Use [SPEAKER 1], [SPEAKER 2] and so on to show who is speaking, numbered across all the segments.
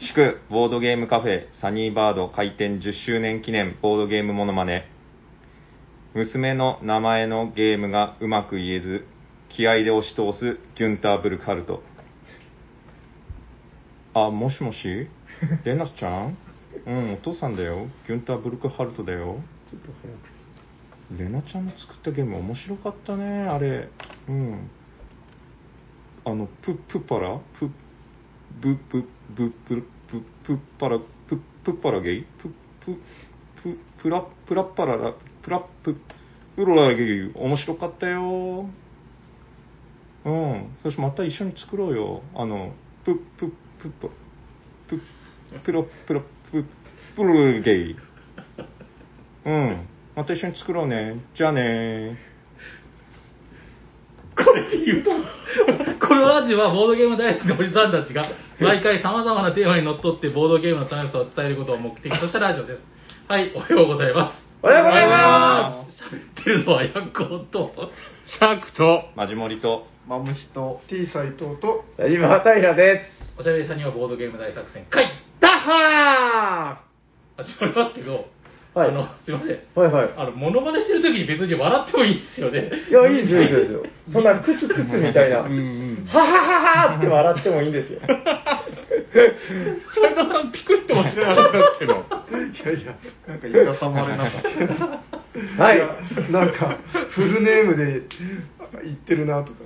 [SPEAKER 1] 祝ボードゲームカフェサニーバード開店10周年記念ボードゲームモノマネ娘の名前のゲームがうまく言えず気合で押し通すギュンター・ブルカルトあもしもし レナスちゃんうんお父さんだよギュンター・ブルクハルトだよ
[SPEAKER 2] ちょっと早く。
[SPEAKER 1] レナちゃんの作ったゲーム面白かったねあれうんあのププッパラプブブブブブプッパラププッパラゲイププププラプラッパララプラププロラゲイ面白かったようんそしてまた一緒に作ろうよあのプププッパププロプロププロゲイうんまた一緒に作ろうねじゃあね
[SPEAKER 2] これって言うと、 このラジオはボードゲーム大好きなおじさんたちが、毎回様々なテーマにのっとってボードゲームの楽しさを伝えることを目的としたラジオです。はい、おはようございます。
[SPEAKER 3] おはようございま
[SPEAKER 2] 喋ってるのはヤッコーと、
[SPEAKER 4] シャークと、
[SPEAKER 1] マジモリと
[SPEAKER 3] すマムシと
[SPEAKER 5] T 斎藤と
[SPEAKER 3] 矢島平で
[SPEAKER 2] おしゃべりさんにはボードゲーム大作戦会
[SPEAKER 3] すダッハ
[SPEAKER 2] 始まりますけど、
[SPEAKER 3] はい
[SPEAKER 2] あの、すいません。
[SPEAKER 3] ーはいはい
[SPEAKER 2] あの、モノマネしてる時に別に笑ってもいいんですよね。
[SPEAKER 3] いやいいですよいいですよいいですよそんなクツクツみたいなははははって笑ってもいいんですよ
[SPEAKER 2] 斉藤さんピクッともしてなかったですけ ど。
[SPEAKER 5] いやいやなんかいたたまれなかった
[SPEAKER 3] はい
[SPEAKER 5] やなんかフルネームで言ってるなとか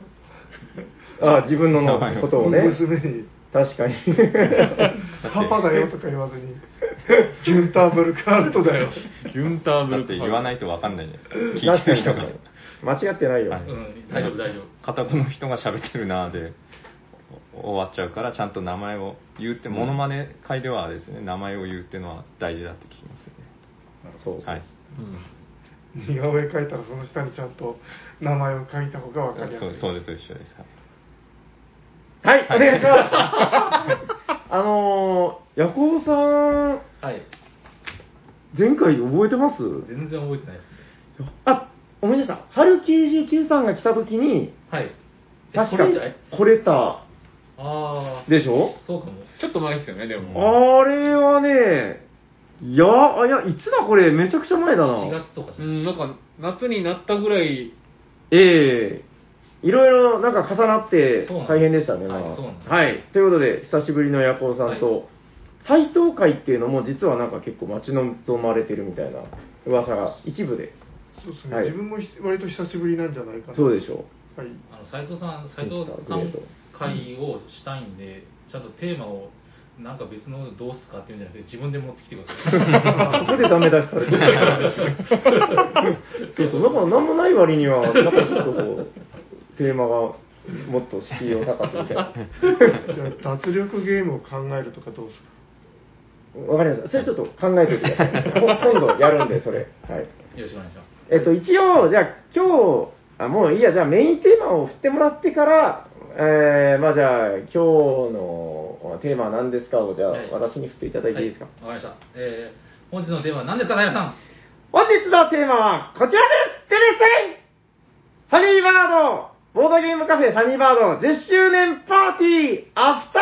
[SPEAKER 3] あ自分のことをね
[SPEAKER 5] 娘に
[SPEAKER 3] 確かに
[SPEAKER 5] 「パパだよ」とか言わずに「ギュンターブルカートだよ
[SPEAKER 4] ギュンターブ
[SPEAKER 1] だ
[SPEAKER 4] ル
[SPEAKER 1] って言わないとわかんないじゃ ないですか聞い
[SPEAKER 3] 確
[SPEAKER 1] て
[SPEAKER 3] か
[SPEAKER 1] る人
[SPEAKER 3] に確
[SPEAKER 1] が
[SPEAKER 3] かに間違ってないよ、
[SPEAKER 1] はい
[SPEAKER 2] うん、大丈夫大丈夫。
[SPEAKER 1] 片言の人が喋ってるなぁでお終わっちゃうからちゃんと名前を言うってモノマネ界ではですね名前を言うっていうのは大事だって聞きますよ
[SPEAKER 3] そうそう
[SPEAKER 1] ねはい
[SPEAKER 5] 似顔絵描いたらその下にちゃんと名前を書いた方が分かりやす
[SPEAKER 1] そう
[SPEAKER 5] い
[SPEAKER 1] それと一緒ですはい
[SPEAKER 3] はい、お願いします。あのー、ヤコウさん、
[SPEAKER 2] はい。
[SPEAKER 3] 前回覚えてます
[SPEAKER 2] 全然覚えてないですね。
[SPEAKER 3] あ、思い出した。春99さんが来た時に、
[SPEAKER 2] はい。え
[SPEAKER 3] 確
[SPEAKER 2] そ
[SPEAKER 3] か
[SPEAKER 2] れ以来
[SPEAKER 3] これた
[SPEAKER 2] ああ。
[SPEAKER 3] でしょ
[SPEAKER 2] そうかも。
[SPEAKER 4] ちょっと前ですよね、でも。
[SPEAKER 3] あれはね、いや、あいや、いつだこれ、めちゃくちゃ前だ
[SPEAKER 2] 7
[SPEAKER 3] な。
[SPEAKER 2] 月とかじ
[SPEAKER 4] う
[SPEAKER 2] ゃない
[SPEAKER 4] ん、なんか、夏になったぐらい、
[SPEAKER 3] ええいろいろなんか重なって
[SPEAKER 2] そうなんです
[SPEAKER 3] 大変でしたね、まあ
[SPEAKER 2] はいそうなんです
[SPEAKER 3] はい。ということで、久しぶりのヤコウさん
[SPEAKER 2] は
[SPEAKER 3] と、斎藤会っていうのも実はなんか結構待ち望まれてるみたいな噂が一部で。
[SPEAKER 5] そうですね、
[SPEAKER 3] はい
[SPEAKER 5] 自分もひ割と久しぶりなんじゃないかな
[SPEAKER 3] そうでしょ
[SPEAKER 5] うはい
[SPEAKER 2] あの斉藤さん、斉藤さん会をしたいんで、ちゃんとテーマをなんか別のどうすかっていうんじゃなくて、自分で持ってきてください。
[SPEAKER 3] う。ここでダメ出しされて る。そうそう、なんか何もない割には、なんかちょっとこう、テーマがもっと敷居を高くみたいな。
[SPEAKER 5] じゃあ脱力ゲームを考えるとかどうですか
[SPEAKER 3] わかりました。それちょっと考えておいてください。ほ今度やるんで、それ。はい。
[SPEAKER 2] よろしくお願いします。
[SPEAKER 3] えっと、一応、じゃあ今日、あ、もういいや、じゃあメインテーマを振ってもらってから、えー、まあじゃあ今日のテーマは何ですかを、じゃあ
[SPEAKER 2] はい
[SPEAKER 3] 私に振っていただいていいですか。
[SPEAKER 2] はいわ、かりました。えー、本日のテーマは何ですか、斉藤さん。
[SPEAKER 3] 本日のテーマはこちらですテレセンサニーバードボードゲームカフェサニーバード10周年パーティーアフタ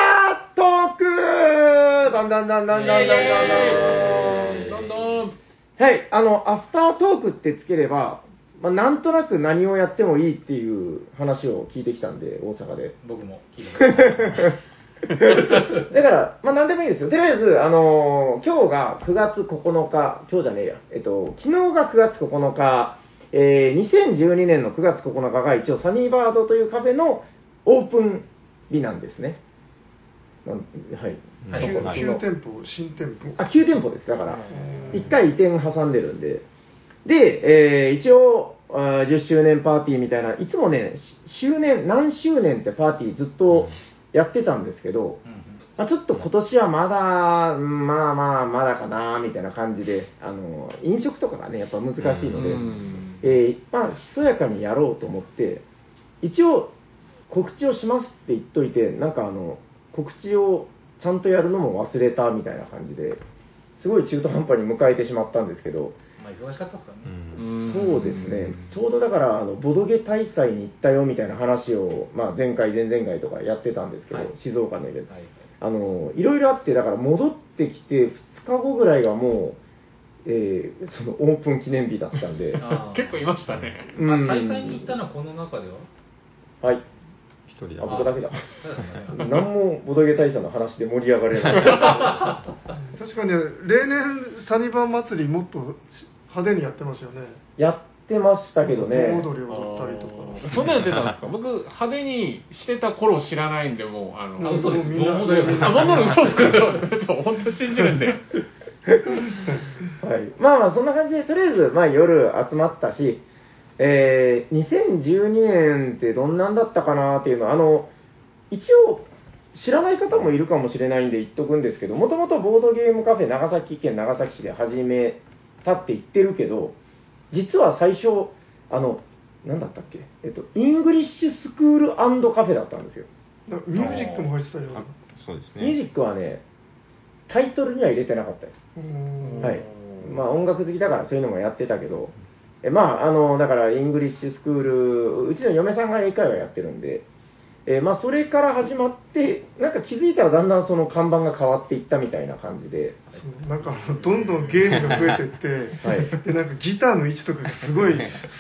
[SPEAKER 3] ートークだんだんだんだんだんだんだんだん
[SPEAKER 2] イエーイ
[SPEAKER 3] だんはい、あの、アフタートークってつければ、まあ、なんとなく何をやってもいいっていう話を聞いてきたんで、大阪で。
[SPEAKER 2] 僕も聞いてください。
[SPEAKER 3] だから、まあ、なんでもいいですよ。とりあえず、あのー今日が9月9日、今日じゃねえや、えっと、昨日が9月9日、えー2012年の9月9日が一応サニーバードというカフェのオープン日なんですね。なんはい。
[SPEAKER 2] はい
[SPEAKER 5] 旧
[SPEAKER 3] だから
[SPEAKER 5] 旧
[SPEAKER 3] 昨日
[SPEAKER 5] 店舗新店舗
[SPEAKER 3] あ、9店舗です。だから、1回移転挟んでるんで。で、えー一応、あー10周年パーティーみたいな、いつもね、し周年、何周年ってパーティーずっとやってたんですけど、
[SPEAKER 2] うんうん
[SPEAKER 3] まあ、ちょっと今年はまだ、うんまあまあ、まだかな、みたいな感じで、あの、飲食とかがね、やっぱ難しいので、
[SPEAKER 4] うん
[SPEAKER 3] えー、まあ、ひそやかにやろうと思って、一応、告知をしますって言っといて、なんかあの、告知をちゃんとやるのも忘れたみたいな感じで、すごい中途半端に迎えてしまったんですけど、
[SPEAKER 2] まあ、忙しかったですからね。
[SPEAKER 1] うん
[SPEAKER 3] そうですね、ちょうどだから、あのボドゲ大祭に行ったよみたいな話を、まあ、前回、前々回とかやってたんですけど、
[SPEAKER 2] はい
[SPEAKER 3] 静岡のイベント
[SPEAKER 2] はい。
[SPEAKER 3] あの、いろいろあって、だから戻ってきて2日後ぐらいがもう、えーそのオープン記念日だったんで、
[SPEAKER 2] あー
[SPEAKER 4] 結構いましたね。
[SPEAKER 3] う
[SPEAKER 2] ま
[SPEAKER 3] ん
[SPEAKER 2] あ開催に行ったのはこの中では
[SPEAKER 3] はい。
[SPEAKER 1] 一人だ
[SPEAKER 3] あ僕だけだ。
[SPEAKER 2] そうですね
[SPEAKER 3] 何もボドゲ大社の話で盛り上がれない。
[SPEAKER 5] 確かに例年サニバン祭りもっと派手にやってますよね
[SPEAKER 3] やってましたけどね。
[SPEAKER 5] 盆踊りを踊ったりとか
[SPEAKER 4] そんなの出たんですか僕、派手にしてた頃知らないんで、もう、あ
[SPEAKER 2] あ
[SPEAKER 4] の、
[SPEAKER 2] 嘘です
[SPEAKER 5] もうみんな
[SPEAKER 2] 盆踊りは
[SPEAKER 4] そんなの嘘ですか本当信じるんで。
[SPEAKER 3] はい、まあまあそんな感じでとりあえずまあ夜集まったし、えー2012年ってどんなんだったかなっていうのはあの一応知らない方もいるかもしれないんで言っとくんですけどもともとボードゲームカフェ長崎県長崎市で始めたって言ってるけど実は最初あのなんだったっけえっとイングリッシュスクールカフェだったんですよ、
[SPEAKER 5] ミュージックも入ってたよ
[SPEAKER 1] あそうです
[SPEAKER 3] ミュージ
[SPEAKER 1] ね
[SPEAKER 3] ックはねタイトルには入れてなかったです
[SPEAKER 5] うーん
[SPEAKER 3] はい、まあ音楽好きだからそういうのもやってたけど、えまあ、あのだからイングリッシュスクール、うちの嫁さんが英会話やってるんで、えまあ、それから始まって、なんか気づいたらだんだんその看板が変わっていったみたいな感じで、
[SPEAKER 5] そうなんかあのどんどんゲームが増えてって、
[SPEAKER 3] はい
[SPEAKER 5] でなんかギターの位置とかがすごい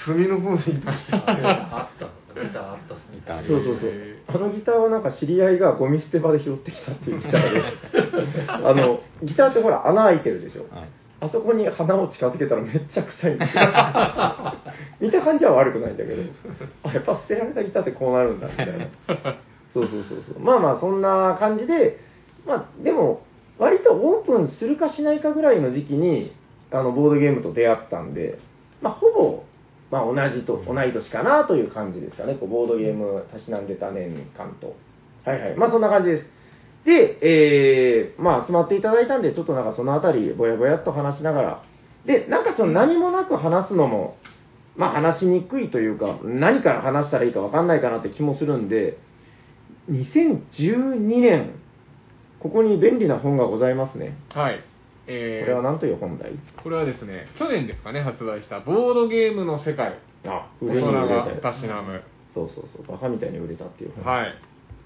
[SPEAKER 5] 隅の方に移動していって
[SPEAKER 2] あった、見た、あったっす、見た。
[SPEAKER 3] そうそうそう、あのギターはなんか知り合いがゴミ捨て場で拾ってきたっていうギタ ーで、あのギターってほら、穴開いてるでしょ。
[SPEAKER 1] はい
[SPEAKER 3] あそこに花を近づけたらめっちゃ臭いんですよ。見た感じは悪くないんだけど、あ、やっぱ捨てられたギターってこうなるんだ、みたいな。そうそうそうそう。まあまあ、そんな感じで、まあ、でも、割とオープンするかしないかぐらいの時期に、あの、ボードゲームと出会ったんで、まあ、ほぼ、まあ、同じと、同い年かなという感じですかね。こう、ボードゲームたしなんでた年間と。はいはい。まあ、そんな感じです。で、えー、まあ集まっていただいたんで、ちょっとなんかそのあたり、ぼやぼやっと話しながら、で、なんかその何もなく話すのも、まあ話しにくいというか、何から話したらいいかわかんないかなって気もするんで、2012年、ここに便利な本がございますね。
[SPEAKER 4] はい。
[SPEAKER 3] こ
[SPEAKER 4] えー
[SPEAKER 3] れは何という本題
[SPEAKER 4] これはですね、去年ですかね、発売した、ボードゲームの世界、
[SPEAKER 3] あ、
[SPEAKER 4] 大
[SPEAKER 3] 売れに
[SPEAKER 4] 人
[SPEAKER 3] 売
[SPEAKER 4] が
[SPEAKER 3] れたや
[SPEAKER 4] たしなむ。
[SPEAKER 3] つ。そうそうそう、バカみたいに売れたっていう本。
[SPEAKER 4] はい。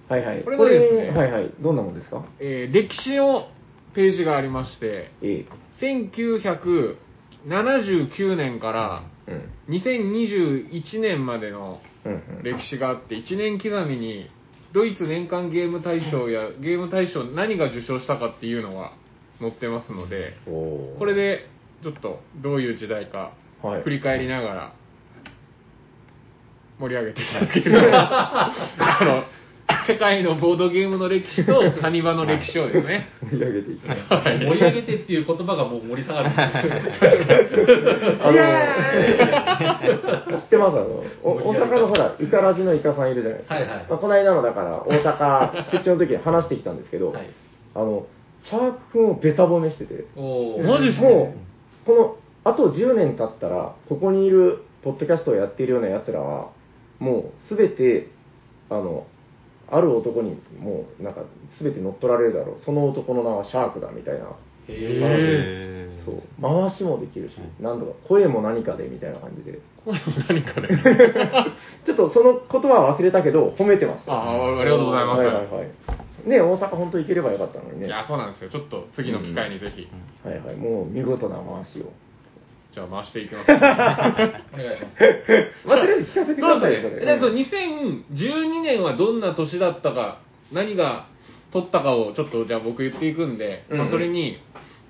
[SPEAKER 3] はいはい。
[SPEAKER 4] これもですね
[SPEAKER 3] はいはい。どんなもんですか
[SPEAKER 4] えー歴史のページがありまして、
[SPEAKER 3] ええ。
[SPEAKER 4] 1979年から
[SPEAKER 3] うん。
[SPEAKER 4] 2021年までの
[SPEAKER 3] うん、うん。
[SPEAKER 4] 歴史があって、1年刻みに、ドイツ年間ゲーム大賞や、ゲーム大賞何が受賞したかっていうのが載ってますので、
[SPEAKER 3] おー
[SPEAKER 4] これ、で、ちょっと、どういう時代か、
[SPEAKER 3] はい
[SPEAKER 4] 振り返りながら、盛り上げていただけるとあの、世界のボードゲームの歴史と、サニバの歴史をですね、
[SPEAKER 3] 盛り上げていきます。
[SPEAKER 2] 盛り上げてっていう言葉がもう盛り下がるんですよ。
[SPEAKER 3] あの、 知ってますあの、お大阪のほら、イカラジのイカさんいるじゃないですか。
[SPEAKER 2] はいはい
[SPEAKER 3] まあ、この間のだから、大阪出張の時に話してきたんですけど、
[SPEAKER 2] はい
[SPEAKER 3] あの、シャーク君をベタ褒めしてて、
[SPEAKER 2] おー
[SPEAKER 4] マジっすか
[SPEAKER 3] もう、この、あと10年経ったら、ここにいる、ポッドキャストをやっているような奴らは、もう、すべて、あの、ある男に、もう、なんか、すべて乗っ取られるだろう。その男の名はシャークだ、みたいな。
[SPEAKER 2] へ
[SPEAKER 1] ー
[SPEAKER 3] そう回しもできるし、なんとか声も何かでみたいな感じで、
[SPEAKER 4] これも何かね、
[SPEAKER 3] ちょっとその言葉は忘れたけど、褒めてました。
[SPEAKER 4] ああ、ありがとうございます。
[SPEAKER 3] はい
[SPEAKER 4] い
[SPEAKER 3] はいはい。ね、大阪、本当行ければよかったのにね。は
[SPEAKER 4] や、そうなんですよ。ちょっと次の機会にぜひ、
[SPEAKER 3] いはい、もう見事な回しを。
[SPEAKER 4] じゃあ回していきます。そ
[SPEAKER 2] ーお願いします。
[SPEAKER 3] まあ、とりあえず聞かせてくださ
[SPEAKER 4] う
[SPEAKER 3] いよ、
[SPEAKER 4] です
[SPEAKER 3] そ
[SPEAKER 4] ね。
[SPEAKER 3] れ。
[SPEAKER 4] でそう2012年はどんな年だったか、何が取ったかをちょっとじゃあ僕言っていくんで、
[SPEAKER 3] うん
[SPEAKER 4] まあそれに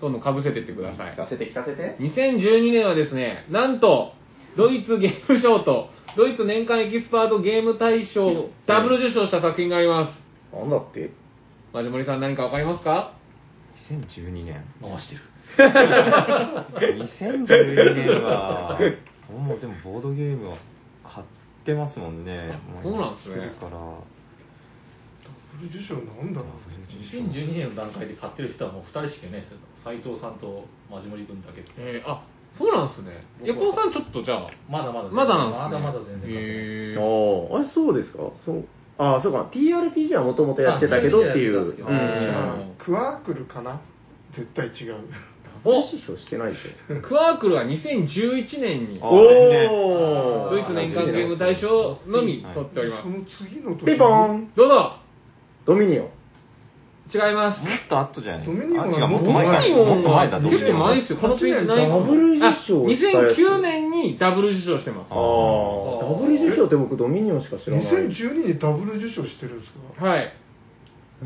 [SPEAKER 4] どんどんかぶせてってください。
[SPEAKER 3] せて聞かせて。
[SPEAKER 4] 2012年はですね、なんと、ドイツゲーム賞と、ドイツ年間エキスパートゲーム大賞をダブル受賞した作品があります。
[SPEAKER 3] なんだって
[SPEAKER 4] マジモリさん何かわかりますか
[SPEAKER 1] 2012年
[SPEAKER 2] 回してる。
[SPEAKER 1] 2012年はもうでもボードゲームは買ってますもんね
[SPEAKER 4] あそうなんですね
[SPEAKER 1] もやってるから
[SPEAKER 5] ダブル受賞なんだろ
[SPEAKER 2] 2012年の段階で買ってる人はもう2人しかいないですよ。斎藤さんとマジモリ君だけです。
[SPEAKER 4] えー、あ、そうなんですね。ヤコウさんちょっとじゃあ、
[SPEAKER 2] まだまだ全然
[SPEAKER 4] まだなんですね。
[SPEAKER 2] まだまだ全然買ってない。
[SPEAKER 4] へ
[SPEAKER 3] あ
[SPEAKER 4] ー
[SPEAKER 3] あ、あれそうですかそう。ああ、そうか。TRPG はもともとやってたけどってい
[SPEAKER 2] あ TRPG
[SPEAKER 3] う。
[SPEAKER 2] やってたんですけど
[SPEAKER 3] う
[SPEAKER 5] う、じゃ
[SPEAKER 3] ん。
[SPEAKER 5] あクワークルかな絶対違う
[SPEAKER 4] お
[SPEAKER 3] 師匠してないでし
[SPEAKER 4] クワークルは2011年に
[SPEAKER 1] あ
[SPEAKER 3] ょ。
[SPEAKER 1] ー
[SPEAKER 2] ー
[SPEAKER 4] ドイツ年間ゲーム大賞のみ取っておりま
[SPEAKER 5] そ
[SPEAKER 4] す。
[SPEAKER 5] の次の年
[SPEAKER 3] ピンポーン
[SPEAKER 4] どうぞ
[SPEAKER 3] ドミニオン。
[SPEAKER 4] 違います。
[SPEAKER 1] っと後じゃない
[SPEAKER 5] ドミニオンは
[SPEAKER 1] あ違うもっと
[SPEAKER 5] ドミ
[SPEAKER 1] 前か
[SPEAKER 5] ニオンは
[SPEAKER 1] もっと前だドミ
[SPEAKER 4] 結
[SPEAKER 1] ニオ
[SPEAKER 4] 構
[SPEAKER 1] ン
[SPEAKER 4] 前ですよ。このページないっすよ
[SPEAKER 5] ダブル
[SPEAKER 3] 受賞
[SPEAKER 4] あ
[SPEAKER 3] したやつ
[SPEAKER 4] 2009年にダブル受賞してます。
[SPEAKER 1] あ
[SPEAKER 3] ああ、ダブル受賞って僕ドミニオンしか知らない。
[SPEAKER 5] 2012にダブル受賞してるんですか
[SPEAKER 4] はい。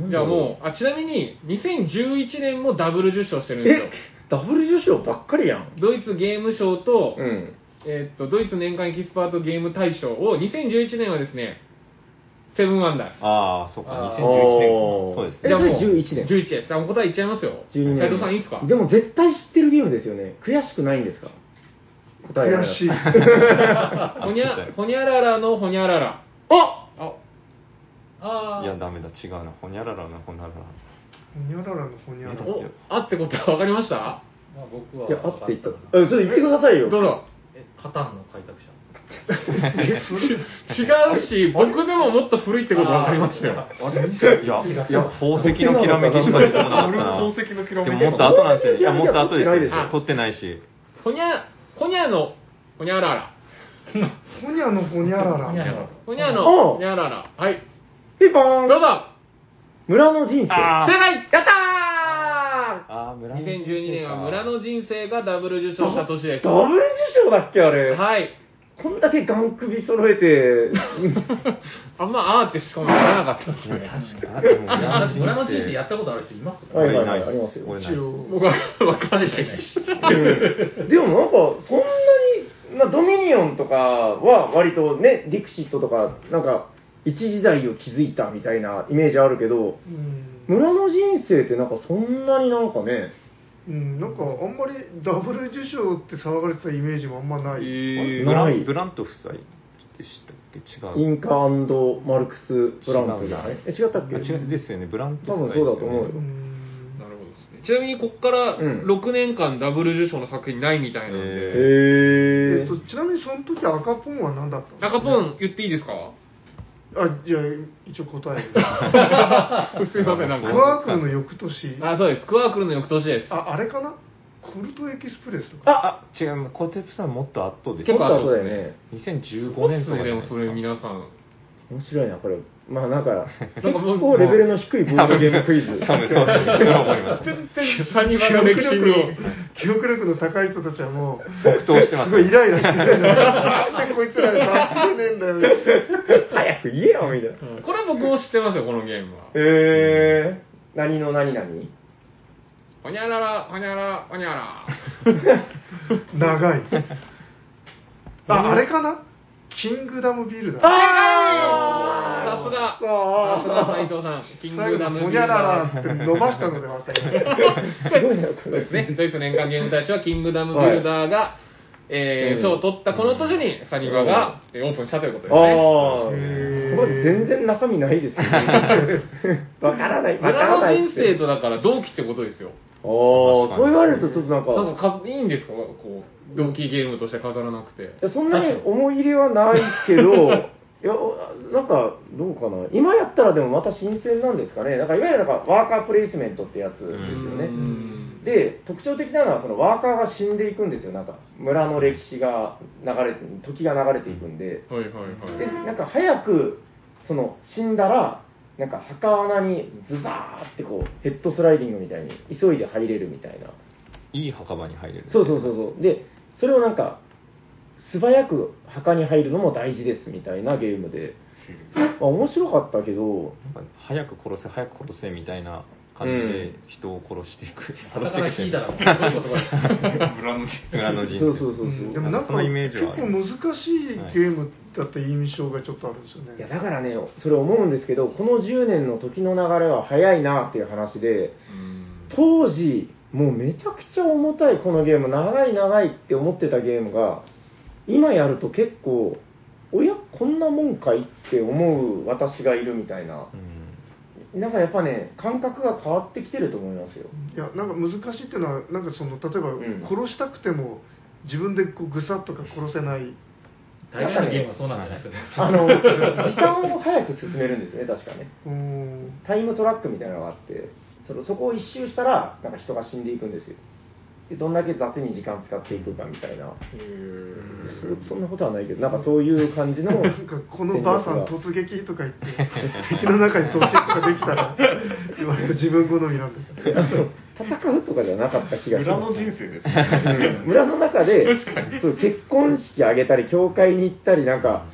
[SPEAKER 4] じゃあもう、あちなみに、2011年もダブル受賞してるんですよ
[SPEAKER 3] え。ダブル受賞ばっかりやん。
[SPEAKER 4] ドイツゲーム賞と、
[SPEAKER 3] うん。
[SPEAKER 4] えーっと、ドイツ年間エキスパートゲーム大賞を、2011年はですね、セブンアンダー。
[SPEAKER 1] ああそうか
[SPEAKER 2] あー
[SPEAKER 1] 2011年かそうですね
[SPEAKER 3] え
[SPEAKER 4] じゃあもう
[SPEAKER 3] それ11年
[SPEAKER 4] 11です。あもう答え言っちゃいますよ。
[SPEAKER 3] 12年
[SPEAKER 4] 斉藤さんいいですか
[SPEAKER 3] でも絶対知ってるゲームですよね。悔しくないんですか答えが
[SPEAKER 5] 悔 しい。
[SPEAKER 4] ほにゃ、ほにゃららのほにゃらら。
[SPEAKER 3] あ
[SPEAKER 4] あ、
[SPEAKER 2] あ
[SPEAKER 1] いや
[SPEAKER 2] あ。
[SPEAKER 1] ダメだ違うなほにゃららなほにゃらら
[SPEAKER 5] ほにゃららのほにゃらら。
[SPEAKER 4] お、あってことは分かりました
[SPEAKER 2] まあ僕はい
[SPEAKER 3] や、あって言った。
[SPEAKER 2] わ
[SPEAKER 3] え
[SPEAKER 2] か、
[SPEAKER 3] ち
[SPEAKER 2] な
[SPEAKER 3] ょっと言ってくださいよ。
[SPEAKER 4] どうぞ。
[SPEAKER 2] え、カタンの開拓者。
[SPEAKER 4] 違うし、僕でももっと古いってこと分かりましたよ。
[SPEAKER 1] あれいや、いや、宝石のきらめきしか出てこなかったな。
[SPEAKER 5] 俺も宝石のきらめき
[SPEAKER 1] でももっと後なんですよ。いや、もっと後ですよ
[SPEAKER 3] 取ってないでし
[SPEAKER 4] ょ。
[SPEAKER 1] 取ってないし。
[SPEAKER 4] ほにゃ、ほにゃの、ほにゃらら。
[SPEAKER 5] ほにゃのほにゃらら。
[SPEAKER 2] ほにゃらら
[SPEAKER 4] ほにゃの、
[SPEAKER 3] おう
[SPEAKER 4] ほにゃらら。はい。
[SPEAKER 3] ピンポ
[SPEAKER 4] ど
[SPEAKER 3] ー
[SPEAKER 4] う
[SPEAKER 3] ン
[SPEAKER 4] ぞ
[SPEAKER 3] 村の人生。
[SPEAKER 1] あ
[SPEAKER 4] 正
[SPEAKER 1] ー
[SPEAKER 4] 解
[SPEAKER 3] やった
[SPEAKER 1] あー、村の人生か
[SPEAKER 4] !2012 年は村の人生がダブル受賞した年で
[SPEAKER 3] ー
[SPEAKER 4] す。
[SPEAKER 3] ダブル受賞だっけあれ。
[SPEAKER 4] はい。
[SPEAKER 3] こんだけガン首揃 えて、
[SPEAKER 4] あんまあーってしかも言わなかったですね。
[SPEAKER 1] あでも
[SPEAKER 2] あだって村の人生や
[SPEAKER 1] や
[SPEAKER 2] ったことある人います
[SPEAKER 3] はい
[SPEAKER 1] 俺ない
[SPEAKER 3] ありま
[SPEAKER 1] ですす
[SPEAKER 3] よ。
[SPEAKER 1] 俺ない
[SPEAKER 5] 一
[SPEAKER 1] です。
[SPEAKER 5] 応。
[SPEAKER 4] 僕は分かんないしないし。
[SPEAKER 3] うんでもなんか、そんなに、まあ、ドミニオンとかは割とね、ディクシットとか、なんか、一時代を築いたみたいなイメージあるけど、
[SPEAKER 5] うん
[SPEAKER 3] 村の人生ってなんかそんなになんかね、
[SPEAKER 5] うん、なんかあんまりダブル受賞って騒がれてたイメージもあんまない、
[SPEAKER 1] えーブ
[SPEAKER 3] ない
[SPEAKER 1] ランブラント夫妻でしたっけ
[SPEAKER 3] イ
[SPEAKER 1] 違う。
[SPEAKER 3] ンカマルクス・ブランクじゃな
[SPEAKER 1] 違
[SPEAKER 3] いうえ、違ったっけ
[SPEAKER 1] あ違うですよね、ブラント
[SPEAKER 3] 多
[SPEAKER 1] 夫
[SPEAKER 3] 分
[SPEAKER 1] 妻
[SPEAKER 3] そうだと思う
[SPEAKER 1] です
[SPEAKER 5] う
[SPEAKER 1] よね
[SPEAKER 5] ん
[SPEAKER 4] なるほどですね。ちなみに、こっから
[SPEAKER 3] うん
[SPEAKER 4] 6年間ダブル受賞の作品ないみたいなん
[SPEAKER 1] え
[SPEAKER 4] で。
[SPEAKER 5] え
[SPEAKER 3] へー
[SPEAKER 5] っと、ちなみにその時赤ポンは何だったんですか
[SPEAKER 4] 中ポン言っていいですか
[SPEAKER 5] あじゃあ一応答える
[SPEAKER 4] すいません、なん
[SPEAKER 5] ク
[SPEAKER 4] か。
[SPEAKER 5] ワークルの翌年あ
[SPEAKER 4] あ、そうです。クワークルの翌年です。
[SPEAKER 5] あれかなコルトエキスプレスとか
[SPEAKER 1] あ、違う、コテプさんもっと後です。
[SPEAKER 4] 結構後
[SPEAKER 3] そうだよね。
[SPEAKER 1] 2015年とかじゃな
[SPEAKER 4] で
[SPEAKER 1] い
[SPEAKER 4] も
[SPEAKER 1] です
[SPEAKER 4] そ
[SPEAKER 1] か
[SPEAKER 4] れ皆さん。
[SPEAKER 3] 面白いな、これ。まあなんか、
[SPEAKER 4] な
[SPEAKER 3] 結
[SPEAKER 4] んかもう
[SPEAKER 3] 構レベルの低いボードゲームクイズ。
[SPEAKER 1] 多分 そうですね。それは思いました。
[SPEAKER 4] 全然サニバの歴史の。
[SPEAKER 5] 記憶力の高い人たちはもう
[SPEAKER 1] 即答してますす
[SPEAKER 5] ごいイライラしてるなんでこいつら忘れねえんだよ
[SPEAKER 3] 早く言えよ、みたいな。
[SPEAKER 4] これ僕も知ってますよ、このゲームは。
[SPEAKER 3] へー。何の何々
[SPEAKER 4] ほにゃらら、ほにゃら、ほにゃら。
[SPEAKER 5] 長いああれかなキングダムビルダー
[SPEAKER 3] あ
[SPEAKER 4] さすが、さす
[SPEAKER 3] あ
[SPEAKER 4] が斎藤さん。キン
[SPEAKER 5] 最
[SPEAKER 4] グ
[SPEAKER 5] 後
[SPEAKER 4] ダ
[SPEAKER 5] に
[SPEAKER 4] ム
[SPEAKER 5] ほ
[SPEAKER 4] ビル
[SPEAKER 5] にゃらら
[SPEAKER 4] ダ
[SPEAKER 5] っ
[SPEAKER 4] ー。
[SPEAKER 5] て伸ばしたのでまた
[SPEAKER 3] すごいな、こ
[SPEAKER 4] そう
[SPEAKER 3] れ
[SPEAKER 4] ですね。ドイツ年間ゲーム大賞はキングダムビルダーが、え
[SPEAKER 3] う
[SPEAKER 4] ー、
[SPEAKER 3] ん
[SPEAKER 4] 賞を取ったこの年にサニバがえーオープンしたということですね。
[SPEAKER 3] ああ、こ
[SPEAKER 5] へー
[SPEAKER 3] れ全然中身ないですよね。 わからない、わか
[SPEAKER 4] 村
[SPEAKER 3] らな
[SPEAKER 4] の
[SPEAKER 3] いっ
[SPEAKER 4] 人
[SPEAKER 3] て。
[SPEAKER 4] 生とだから同期ってことですよ。
[SPEAKER 3] ああ、そう言われるとちょっとなんか、
[SPEAKER 4] なんかか、いいんですかこう、同期ゲームとして飾らなくて。
[SPEAKER 3] いやそんなに思い入れはないけ ど、いや、なんか、どうかな。今やったらでもまた新鮮なんですかね。なんか、いわゆるなんか、ワーカープレイスメントってやつですよ
[SPEAKER 4] う
[SPEAKER 3] ね。
[SPEAKER 4] ん
[SPEAKER 3] で、特徴的なのは、そのワーカーが死んでいくんですよ。なんか、村の歴史が流れて、時が流れていくんで。
[SPEAKER 4] はいはいはい
[SPEAKER 3] で。なんか早くその死んだらなんか墓穴にズバーってこうヘッドスライディングみたいに急いで入れるみたいない
[SPEAKER 1] い墓場に入れる。
[SPEAKER 3] そうそうそうそうでそれをなんか素早く墓に入るのも大事ですみたいなゲームで、まあ、面白かったけど
[SPEAKER 1] なんか早く殺せ、早く殺せみたいな感じ
[SPEAKER 3] う
[SPEAKER 1] で
[SPEAKER 3] ん
[SPEAKER 1] 人を殺していく。殺
[SPEAKER 2] だ
[SPEAKER 1] し
[SPEAKER 2] から
[SPEAKER 1] て
[SPEAKER 2] 聞
[SPEAKER 1] い
[SPEAKER 2] い
[SPEAKER 1] く
[SPEAKER 2] たら、どういうことか。
[SPEAKER 1] 村の人生。村の人生。
[SPEAKER 3] そうそうそうそう、
[SPEAKER 5] うんでもなんか
[SPEAKER 1] そのイメージ
[SPEAKER 5] 結
[SPEAKER 1] はあ
[SPEAKER 5] 構
[SPEAKER 1] る
[SPEAKER 5] 難しいゲームだった印象がちょっとあるんですよ
[SPEAKER 3] いや
[SPEAKER 5] ね。
[SPEAKER 3] だからねそれ思うんですけどこの10年の時の流れは早いなっていう話で当時もうめちゃくちゃ重たいこのゲーム長い長いって思ってたゲームが今やると結構おやこんなもんかいって思う私がいるみたいな
[SPEAKER 1] うん
[SPEAKER 3] なんかやっぱね感覚が変わってきてると思いますよ
[SPEAKER 5] いやなんか難しいっていうのはなんかその例
[SPEAKER 3] うん
[SPEAKER 5] えば殺したくても自分でこうぐさっとか殺せない。
[SPEAKER 2] 大概のゲームはそうなんじゃないですかね。
[SPEAKER 3] あの時間を早く進めるんですね確かね
[SPEAKER 5] うーん
[SPEAKER 3] タイムトラックみたいなのがあってそのそこを一周したらなんか人が死んでいくんですよでどんだけ雑に時間使っていくかみたいなそそんなことはないけどなんかそういう感じの
[SPEAKER 5] なんかこのばあさん突撃とか言って敵の中に突撃とかできた ら割と自分好みなんですよ
[SPEAKER 3] 戦うとかじゃなかった気がし
[SPEAKER 6] 村
[SPEAKER 3] ま
[SPEAKER 6] の
[SPEAKER 3] す
[SPEAKER 6] 人生です。
[SPEAKER 3] うん村の中でそう結婚式あげたり教会に行ったりなんか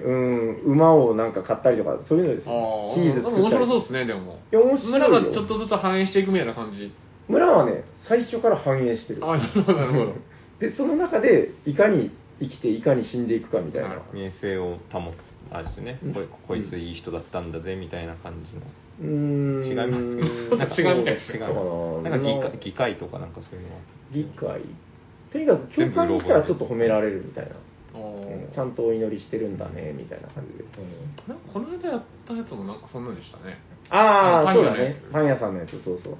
[SPEAKER 3] うん馬をなんか買ったりとかそういうのです
[SPEAKER 4] あ
[SPEAKER 3] よ
[SPEAKER 4] あ
[SPEAKER 3] チーズ
[SPEAKER 4] でも
[SPEAKER 3] 作っ
[SPEAKER 4] 面
[SPEAKER 3] たり
[SPEAKER 4] 白そうですねでも
[SPEAKER 3] いや面白いよ
[SPEAKER 4] 村がちょっとずつ反映していくみたいな感じ
[SPEAKER 3] 村はね最初から繁栄してる
[SPEAKER 4] あなるほどなるほど
[SPEAKER 3] でその中でいかに生きていかに死んでいくかみたい
[SPEAKER 4] なる
[SPEAKER 3] な
[SPEAKER 4] ほ
[SPEAKER 1] 名声を保つあれですね
[SPEAKER 3] うん
[SPEAKER 1] こいこいついい人だったんだぜみたいな感じの
[SPEAKER 3] うーん
[SPEAKER 1] 違いますけどなんか
[SPEAKER 4] 違うみたい
[SPEAKER 1] 違
[SPEAKER 4] で
[SPEAKER 1] う
[SPEAKER 3] だから
[SPEAKER 1] なんか議会議会とかなんかそういうのは
[SPEAKER 3] 議会とにかく教会に来たらちょっと褒められるみたいな、
[SPEAKER 4] あ
[SPEAKER 3] うん
[SPEAKER 4] ー
[SPEAKER 3] ちゃんとお祈りしてるんだねみたいな感じで、
[SPEAKER 4] なんかこの間やったやつもなんかそんなんでしたね
[SPEAKER 3] ああ
[SPEAKER 4] あ
[SPEAKER 3] そうだ
[SPEAKER 4] パン屋のや
[SPEAKER 3] ね
[SPEAKER 4] つ
[SPEAKER 3] パン屋さんのやつそうそう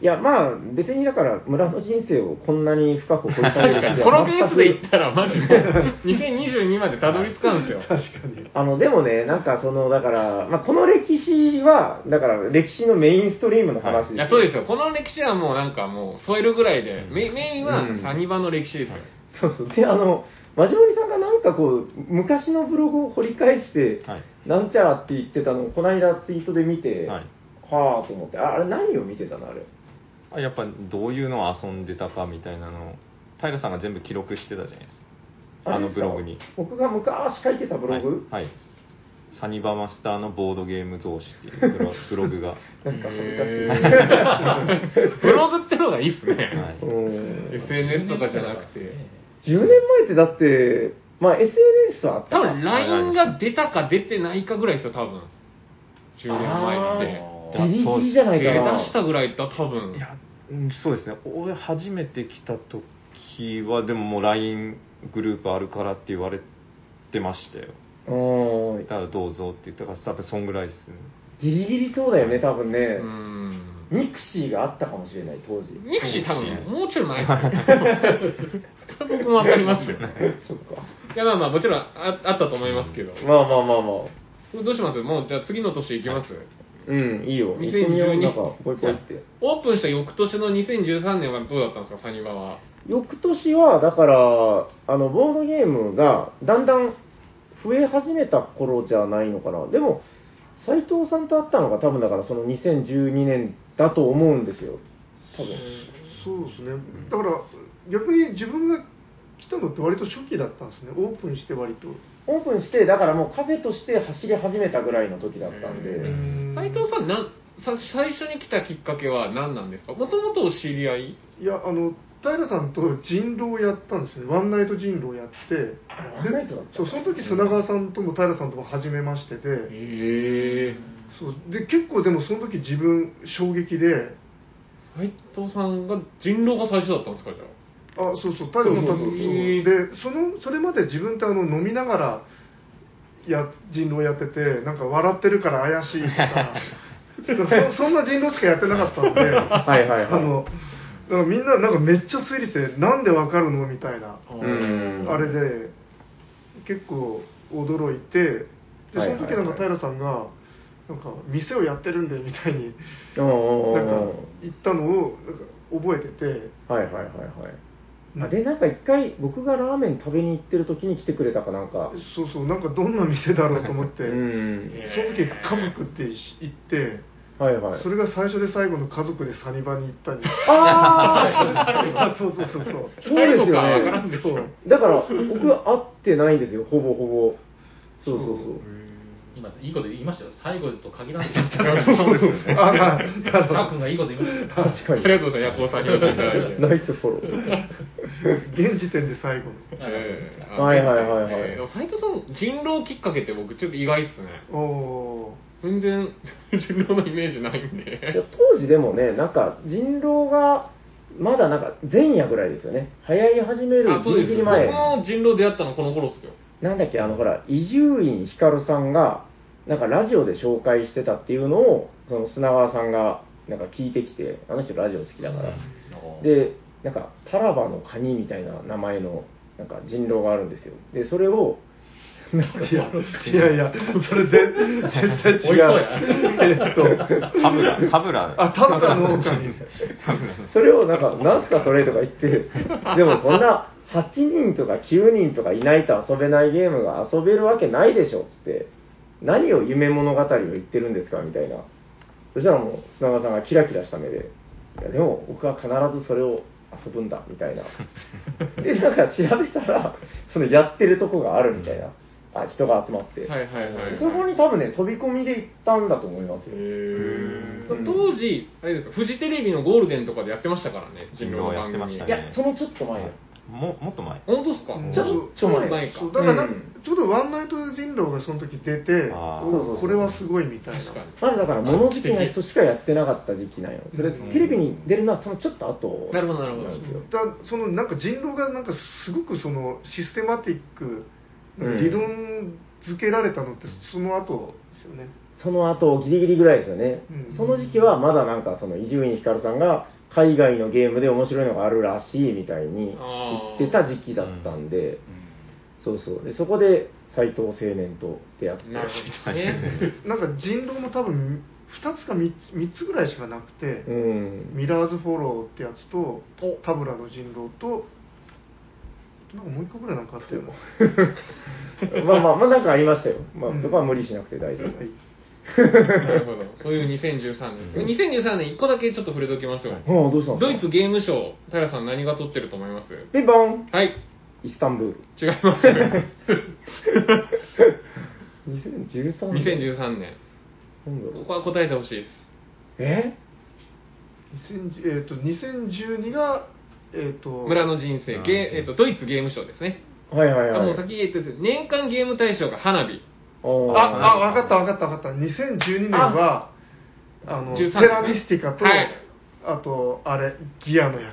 [SPEAKER 3] いやまあ別にだから村の人生をこんなに深く掘り下げる必
[SPEAKER 4] 確か
[SPEAKER 3] 要
[SPEAKER 4] にこの
[SPEAKER 3] は
[SPEAKER 4] ペ
[SPEAKER 3] 全
[SPEAKER 4] ー
[SPEAKER 3] く
[SPEAKER 4] スでいったらマジで2022までたどり着かん ですよ
[SPEAKER 5] 確かに
[SPEAKER 3] あのでもねなんかそのだから、まあ、この歴史はだから歴史のメインストリームの話で
[SPEAKER 4] い
[SPEAKER 3] すよ
[SPEAKER 4] やそうですよこの歴史はもうなんかもう添えるぐらいでメメインは
[SPEAKER 3] うん
[SPEAKER 4] サニバの歴 史ですよ、
[SPEAKER 3] そうそう。で、あの、マジモリさんがなんかこう、昔のブログを掘り返して、
[SPEAKER 1] はい
[SPEAKER 3] なんちゃらって言ってたのを、この間ツイートで見て、
[SPEAKER 1] はい
[SPEAKER 3] はあと思って、ああれ何を見てたのあれ。
[SPEAKER 1] あやっぱどういうのを遊んでたかみたいなのを平さんが全部記録してたじゃないですかあ
[SPEAKER 3] れ
[SPEAKER 1] の
[SPEAKER 3] です
[SPEAKER 1] ブ
[SPEAKER 3] か
[SPEAKER 1] ログに
[SPEAKER 3] 僕が昔書いてたブログ、
[SPEAKER 1] はい、はい、サニバマスターのボードゲーム増資っていうブロ ブログが、は
[SPEAKER 3] なんか恥ずかしい。
[SPEAKER 4] ブログってのがいいっすね、
[SPEAKER 1] い、
[SPEAKER 3] うん
[SPEAKER 4] SNS とかじゃなくて
[SPEAKER 3] 10年前ってだって、まあ SNS はあった
[SPEAKER 4] 多
[SPEAKER 3] か
[SPEAKER 4] 分 LINE が出たか出てないかぐらいですよ多分10年前なんて
[SPEAKER 3] ギリギリじゃない
[SPEAKER 4] 手出
[SPEAKER 3] かな。
[SPEAKER 4] したぐらいだったら多分
[SPEAKER 1] いや、うんそうですね、俺、初めて来た時は、でももう LINE グループあるからって言われてましたよ。
[SPEAKER 3] うん
[SPEAKER 1] だからどうぞって言ったから、多分そんぐらい ですね。
[SPEAKER 3] ギリギリそうだよね、多分ね
[SPEAKER 4] う。ん
[SPEAKER 3] ミクシーがあったかもしれない、当時。
[SPEAKER 4] ミクシー多分もうちょい前ですよそれ僕も分かりますよ
[SPEAKER 3] そっか。
[SPEAKER 4] いやまあまあもちろんああったと思いますけど
[SPEAKER 3] まあまあまあまあ。
[SPEAKER 4] どうしますもうじゃあ次の年行きます、
[SPEAKER 3] うん、いいよ。
[SPEAKER 4] 2012
[SPEAKER 3] 行ってみよう、なんか、ポイポイって。
[SPEAKER 4] オープンした翌年の2013年はどうだったんですかサニバは
[SPEAKER 3] 翌年は、だから、あの、ボードゲームが、だんだん増え始めた頃じゃないのかな。でも、斎藤さんと会ったのが多分だから、その2012年だと思うんですよ。多分。
[SPEAKER 5] そうですねだから逆に自分が来たのって割と初期だったんですねオープンして割と
[SPEAKER 3] オープンして、だからもうカフェとして走り始めたぐらいの時だったん
[SPEAKER 4] う
[SPEAKER 3] で、
[SPEAKER 4] 斉藤さんなんさ最初に来たきっかけは何なんですかもともとお知り合い
[SPEAKER 5] いやあの平さんと人狼をやったんですねワンナイト人狼をやってで
[SPEAKER 3] ワンナイトだった
[SPEAKER 5] そうその時砂川さんとも平さんとも初めましてで、
[SPEAKER 4] へえ
[SPEAKER 5] そうで結構でもその時自分衝撃で
[SPEAKER 4] 斉藤さんが人狼が最初だったんですかじゃ
[SPEAKER 5] あそうそう平さんも多分
[SPEAKER 3] そうそうそう
[SPEAKER 5] そうでそのそれまで自分ってあの飲みながらや人狼やっててなんか笑ってるから怪しいと かなんかそそんな人狼しかやってなかったので
[SPEAKER 3] はいはいはい
[SPEAKER 5] あのなんかみんななんかめっちゃ推理してなんでわかるのみたいな
[SPEAKER 4] あ
[SPEAKER 3] うん
[SPEAKER 5] あれで結構驚いてでそ
[SPEAKER 3] はい
[SPEAKER 5] の
[SPEAKER 3] はいはい
[SPEAKER 5] 時なんか平さんがなんか店をやってるんでみたいに
[SPEAKER 3] うんうん
[SPEAKER 5] なん
[SPEAKER 3] うんう
[SPEAKER 5] か
[SPEAKER 3] ん
[SPEAKER 5] 言ったのをなんか覚えてて
[SPEAKER 3] はいはいはいはい。あ
[SPEAKER 5] うん
[SPEAKER 3] で、なんか一回、僕がラーメン食べに行ってる時に来てくれたかなんか。
[SPEAKER 5] そうそうなんかどんな店だろうと思って、
[SPEAKER 3] うん。
[SPEAKER 5] その時家族って言って、
[SPEAKER 3] はいはい。
[SPEAKER 5] それが最初で最後の家族でサニバに行ったり
[SPEAKER 3] ああ
[SPEAKER 5] あそうそうそうそう
[SPEAKER 3] そうですよ
[SPEAKER 4] 最後かわからん
[SPEAKER 3] ね。そう。だから、僕は会ってないんですよ、ほぼほぼ。そうそうそう。
[SPEAKER 2] 今いいこと言いましたよ最後と限らないです
[SPEAKER 5] あな
[SPEAKER 2] シ
[SPEAKER 5] な
[SPEAKER 2] ャ
[SPEAKER 5] るほ
[SPEAKER 2] ー君がいいこと言いましたよ
[SPEAKER 3] 確か
[SPEAKER 4] あ
[SPEAKER 3] に
[SPEAKER 4] り。がとうございますヤコウさんにお越しいただいて
[SPEAKER 3] ナイスフォロー。
[SPEAKER 5] ど現時点で最後
[SPEAKER 4] ええ
[SPEAKER 3] はいはいはいはい
[SPEAKER 4] ええでも斉藤さん人狼きっかけって僕ちょっと意外っすね
[SPEAKER 5] のお
[SPEAKER 4] 全然 人狼のイメージないん
[SPEAKER 3] いや
[SPEAKER 4] で
[SPEAKER 3] 当時でもね、なんか人狼が、まだなんか前夜ぐらいですよね。流行り始める
[SPEAKER 4] あ
[SPEAKER 3] ギ
[SPEAKER 4] そうで
[SPEAKER 3] リ
[SPEAKER 4] す
[SPEAKER 3] ギリ
[SPEAKER 4] よ僕
[SPEAKER 3] 前。
[SPEAKER 4] も人狼出会ったのこの頃っすよ
[SPEAKER 3] なんだっけ、あのほら、伊集院光さんが、なんかラジオで紹介してたっていうのを、その砂川さんが、なんか聞いてきて、あの人ラジオ好きだから。で、なんか、タラバのカニみたいな名前の、なんか人狼があるんですよ。で、それを、
[SPEAKER 5] いやいやいや、それぜ絶対
[SPEAKER 2] 美味しそう
[SPEAKER 5] 違
[SPEAKER 2] や
[SPEAKER 5] う。えっと、
[SPEAKER 1] 田村、田村。
[SPEAKER 5] あ、田村の狼。
[SPEAKER 3] それをなんか、なんすかそれとか言 って、でもそんな8人とか9人とかいないと遊べないゲームが遊べるわけないでしょっつって、何を夢物語を言ってるんですかみたいな。そしたらもう、砂川さんがキラキラした目で、いやでも僕は必ずそれを遊ぶんだ、みた いな。で、なんか調べたら、そのやってるとこがあるみたいな。あ、人が集まって。
[SPEAKER 4] はいはいはいはい
[SPEAKER 3] そこに多分ね、飛び込みで行ったんだと思いますよ。うん
[SPEAKER 4] 当時、あれですか、フジテレビのゴールデンとかでやってましたからね、
[SPEAKER 1] 人狼やってました
[SPEAKER 3] いや、そのちょっと前だ
[SPEAKER 1] も、もっと前。
[SPEAKER 4] 本当ですか
[SPEAKER 5] ちょ
[SPEAKER 3] っと前
[SPEAKER 4] か。
[SPEAKER 5] そうだからなんか
[SPEAKER 3] うん
[SPEAKER 5] ちょうどワンナイト人狼がその時出て、
[SPEAKER 1] あー
[SPEAKER 5] おこれはすごいみたいな
[SPEAKER 4] 確。かに。
[SPEAKER 3] まだだから物好きな人しかやってなかった時期なんよ。それテレビに出るのはそのちょっと後
[SPEAKER 4] なるほどなるほど
[SPEAKER 3] んですよ。
[SPEAKER 5] だそのなんか人狼がなんかすごくそのシステマティック、
[SPEAKER 3] うん
[SPEAKER 5] 理論付けられたのってその後ですよね。
[SPEAKER 3] その後ギリギリぐらいですよね。
[SPEAKER 5] うん
[SPEAKER 3] その時期はまだなんかその伊集院光さんが海外のゲームで面白いのがあるらしいみたいに
[SPEAKER 4] あー
[SPEAKER 3] 言ってた時期だったんで、そうそう。で、そこで斎藤青年と出会って。
[SPEAKER 4] なるほどですね。
[SPEAKER 5] なんか人狼も多分2つか 3, つぐらいしかなくて、
[SPEAKER 3] うん。
[SPEAKER 5] ミラーズフォローってやつと
[SPEAKER 4] お
[SPEAKER 5] タブラの人狼となんかもう一個ぐらいなんかあったよね
[SPEAKER 3] まあまあ、まあなんかありましたよ。まあ
[SPEAKER 5] うん
[SPEAKER 3] そこは無理しなくて大丈夫。
[SPEAKER 5] はい
[SPEAKER 4] なるほど。そういう2013年ですね。2013年、一個だけちょっと触れときましょう。
[SPEAKER 3] ああ、どうしたん
[SPEAKER 4] ド
[SPEAKER 3] で
[SPEAKER 4] イ
[SPEAKER 3] すか
[SPEAKER 4] ツゲームショー、平さん何が取ってると思います
[SPEAKER 3] ピンポン
[SPEAKER 4] はい、
[SPEAKER 3] イスタンブー ル。
[SPEAKER 4] 違い ます。
[SPEAKER 3] 2013年。
[SPEAKER 4] 2013年。
[SPEAKER 3] なんだろ
[SPEAKER 4] こ
[SPEAKER 3] う
[SPEAKER 4] こは答えてほしいです。
[SPEAKER 3] え
[SPEAKER 5] 2010えっと2012が、えっと
[SPEAKER 4] 村の人生、ゲーえっと、ドイツゲームショーですね。
[SPEAKER 3] はいはいはい。
[SPEAKER 4] あもう先言ってて年間ゲーム大賞が花火。
[SPEAKER 5] あ
[SPEAKER 3] あ
[SPEAKER 5] あわかったわかったわかった2012年はあのテ
[SPEAKER 4] 13
[SPEAKER 5] ラミスティカと、
[SPEAKER 4] はい
[SPEAKER 5] あとあれギアのや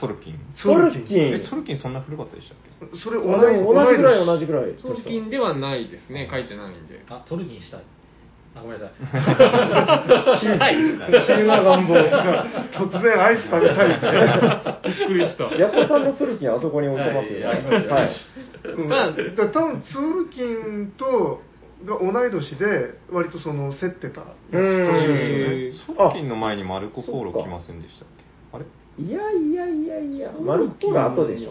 [SPEAKER 1] ソルキン。
[SPEAKER 5] つ
[SPEAKER 3] ソルキン
[SPEAKER 1] え、ソルキンそんな古かったでしたっけ
[SPEAKER 5] それ同
[SPEAKER 3] 同
[SPEAKER 5] い
[SPEAKER 3] じ同じぐらい
[SPEAKER 5] 同
[SPEAKER 3] 同
[SPEAKER 5] い年
[SPEAKER 3] じぐらい。
[SPEAKER 4] 賞金ではないですね。書いてないんで。
[SPEAKER 2] あ、トルキンしたい。あ、ごめんなさい。したいですね。
[SPEAKER 3] 急な願望。
[SPEAKER 5] 突然アイス食べたいって
[SPEAKER 4] びっくりした。
[SPEAKER 3] ヤコさんのツルキンあそこに置いてますよね。
[SPEAKER 2] はいはい
[SPEAKER 3] はい。
[SPEAKER 5] うん、
[SPEAKER 4] まあ
[SPEAKER 5] だから多分ツールキンとが同い年で割とその競ってた
[SPEAKER 3] うん
[SPEAKER 1] ソルキンの前にマルコ・ポーロ来ませんでしたっけあれ
[SPEAKER 3] いやいやいやいや、マルコが後でしょ。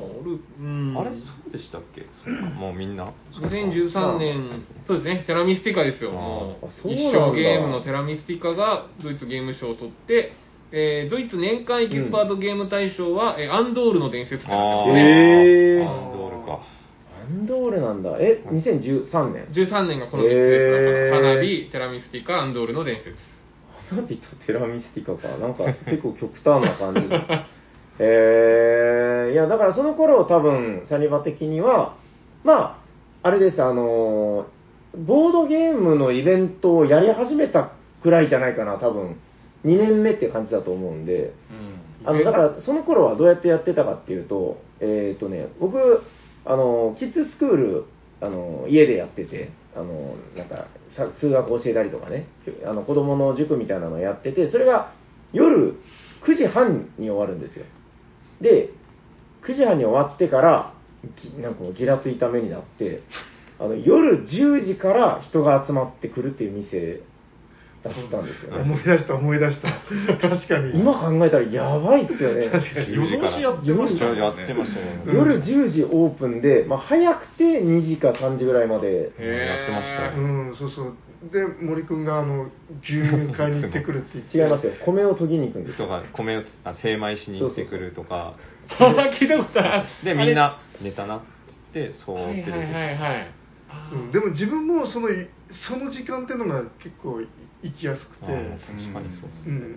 [SPEAKER 1] あれそうでしたっけそうかもうみんな。
[SPEAKER 4] 2013年、そうですね、テラミスティカですよ、
[SPEAKER 1] あー
[SPEAKER 4] も
[SPEAKER 3] あそう
[SPEAKER 4] う
[SPEAKER 3] なん
[SPEAKER 4] 一
[SPEAKER 3] だ
[SPEAKER 4] 生ゲームのテラミスティカがドイツゲーム賞を取って、えードイツ年間エキスパートゲーム大賞は、えーアンドールの伝説ってな
[SPEAKER 1] あ
[SPEAKER 4] っ
[SPEAKER 1] あ。
[SPEAKER 4] て
[SPEAKER 3] へー
[SPEAKER 1] アンドールか。
[SPEAKER 3] アンドールなんだ。え、2013
[SPEAKER 4] ま
[SPEAKER 3] 年。
[SPEAKER 4] す、13年がこの3つで
[SPEAKER 3] へ
[SPEAKER 4] す、
[SPEAKER 3] ー
[SPEAKER 4] 花火、テラミスティカ、アンドールの伝説。
[SPEAKER 3] 花火とテラミスティカか。なんか結構極端な感じ。 えー、いや、だからその頃多分、サニバ的には、まあ、あれです、あのーボードゲームのイベントをやり始めたくらいじゃないかな、多分。2年目って感じだと思うんで。あのだから、その頃はどうやってやってたかっていうと、えっ、とね、僕、あの、キッズスクール、あの、家でやってて、あの、なんか、さ数学教えたりとかね、あの、子供の塾みたいなのやってて、それが夜9時半に終わるんですよ。で、9時半に終わってから、ぎなんかもうギラついた目になって、あの、夜10時から人が集まってくるっていう店だったんですよね。
[SPEAKER 5] 思い出した思い出した確かに
[SPEAKER 3] 今考えたらやばいっすよね。
[SPEAKER 6] 夜通しやってましたよね
[SPEAKER 1] やってましたね。
[SPEAKER 3] 夜10時オープンで、まあ、早くて2時か3時ぐらいまで、
[SPEAKER 4] へー
[SPEAKER 1] やってました
[SPEAKER 5] う
[SPEAKER 1] よ
[SPEAKER 5] んそうそうで森君があの牛乳買いに行ってくるって言って
[SPEAKER 3] 違いますよ、米を研ぎに行くんです
[SPEAKER 1] と
[SPEAKER 3] よ。
[SPEAKER 1] か米をつあ精米しに行ってくるとか
[SPEAKER 4] 聞いたことあ
[SPEAKER 1] でみんな寝たなっつってそう
[SPEAKER 4] はい
[SPEAKER 1] って
[SPEAKER 4] はいはいはい。
[SPEAKER 5] うんでも自分もそのその時間ってのが結構い行きやすくて、
[SPEAKER 1] 確かにそうです
[SPEAKER 5] う
[SPEAKER 1] ね、
[SPEAKER 5] ん、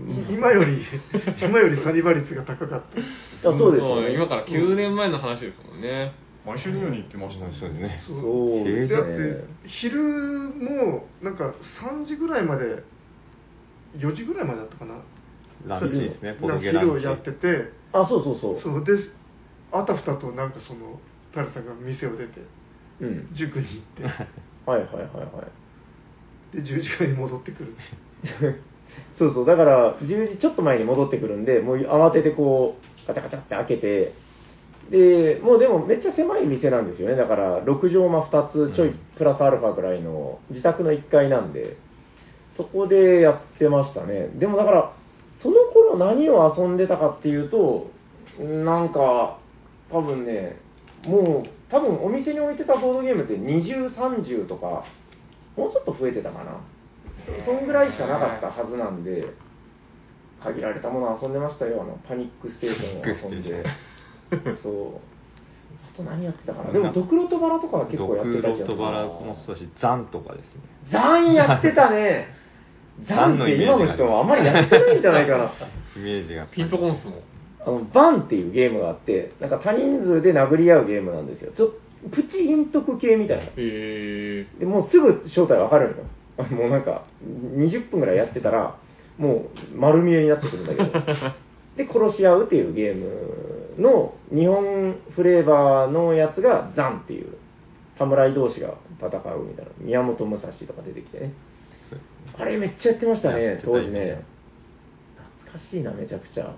[SPEAKER 5] い今 より今よりサニバ率が高かった
[SPEAKER 3] いやそうですよ
[SPEAKER 4] も
[SPEAKER 3] ね。
[SPEAKER 4] 今から9年前の話ですもんね。
[SPEAKER 6] 毎週のように行ってましたね。
[SPEAKER 1] そうですね
[SPEAKER 3] そうです
[SPEAKER 5] だっ
[SPEAKER 3] ね
[SPEAKER 5] て。昼もなんか3時ぐらいまで4時ぐらいまでだったかな
[SPEAKER 1] ランチですねボ
[SPEAKER 5] な
[SPEAKER 1] ド
[SPEAKER 5] ん
[SPEAKER 1] ゲ
[SPEAKER 5] か
[SPEAKER 1] ラ
[SPEAKER 5] 昼を
[SPEAKER 1] ンチ
[SPEAKER 5] やってて
[SPEAKER 3] あ、そうそうそう。
[SPEAKER 5] そうであたふたとなんかそのタルさんが店を出て
[SPEAKER 3] うん。
[SPEAKER 5] 塾に行っ
[SPEAKER 3] はいはいはいはい。
[SPEAKER 5] てで10時ぐらいに戻ってくる
[SPEAKER 3] そうそう、だから10時ちょっと前に戻ってくるんで、もう慌ててこう、ガチャガチャって開けて、で、もうでもめっちゃ狭い店なんですよね。だから、6畳間2つちょいプラスアルファぐらいの自宅の1階なんで、そこでやってましたね。でもだから、その頃何を遊んでたかっていうと、なんか、多分ね、もう、多分お店に置いてたボードゲームって20、30とか、もうちょっと増えてたかな。そそんぐらいしかなかったはずなんで、限られたものを遊んでましたよ。あの、パニックステーションを遊んで。そう。あと何やってたかな。でも、ドクロとバラとかは結構やってた
[SPEAKER 1] ド
[SPEAKER 3] じゃん。
[SPEAKER 1] クロとバラもそうだし、ザンとかですね。
[SPEAKER 3] ザンやって たね。ザンって今の人はあんまりやってないんじゃないか な。
[SPEAKER 1] イメージが。
[SPEAKER 4] ピントコンスも。
[SPEAKER 3] あの、バンっていうゲームがあって、なんか多人数で殴り合うゲームなんですよ。ちょっと、プチ陰徳系みたいな。
[SPEAKER 4] え
[SPEAKER 3] でもうすぐ正体わかるのよ。 あもうなんか、20分ぐらいやってたら、もう丸見えになってくるんだけど。で、殺し合うっていうゲームの日本フレーバーのやつがザンっていう、侍同士が戦うみたいな。宮本武蔵とか出てきてね。
[SPEAKER 1] そう
[SPEAKER 3] あれめっちゃやってました
[SPEAKER 1] やっ
[SPEAKER 3] ね
[SPEAKER 1] て、た
[SPEAKER 3] 当時ね。懐かしいな、めちゃくちゃ。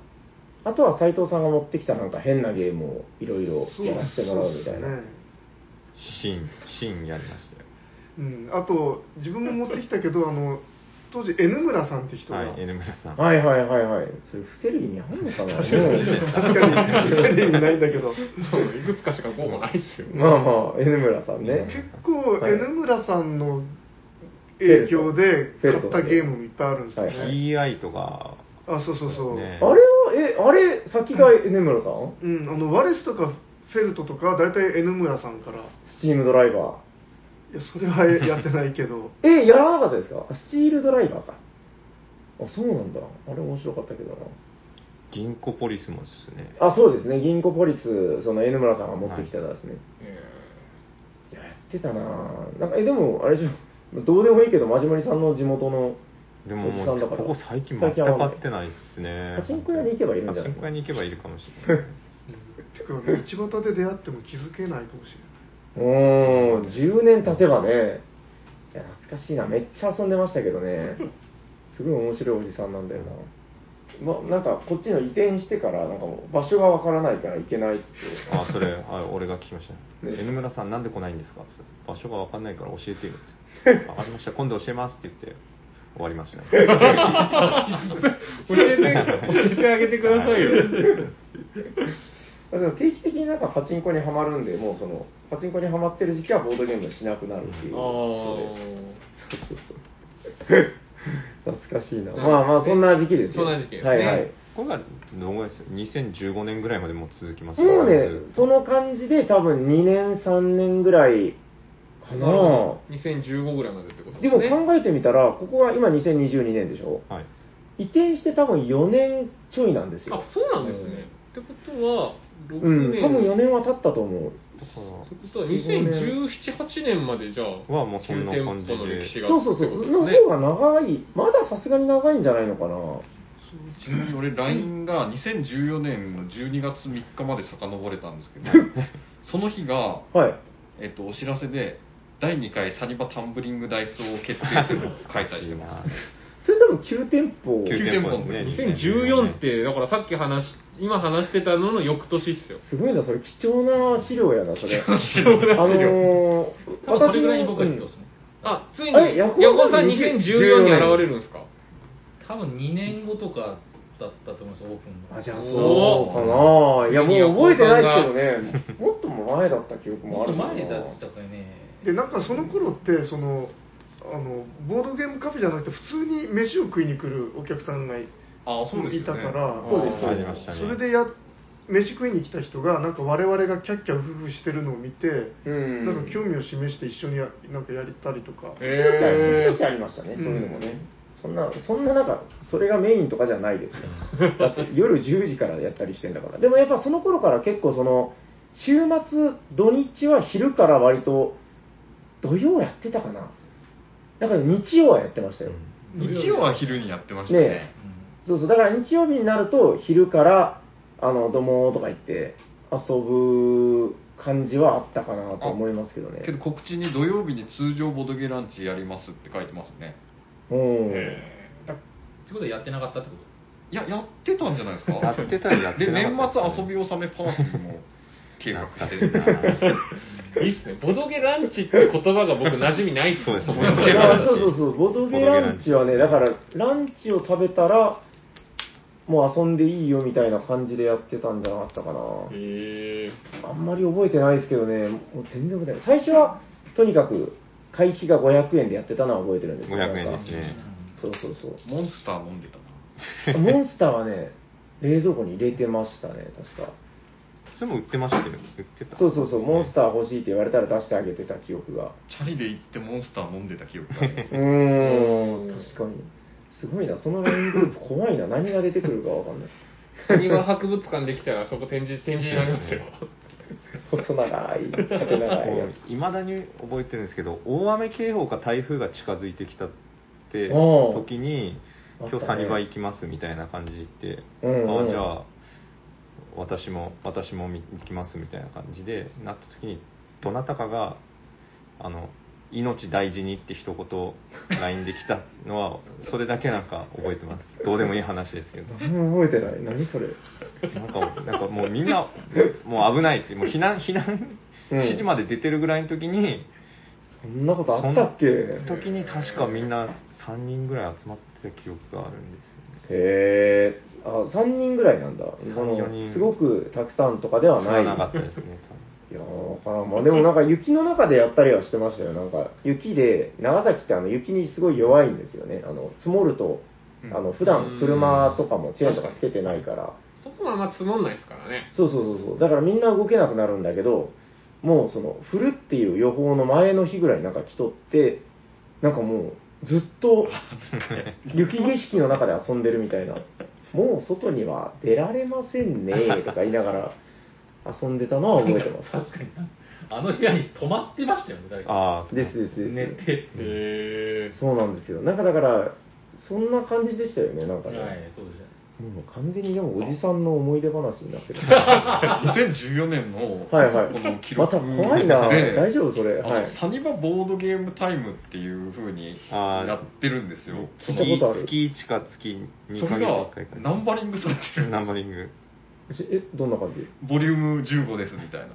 [SPEAKER 3] あとは斎藤さんが持ってきたなんか変なゲームをいろいろやらせてもらうみたいな。
[SPEAKER 5] そうっすね
[SPEAKER 1] シーン、シーンやりましたよ。
[SPEAKER 5] うん、あと自分も持ってきたけどあの当時 N 村さんって人が、
[SPEAKER 1] はい、N 村さん。
[SPEAKER 3] はいはいはいはい。それ伏せる意味あんのかな
[SPEAKER 5] 確かに確かに全然意味ないんだけど
[SPEAKER 4] ー、いくつかしか候補ないっすよ。
[SPEAKER 3] まあまあ、N 村さんね。
[SPEAKER 5] 結構
[SPEAKER 3] はい
[SPEAKER 5] N 村さんの影響で
[SPEAKER 3] フェル
[SPEAKER 5] 買
[SPEAKER 3] ト
[SPEAKER 5] ったゲームもいっぱいあるんですよね、
[SPEAKER 3] はい
[SPEAKER 1] PI とか、
[SPEAKER 5] あそうそうそう
[SPEAKER 1] そうですね
[SPEAKER 3] あれは、え、あれ、先が N 村さん
[SPEAKER 5] うん、あのワレスとかフェルトとか大体 N 村さんからい
[SPEAKER 3] スチームドライバー。
[SPEAKER 5] やそれはやってないけど
[SPEAKER 3] え、やらなかったですかあスチールドライバーか。あ、そうなんだ。あれ面白かったけどな。
[SPEAKER 1] 銀行ポリスもですね。
[SPEAKER 3] あ、そうですね。銀行ポリス、その N 村さんが持ってきたらですね。い、や、やってたなぁなんか、え、でも、あれでしょ、どうでもいいけど、まじまりさんの地元の、
[SPEAKER 1] でも
[SPEAKER 3] おじさ
[SPEAKER 1] も
[SPEAKER 3] ん
[SPEAKER 1] う、
[SPEAKER 3] だから
[SPEAKER 1] ここ最近全く会ってないっすね。
[SPEAKER 3] パチンコ屋に行けばいるんじゃな
[SPEAKER 1] パ
[SPEAKER 3] い
[SPEAKER 1] チンコ屋に行けばいるかもしれな い。
[SPEAKER 5] てか道端で出会っても気づけないかもし
[SPEAKER 3] うーん、10年経てばね、いや、懐かしいな、めっちゃ遊んでましたけど ね、すごい面白いおじさんなんだよな。ま、なんか、こっちの移転してから、なんかもう、場所がわからないから行けないっつって。
[SPEAKER 1] あ、それ、あ俺が聞きましたね。
[SPEAKER 3] ね
[SPEAKER 1] N 村さん、なんで来ないんですかつって場所がわかんないから教えてよ。つ ってわかりました、今度教えますって言って、終わりましたね。
[SPEAKER 4] 教えて、教えてあげてくださいよ。
[SPEAKER 3] だから定期的になんかパチンコにはまるんで、もうその、パチンコにはまってる時期はボードゲームしなくなるっていう。そうそうそう懐かしいな。まあまあ、そんな時期ですよ。
[SPEAKER 4] そんな時期ですね
[SPEAKER 3] はいはい。
[SPEAKER 1] これが、どのぐらいです ?2015 年ぐらいまでもう続きます
[SPEAKER 3] もうね
[SPEAKER 1] ずっ、と
[SPEAKER 3] その感じで多分2年、3年ぐらいかな。
[SPEAKER 4] 2015ぐらいまでってこと
[SPEAKER 3] で
[SPEAKER 4] です
[SPEAKER 3] も
[SPEAKER 4] ね。
[SPEAKER 3] 考えてみたら、ここが今2022年でしょ
[SPEAKER 1] はい。
[SPEAKER 3] 移転して多分4年ちょいなんですよ
[SPEAKER 4] あ、。そうなんですね。ってことは、
[SPEAKER 3] う
[SPEAKER 4] 6
[SPEAKER 3] ん、
[SPEAKER 4] 年。
[SPEAKER 3] 多分4年は経ったと思う。
[SPEAKER 1] だ
[SPEAKER 4] って
[SPEAKER 1] か
[SPEAKER 4] ことは2017、8年までじゃあ、
[SPEAKER 1] はもうそんな感じで
[SPEAKER 4] 旧店舗の歴史が
[SPEAKER 3] そうそうそ
[SPEAKER 4] ってこ
[SPEAKER 3] う。
[SPEAKER 4] と
[SPEAKER 3] の
[SPEAKER 4] ですね
[SPEAKER 3] 方が長い、まださすがに長いんじゃないのかな。
[SPEAKER 6] ちなみに俺 LINE が2014年の12月3日まで遡れたんですけどその日が、
[SPEAKER 3] はい。
[SPEAKER 6] えっと、お知らせで第2回サニバタンブリングダイスを決定するのを開 催してます
[SPEAKER 3] それ多分9店舗。
[SPEAKER 1] 旧
[SPEAKER 6] 店舗ですね
[SPEAKER 4] 2014って、だからさっき話し、今話してたのの翌年っすよ。
[SPEAKER 3] すごいな、それ貴重な資料やな、それ。
[SPEAKER 6] 貴重な資料
[SPEAKER 3] のー、
[SPEAKER 2] 多分それぐらいに僕は
[SPEAKER 3] うん
[SPEAKER 2] 言ってますね。
[SPEAKER 4] あ、ついに、
[SPEAKER 3] あれ
[SPEAKER 4] ヤ
[SPEAKER 3] ヤ
[SPEAKER 4] コ
[SPEAKER 3] コ
[SPEAKER 4] ウ
[SPEAKER 3] ウ
[SPEAKER 4] さ
[SPEAKER 3] さ
[SPEAKER 4] ん
[SPEAKER 3] ん
[SPEAKER 4] 2014
[SPEAKER 3] 2014
[SPEAKER 4] に現れるんですか
[SPEAKER 2] 多分2年後とかだったと思います、オープン
[SPEAKER 3] あ、
[SPEAKER 2] が。
[SPEAKER 3] じゃあ
[SPEAKER 4] お
[SPEAKER 3] そうかな。いや、もう覚えてないですけどね。もっと前だった記憶も
[SPEAKER 2] も
[SPEAKER 3] あ
[SPEAKER 2] っと
[SPEAKER 3] るな。
[SPEAKER 2] 前だったかね。
[SPEAKER 5] れないでなんかその頃ってそのあのボードゲームカフェじゃなくて普通に飯を食いに来るお客さんがい
[SPEAKER 6] あそうですよね
[SPEAKER 5] いたから
[SPEAKER 3] そうですそうです
[SPEAKER 1] ありましたね
[SPEAKER 5] それでや飯食いに来た人がなんか我々がキャッキャウフフしてるのを見て、
[SPEAKER 3] うん
[SPEAKER 5] なんか興味を示して一緒にやなんかやりたりとか、
[SPEAKER 3] 時
[SPEAKER 4] え
[SPEAKER 3] 々ありましたね、そういうのもね。そんな、そんな中、それがメインとかじゃないですよ。だって夜10時からやったりしてんだから。でもやっぱその頃から結構その、週末、土日は昼から割と、土曜やってたかな。だから日曜はやってましたよ。
[SPEAKER 6] 日曜は昼にやってましたね
[SPEAKER 3] ねえそうそう、だから日曜日になると、昼から、あの、どもーとか行って、遊ぶ感じはあったかなと思いますけどね。
[SPEAKER 6] けど告知に土曜日に通常ボドゲランチやりますって書いてますね
[SPEAKER 3] うん。
[SPEAKER 2] ってことはやってなかったってこ
[SPEAKER 6] いややってたんじゃないですか
[SPEAKER 1] やってたりやってなかったですね
[SPEAKER 6] で年末遊び納めパーティーも計画して
[SPEAKER 1] 懐かしい
[SPEAKER 6] る。
[SPEAKER 4] いいっすね。ボドゲランチって言葉が僕馴染みないっす
[SPEAKER 1] そうですね
[SPEAKER 4] ボドゲラ
[SPEAKER 3] あ
[SPEAKER 4] ンチ
[SPEAKER 3] そうそうそう、ボドゲランチはね、だから、ランチを食べたら、もう遊んでいいよみたいな感じでやってたんじゃなかったかな。
[SPEAKER 4] へ
[SPEAKER 3] あんまり覚えてないですけどね、もう全然覚えてない。最初は、とにかく、会費が500円でやってたのは覚えてるんですよ
[SPEAKER 1] 500円
[SPEAKER 3] なんか
[SPEAKER 1] ですね
[SPEAKER 3] そうそうそう。
[SPEAKER 6] モンスター飲んでた
[SPEAKER 3] あ
[SPEAKER 6] な。
[SPEAKER 3] モンスターはね、冷蔵庫に入れてましたね、確か。
[SPEAKER 1] それも売ってましたけど売ってた
[SPEAKER 3] そうそうそう、モンスター欲しいって言われたら出してあげてた記憶が。
[SPEAKER 6] チャリで行ってモンスター飲んでた記憶がありま
[SPEAKER 3] うーん、確かに。すごいな、その LINE グループ怖いな、何が出てくるかわかんない。
[SPEAKER 4] ー国は博物館できたらそこ展示、展示になります よ。
[SPEAKER 3] 細長い、縦長い や
[SPEAKER 1] いまだに覚えてるんですけど大雨警報か台風が近づいてきたって
[SPEAKER 3] おう
[SPEAKER 1] 時に
[SPEAKER 3] あった
[SPEAKER 1] 今
[SPEAKER 3] ね
[SPEAKER 1] 日サニバ行きますみたいな感じで言って、
[SPEAKER 3] うんうん
[SPEAKER 1] あじゃあ私も私もみ行きますみたいな感じでなった時にどなたかが「あの命大事に」って一言 LINE で来たの はそれだけなんか覚えてますどうでもいい話ですけど
[SPEAKER 3] つ。何も覚えてない、何それ。
[SPEAKER 1] なんかなんかもうみんなもう危ないってもう避難避難
[SPEAKER 3] うん
[SPEAKER 1] 指示まで出てるぐらいの時に、
[SPEAKER 3] そんなことあったっけ
[SPEAKER 1] その時に確かみんな3人ぐらい集まってた記憶があるんです
[SPEAKER 3] へーあ、3人ぐらいなんだ。
[SPEAKER 1] 三
[SPEAKER 3] そ
[SPEAKER 1] 四人
[SPEAKER 3] のすごくたくさんとかで
[SPEAKER 1] よ
[SPEAKER 3] は
[SPEAKER 1] ね。
[SPEAKER 3] ない。
[SPEAKER 1] 知らなかったですね。
[SPEAKER 3] いやーわからんまあでもなんか雪の中でやったりはしてましたよ。なんか雪で、長崎ってあの雪にすごい弱いんですよね。あの、積もると、
[SPEAKER 6] うん
[SPEAKER 3] あの、普段車とかもチェーンとかつけてないから。
[SPEAKER 4] そこはあんま積もんないですからね。
[SPEAKER 3] そうそうそうそう。だからみんな動けなくなるんだけど、もうその、降るっていう予報の前の日ぐらいになんか来とって、なんかもう、ずっと 雪景色の中で遊んでるみたいな。もう外には出られませんねーとか言いながら遊んでたのは覚えてます。
[SPEAKER 2] 確かになあの部屋に泊まってましたよね誰か
[SPEAKER 1] ああ、
[SPEAKER 3] ですですです。
[SPEAKER 2] 寝て
[SPEAKER 4] へ
[SPEAKER 3] そうなんですよ。なんかだから、そんな感じでしたよね、なんか
[SPEAKER 2] はい
[SPEAKER 3] ね。
[SPEAKER 2] そうですね
[SPEAKER 3] もう完全にでもおじさんの思い出話にな ってる。
[SPEAKER 6] す。2014年の
[SPEAKER 3] はいはい
[SPEAKER 6] この記。
[SPEAKER 3] ま
[SPEAKER 6] 録
[SPEAKER 3] た怖いな、
[SPEAKER 6] で
[SPEAKER 3] 大丈夫それ。
[SPEAKER 6] あの
[SPEAKER 3] はい。
[SPEAKER 6] サニバボードゲームタイムっていう風に
[SPEAKER 1] あー
[SPEAKER 6] やってるんですよ。
[SPEAKER 3] 聞いたことある
[SPEAKER 1] 月月1か月2
[SPEAKER 6] そ
[SPEAKER 1] ヶ
[SPEAKER 6] れ
[SPEAKER 1] 月
[SPEAKER 6] が
[SPEAKER 1] 1回か
[SPEAKER 6] ナンバリングされてる。
[SPEAKER 1] ナンバリング。
[SPEAKER 3] しえ、どんな感じ
[SPEAKER 6] ボリューム15ですみたいな。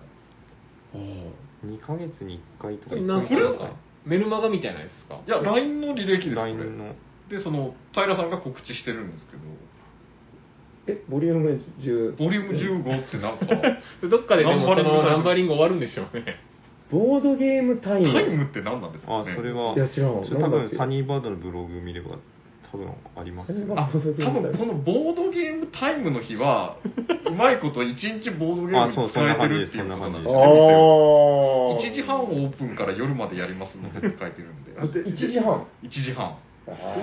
[SPEAKER 1] 2ヶ月に1回とか
[SPEAKER 4] ー。なん
[SPEAKER 1] 一ヶ
[SPEAKER 4] すか
[SPEAKER 1] 月
[SPEAKER 4] これメルマガみたいなやつですか
[SPEAKER 6] いや、LINE の履歴です、これ
[SPEAKER 1] LINE の。
[SPEAKER 6] で、その、平さんが告知してるんですけど、
[SPEAKER 3] え、ボリューム10。
[SPEAKER 6] ボリューム15ってなん か、
[SPEAKER 4] どっかででもそ
[SPEAKER 6] ナンバリング
[SPEAKER 4] の
[SPEAKER 6] される
[SPEAKER 4] ナンバリング終わるんでしょうね。
[SPEAKER 3] ボードゲームタイム。
[SPEAKER 6] タイムって何なんですか
[SPEAKER 1] あ
[SPEAKER 6] ね
[SPEAKER 1] ー、それは、
[SPEAKER 3] いや知らん
[SPEAKER 1] それ多
[SPEAKER 3] なんだっ
[SPEAKER 1] 分
[SPEAKER 3] け
[SPEAKER 1] サニーバードのブログ見れば多分あります
[SPEAKER 3] サニー
[SPEAKER 1] よ。
[SPEAKER 3] バ
[SPEAKER 6] あ
[SPEAKER 3] ー
[SPEAKER 6] 多分このボードゲームタイムの日 は、うまいこと一日ボードゲームに使えてるっていうことなんです
[SPEAKER 3] あ
[SPEAKER 1] あ
[SPEAKER 6] よ
[SPEAKER 1] ー
[SPEAKER 6] お店
[SPEAKER 3] ー。
[SPEAKER 6] 1時半オープンから夜までやりますのでって書いてるんで、
[SPEAKER 5] だって
[SPEAKER 3] 1時半。
[SPEAKER 6] 1時半。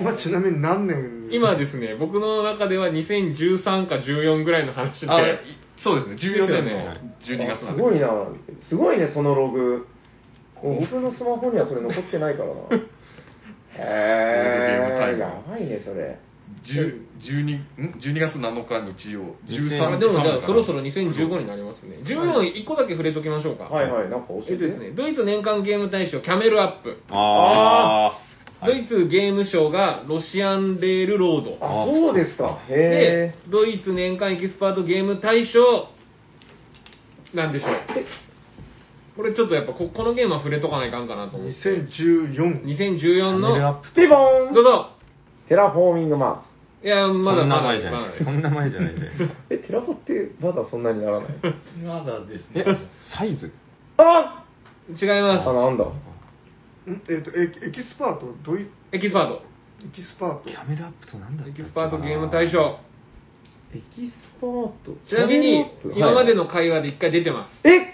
[SPEAKER 5] 今ちなみに何年
[SPEAKER 4] 今ですね、僕の中では2013か14ぐらいの話で、
[SPEAKER 6] あ、いそうですね、14年の12月な
[SPEAKER 3] あ
[SPEAKER 6] ん
[SPEAKER 3] す
[SPEAKER 6] で
[SPEAKER 3] ごいな。すごいね、そのログ。僕のスマホにはそれ残ってないからな。へ
[SPEAKER 6] ボードゲームタイ
[SPEAKER 3] ー。
[SPEAKER 6] ム
[SPEAKER 3] やばいね、それ。
[SPEAKER 6] 10 12, ん12月7日日曜、
[SPEAKER 4] あ
[SPEAKER 6] 13
[SPEAKER 4] で
[SPEAKER 6] 時半
[SPEAKER 4] も
[SPEAKER 6] か
[SPEAKER 4] じゃ
[SPEAKER 6] ら
[SPEAKER 4] あそろそろ2015になりますね。14、1個だけ触れときましょうか。
[SPEAKER 3] はいはい、なんか教え。
[SPEAKER 4] えってとですね、ドイツ年間ゲーム大賞キャメルアップ。
[SPEAKER 1] ああ。
[SPEAKER 4] ドイツゲーム賞がロシアンレールロード。
[SPEAKER 3] あ、そうですか。
[SPEAKER 4] で
[SPEAKER 3] へ、
[SPEAKER 4] ドイツ年間エキスパートゲーム大賞なんでしょう。これちょっとやっぱここのゲームは触れとかないかんかなと思って。
[SPEAKER 5] 2014
[SPEAKER 4] 2014
[SPEAKER 1] チャンネルアッ
[SPEAKER 4] の、
[SPEAKER 1] プ
[SPEAKER 3] え。ピボ
[SPEAKER 4] どう
[SPEAKER 3] ーン
[SPEAKER 4] ぞ
[SPEAKER 3] テラフォーミングマ
[SPEAKER 4] いや、
[SPEAKER 1] そん
[SPEAKER 4] まだま
[SPEAKER 1] な
[SPEAKER 4] だ
[SPEAKER 1] 前じゃ
[SPEAKER 4] ま
[SPEAKER 1] ない
[SPEAKER 4] だ
[SPEAKER 1] です。そんな前じゃないじゃないですか。
[SPEAKER 3] ウス。え、テラフォってまだそんなにならない
[SPEAKER 2] まだです
[SPEAKER 1] え
[SPEAKER 2] ね、
[SPEAKER 1] サイズ
[SPEAKER 3] あ
[SPEAKER 4] 違い
[SPEAKER 3] あ、
[SPEAKER 4] ま
[SPEAKER 3] なんだ。
[SPEAKER 5] んえっ、とエキエキスパートどうい
[SPEAKER 4] す。エキスパート。
[SPEAKER 5] エキスパート
[SPEAKER 1] キャメルアップとなんだった
[SPEAKER 4] エ
[SPEAKER 1] っけ
[SPEAKER 4] キ
[SPEAKER 1] な
[SPEAKER 4] スパートゲーム大賞。
[SPEAKER 3] エキスパート。
[SPEAKER 4] ちなみに、今までの
[SPEAKER 3] はい
[SPEAKER 4] 会話で一回出てま
[SPEAKER 3] え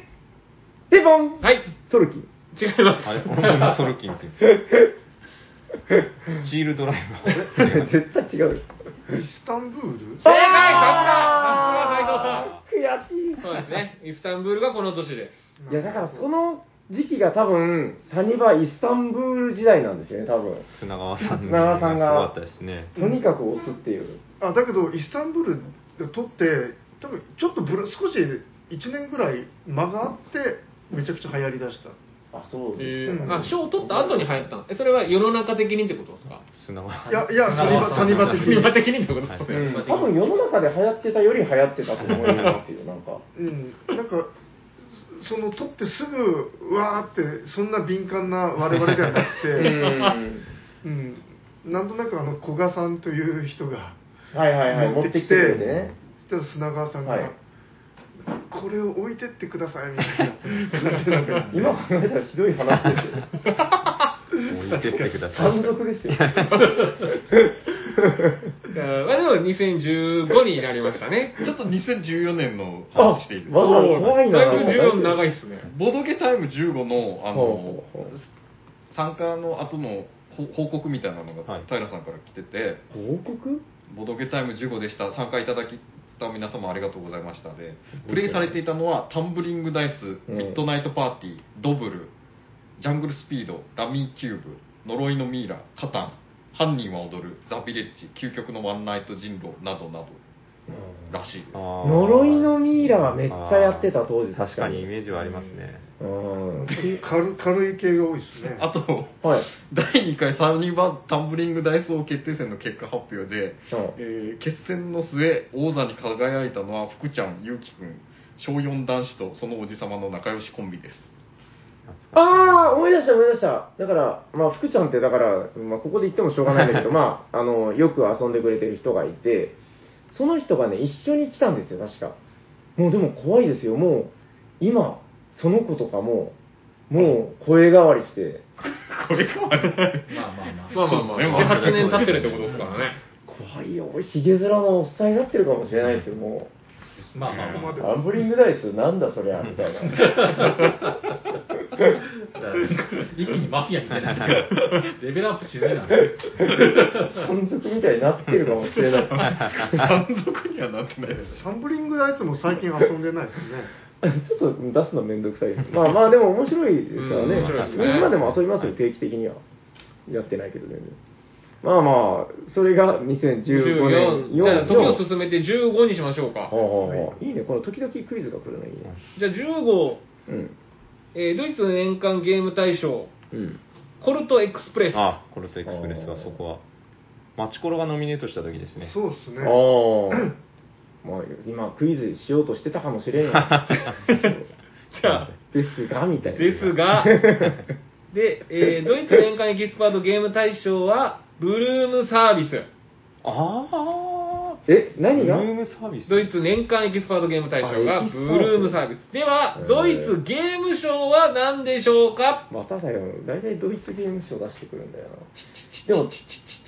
[SPEAKER 3] ピボン
[SPEAKER 4] す。はい。
[SPEAKER 3] トルキー。
[SPEAKER 4] 違いま
[SPEAKER 1] あれ、
[SPEAKER 4] す。
[SPEAKER 1] 俺も今ソルキンって言ってスチールドライバー。
[SPEAKER 3] 絶対違う。
[SPEAKER 5] イスタンブール
[SPEAKER 4] 正解
[SPEAKER 3] すが悔し
[SPEAKER 4] さすがさすが斉藤さんそうですね。イスタンブールがこの年です。
[SPEAKER 3] い。いや、だからその時期が多分、サニバイスタンブール時代なんですよね、多分。
[SPEAKER 1] 砂川さん
[SPEAKER 3] 砂川さんが
[SPEAKER 1] すごかったですね。
[SPEAKER 3] とにかく押すっていう。
[SPEAKER 5] あだけどイスタンブールで撮って多分ちょっとブラ少し1年ぐらい間があってめちゃくちゃ流行りだした
[SPEAKER 3] あ、そう
[SPEAKER 4] え
[SPEAKER 3] でし
[SPEAKER 5] うん
[SPEAKER 3] た
[SPEAKER 4] あ、賞を取った後に流行ったのえ、それは世の中的にってことですか
[SPEAKER 1] 砂川さん
[SPEAKER 5] いやいやサニバサニバ的
[SPEAKER 4] 世の
[SPEAKER 5] に
[SPEAKER 4] 中的にってことですか、
[SPEAKER 3] うん多分世の中で流行ってたより流行ってたと思いますよ、なんか。
[SPEAKER 5] うんなんかその取ってすぐうわーってそんな敏感な我々ではなく て、
[SPEAKER 3] うん
[SPEAKER 5] うん、なんとなくあの古賀さんという人が
[SPEAKER 3] はいはいはい、
[SPEAKER 5] 持
[SPEAKER 3] 持
[SPEAKER 5] っ
[SPEAKER 3] ってて
[SPEAKER 5] き
[SPEAKER 3] き
[SPEAKER 5] て
[SPEAKER 3] てるんでね。
[SPEAKER 5] そしたら砂川さんが、
[SPEAKER 3] はい
[SPEAKER 5] これを置いてってくださいみたいな 感じなんか
[SPEAKER 3] 今考えたらひどい話ですよ。
[SPEAKER 1] 置いてってください
[SPEAKER 3] 単独ですよ。
[SPEAKER 4] らまあでも2015になりましたね。
[SPEAKER 6] ちょっと2014年の
[SPEAKER 3] あ
[SPEAKER 6] 話していいです
[SPEAKER 3] わ
[SPEAKER 6] か
[SPEAKER 3] ざわざ怖いな。
[SPEAKER 4] だいぶ14長いっすね。
[SPEAKER 6] ボードゲタイム15のあの
[SPEAKER 3] ほうほうほう
[SPEAKER 6] 参加の後のほ報告みたいなの
[SPEAKER 1] は
[SPEAKER 6] が
[SPEAKER 1] い
[SPEAKER 6] 平さんから来てて、
[SPEAKER 3] 報告
[SPEAKER 6] ボドゲタイム15でした参加いただきた皆様ありがとうございましたでプレイされていたのはタンブリングダイスミッドナイトパーティードブルジャングルスピードラミーキューブ呪いのミイラカタン犯人は踊るザ・ビレッジ究極のワンナイト人狼などなどらしいです
[SPEAKER 1] あー
[SPEAKER 3] 呪いのミイラはめっちゃやってた当時
[SPEAKER 1] あー確
[SPEAKER 3] 確
[SPEAKER 1] か
[SPEAKER 3] か
[SPEAKER 1] に
[SPEAKER 3] に
[SPEAKER 1] イメージはありますね
[SPEAKER 3] うん。
[SPEAKER 5] 軽軽い系が多いですね
[SPEAKER 6] あと
[SPEAKER 3] はい。
[SPEAKER 6] 第2回サニバタンブリングダイス王決定戦の結果発
[SPEAKER 3] う
[SPEAKER 6] 表で、
[SPEAKER 3] ん
[SPEAKER 6] えー決戦の末王座に輝いたのは福ちゃんゆうきくん小4男子とそのおじさまの仲良しコンビです
[SPEAKER 3] ああ、思い出した思い出した。だから、まあ、福ちゃんって、だから、まあ、ここで言ってもしょうがない んだけど、まあ、あの、よく遊んでくれてる人がいて、その人がね、一緒に来たんですよ、確か。もうでも怖いですよ、もう、今、その子とかも、もう、声変わりして、
[SPEAKER 6] これか
[SPEAKER 2] まあまあまあ。
[SPEAKER 4] まあまあまあ、7、8年経ってるってことですからね。
[SPEAKER 3] 怖いよ、ひげ面のおっさんになってるかもしれないですよ、も
[SPEAKER 2] まあまあまあ。
[SPEAKER 3] う。アンブリングダイス、なんだそりゃ、みたいな。
[SPEAKER 2] だから一気にマフィアみたいな。レベルアップしすぎなの。
[SPEAKER 3] 山賊みたいになってるかもしれない。
[SPEAKER 6] 山賊にはなってないです
[SPEAKER 5] サンブリングダイスも最近遊んでないですね
[SPEAKER 3] ちょっと出すのめんどくさいです。まあまあ、でも面白いですからね。
[SPEAKER 4] うん面白いですね
[SPEAKER 3] 今でも遊びますよ、定期的には。やってないけど全然。まあまあ、それが2015年
[SPEAKER 4] 14じゃあ、時を
[SPEAKER 3] の
[SPEAKER 4] 進めて15にしましょうか。
[SPEAKER 3] はあはあいいね、この時々クイズが来るのいいね。
[SPEAKER 4] じゃあ、15、
[SPEAKER 3] うん。
[SPEAKER 4] えードイツ年間ゲーム大賞、
[SPEAKER 3] うん。
[SPEAKER 4] コルトエクスプレス。
[SPEAKER 1] あコルトエクスプレスはそこはマチコロがノミネートした時ですね
[SPEAKER 5] そうですね
[SPEAKER 3] ああ。まあ、今クイズしようとしてたかもしれんよ
[SPEAKER 4] じゃあ、
[SPEAKER 3] ですが、みたいな。
[SPEAKER 4] ですが、で、えードイツ年間エキスパートゲーム大賞は、ブルームサービス。
[SPEAKER 1] ああ
[SPEAKER 3] え、何が
[SPEAKER 1] ルームサービス
[SPEAKER 4] ドイツ年間エキスパートゲーム大賞が、
[SPEAKER 3] あエ
[SPEAKER 4] ブ
[SPEAKER 3] キスパート
[SPEAKER 4] ルームサービス。では
[SPEAKER 3] へ、ー
[SPEAKER 4] ドイツゲーム賞は何でしょうか
[SPEAKER 3] まただよ、大体ドイツゲーム賞出してくるんだよな。でも、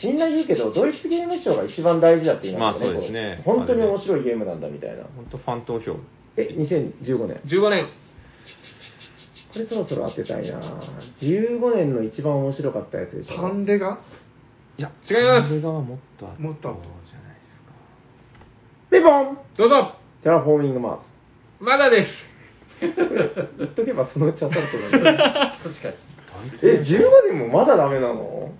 [SPEAKER 3] みんな言うけど、ドイツゲーム賞が一番大事だって言いますよね。
[SPEAKER 1] まあそうですね
[SPEAKER 3] こう本当に面白いゲームなんだみたいな。
[SPEAKER 1] 本当ファン投票
[SPEAKER 3] え、2015年。
[SPEAKER 4] ?15 年。
[SPEAKER 3] これそろそろ当てたいな15年の一番面白かったやつでしょ。
[SPEAKER 5] パンデが
[SPEAKER 1] いや
[SPEAKER 4] 違います
[SPEAKER 1] 映画はもっとあった
[SPEAKER 5] もっとあった
[SPEAKER 1] じゃないですか
[SPEAKER 3] ピンポン
[SPEAKER 4] どうぞ
[SPEAKER 3] テラフォーミングマーズ。
[SPEAKER 4] まだです。
[SPEAKER 3] 言っとけばそのうち当たると思います。
[SPEAKER 2] 確かに。
[SPEAKER 3] え、15年もまだダメなの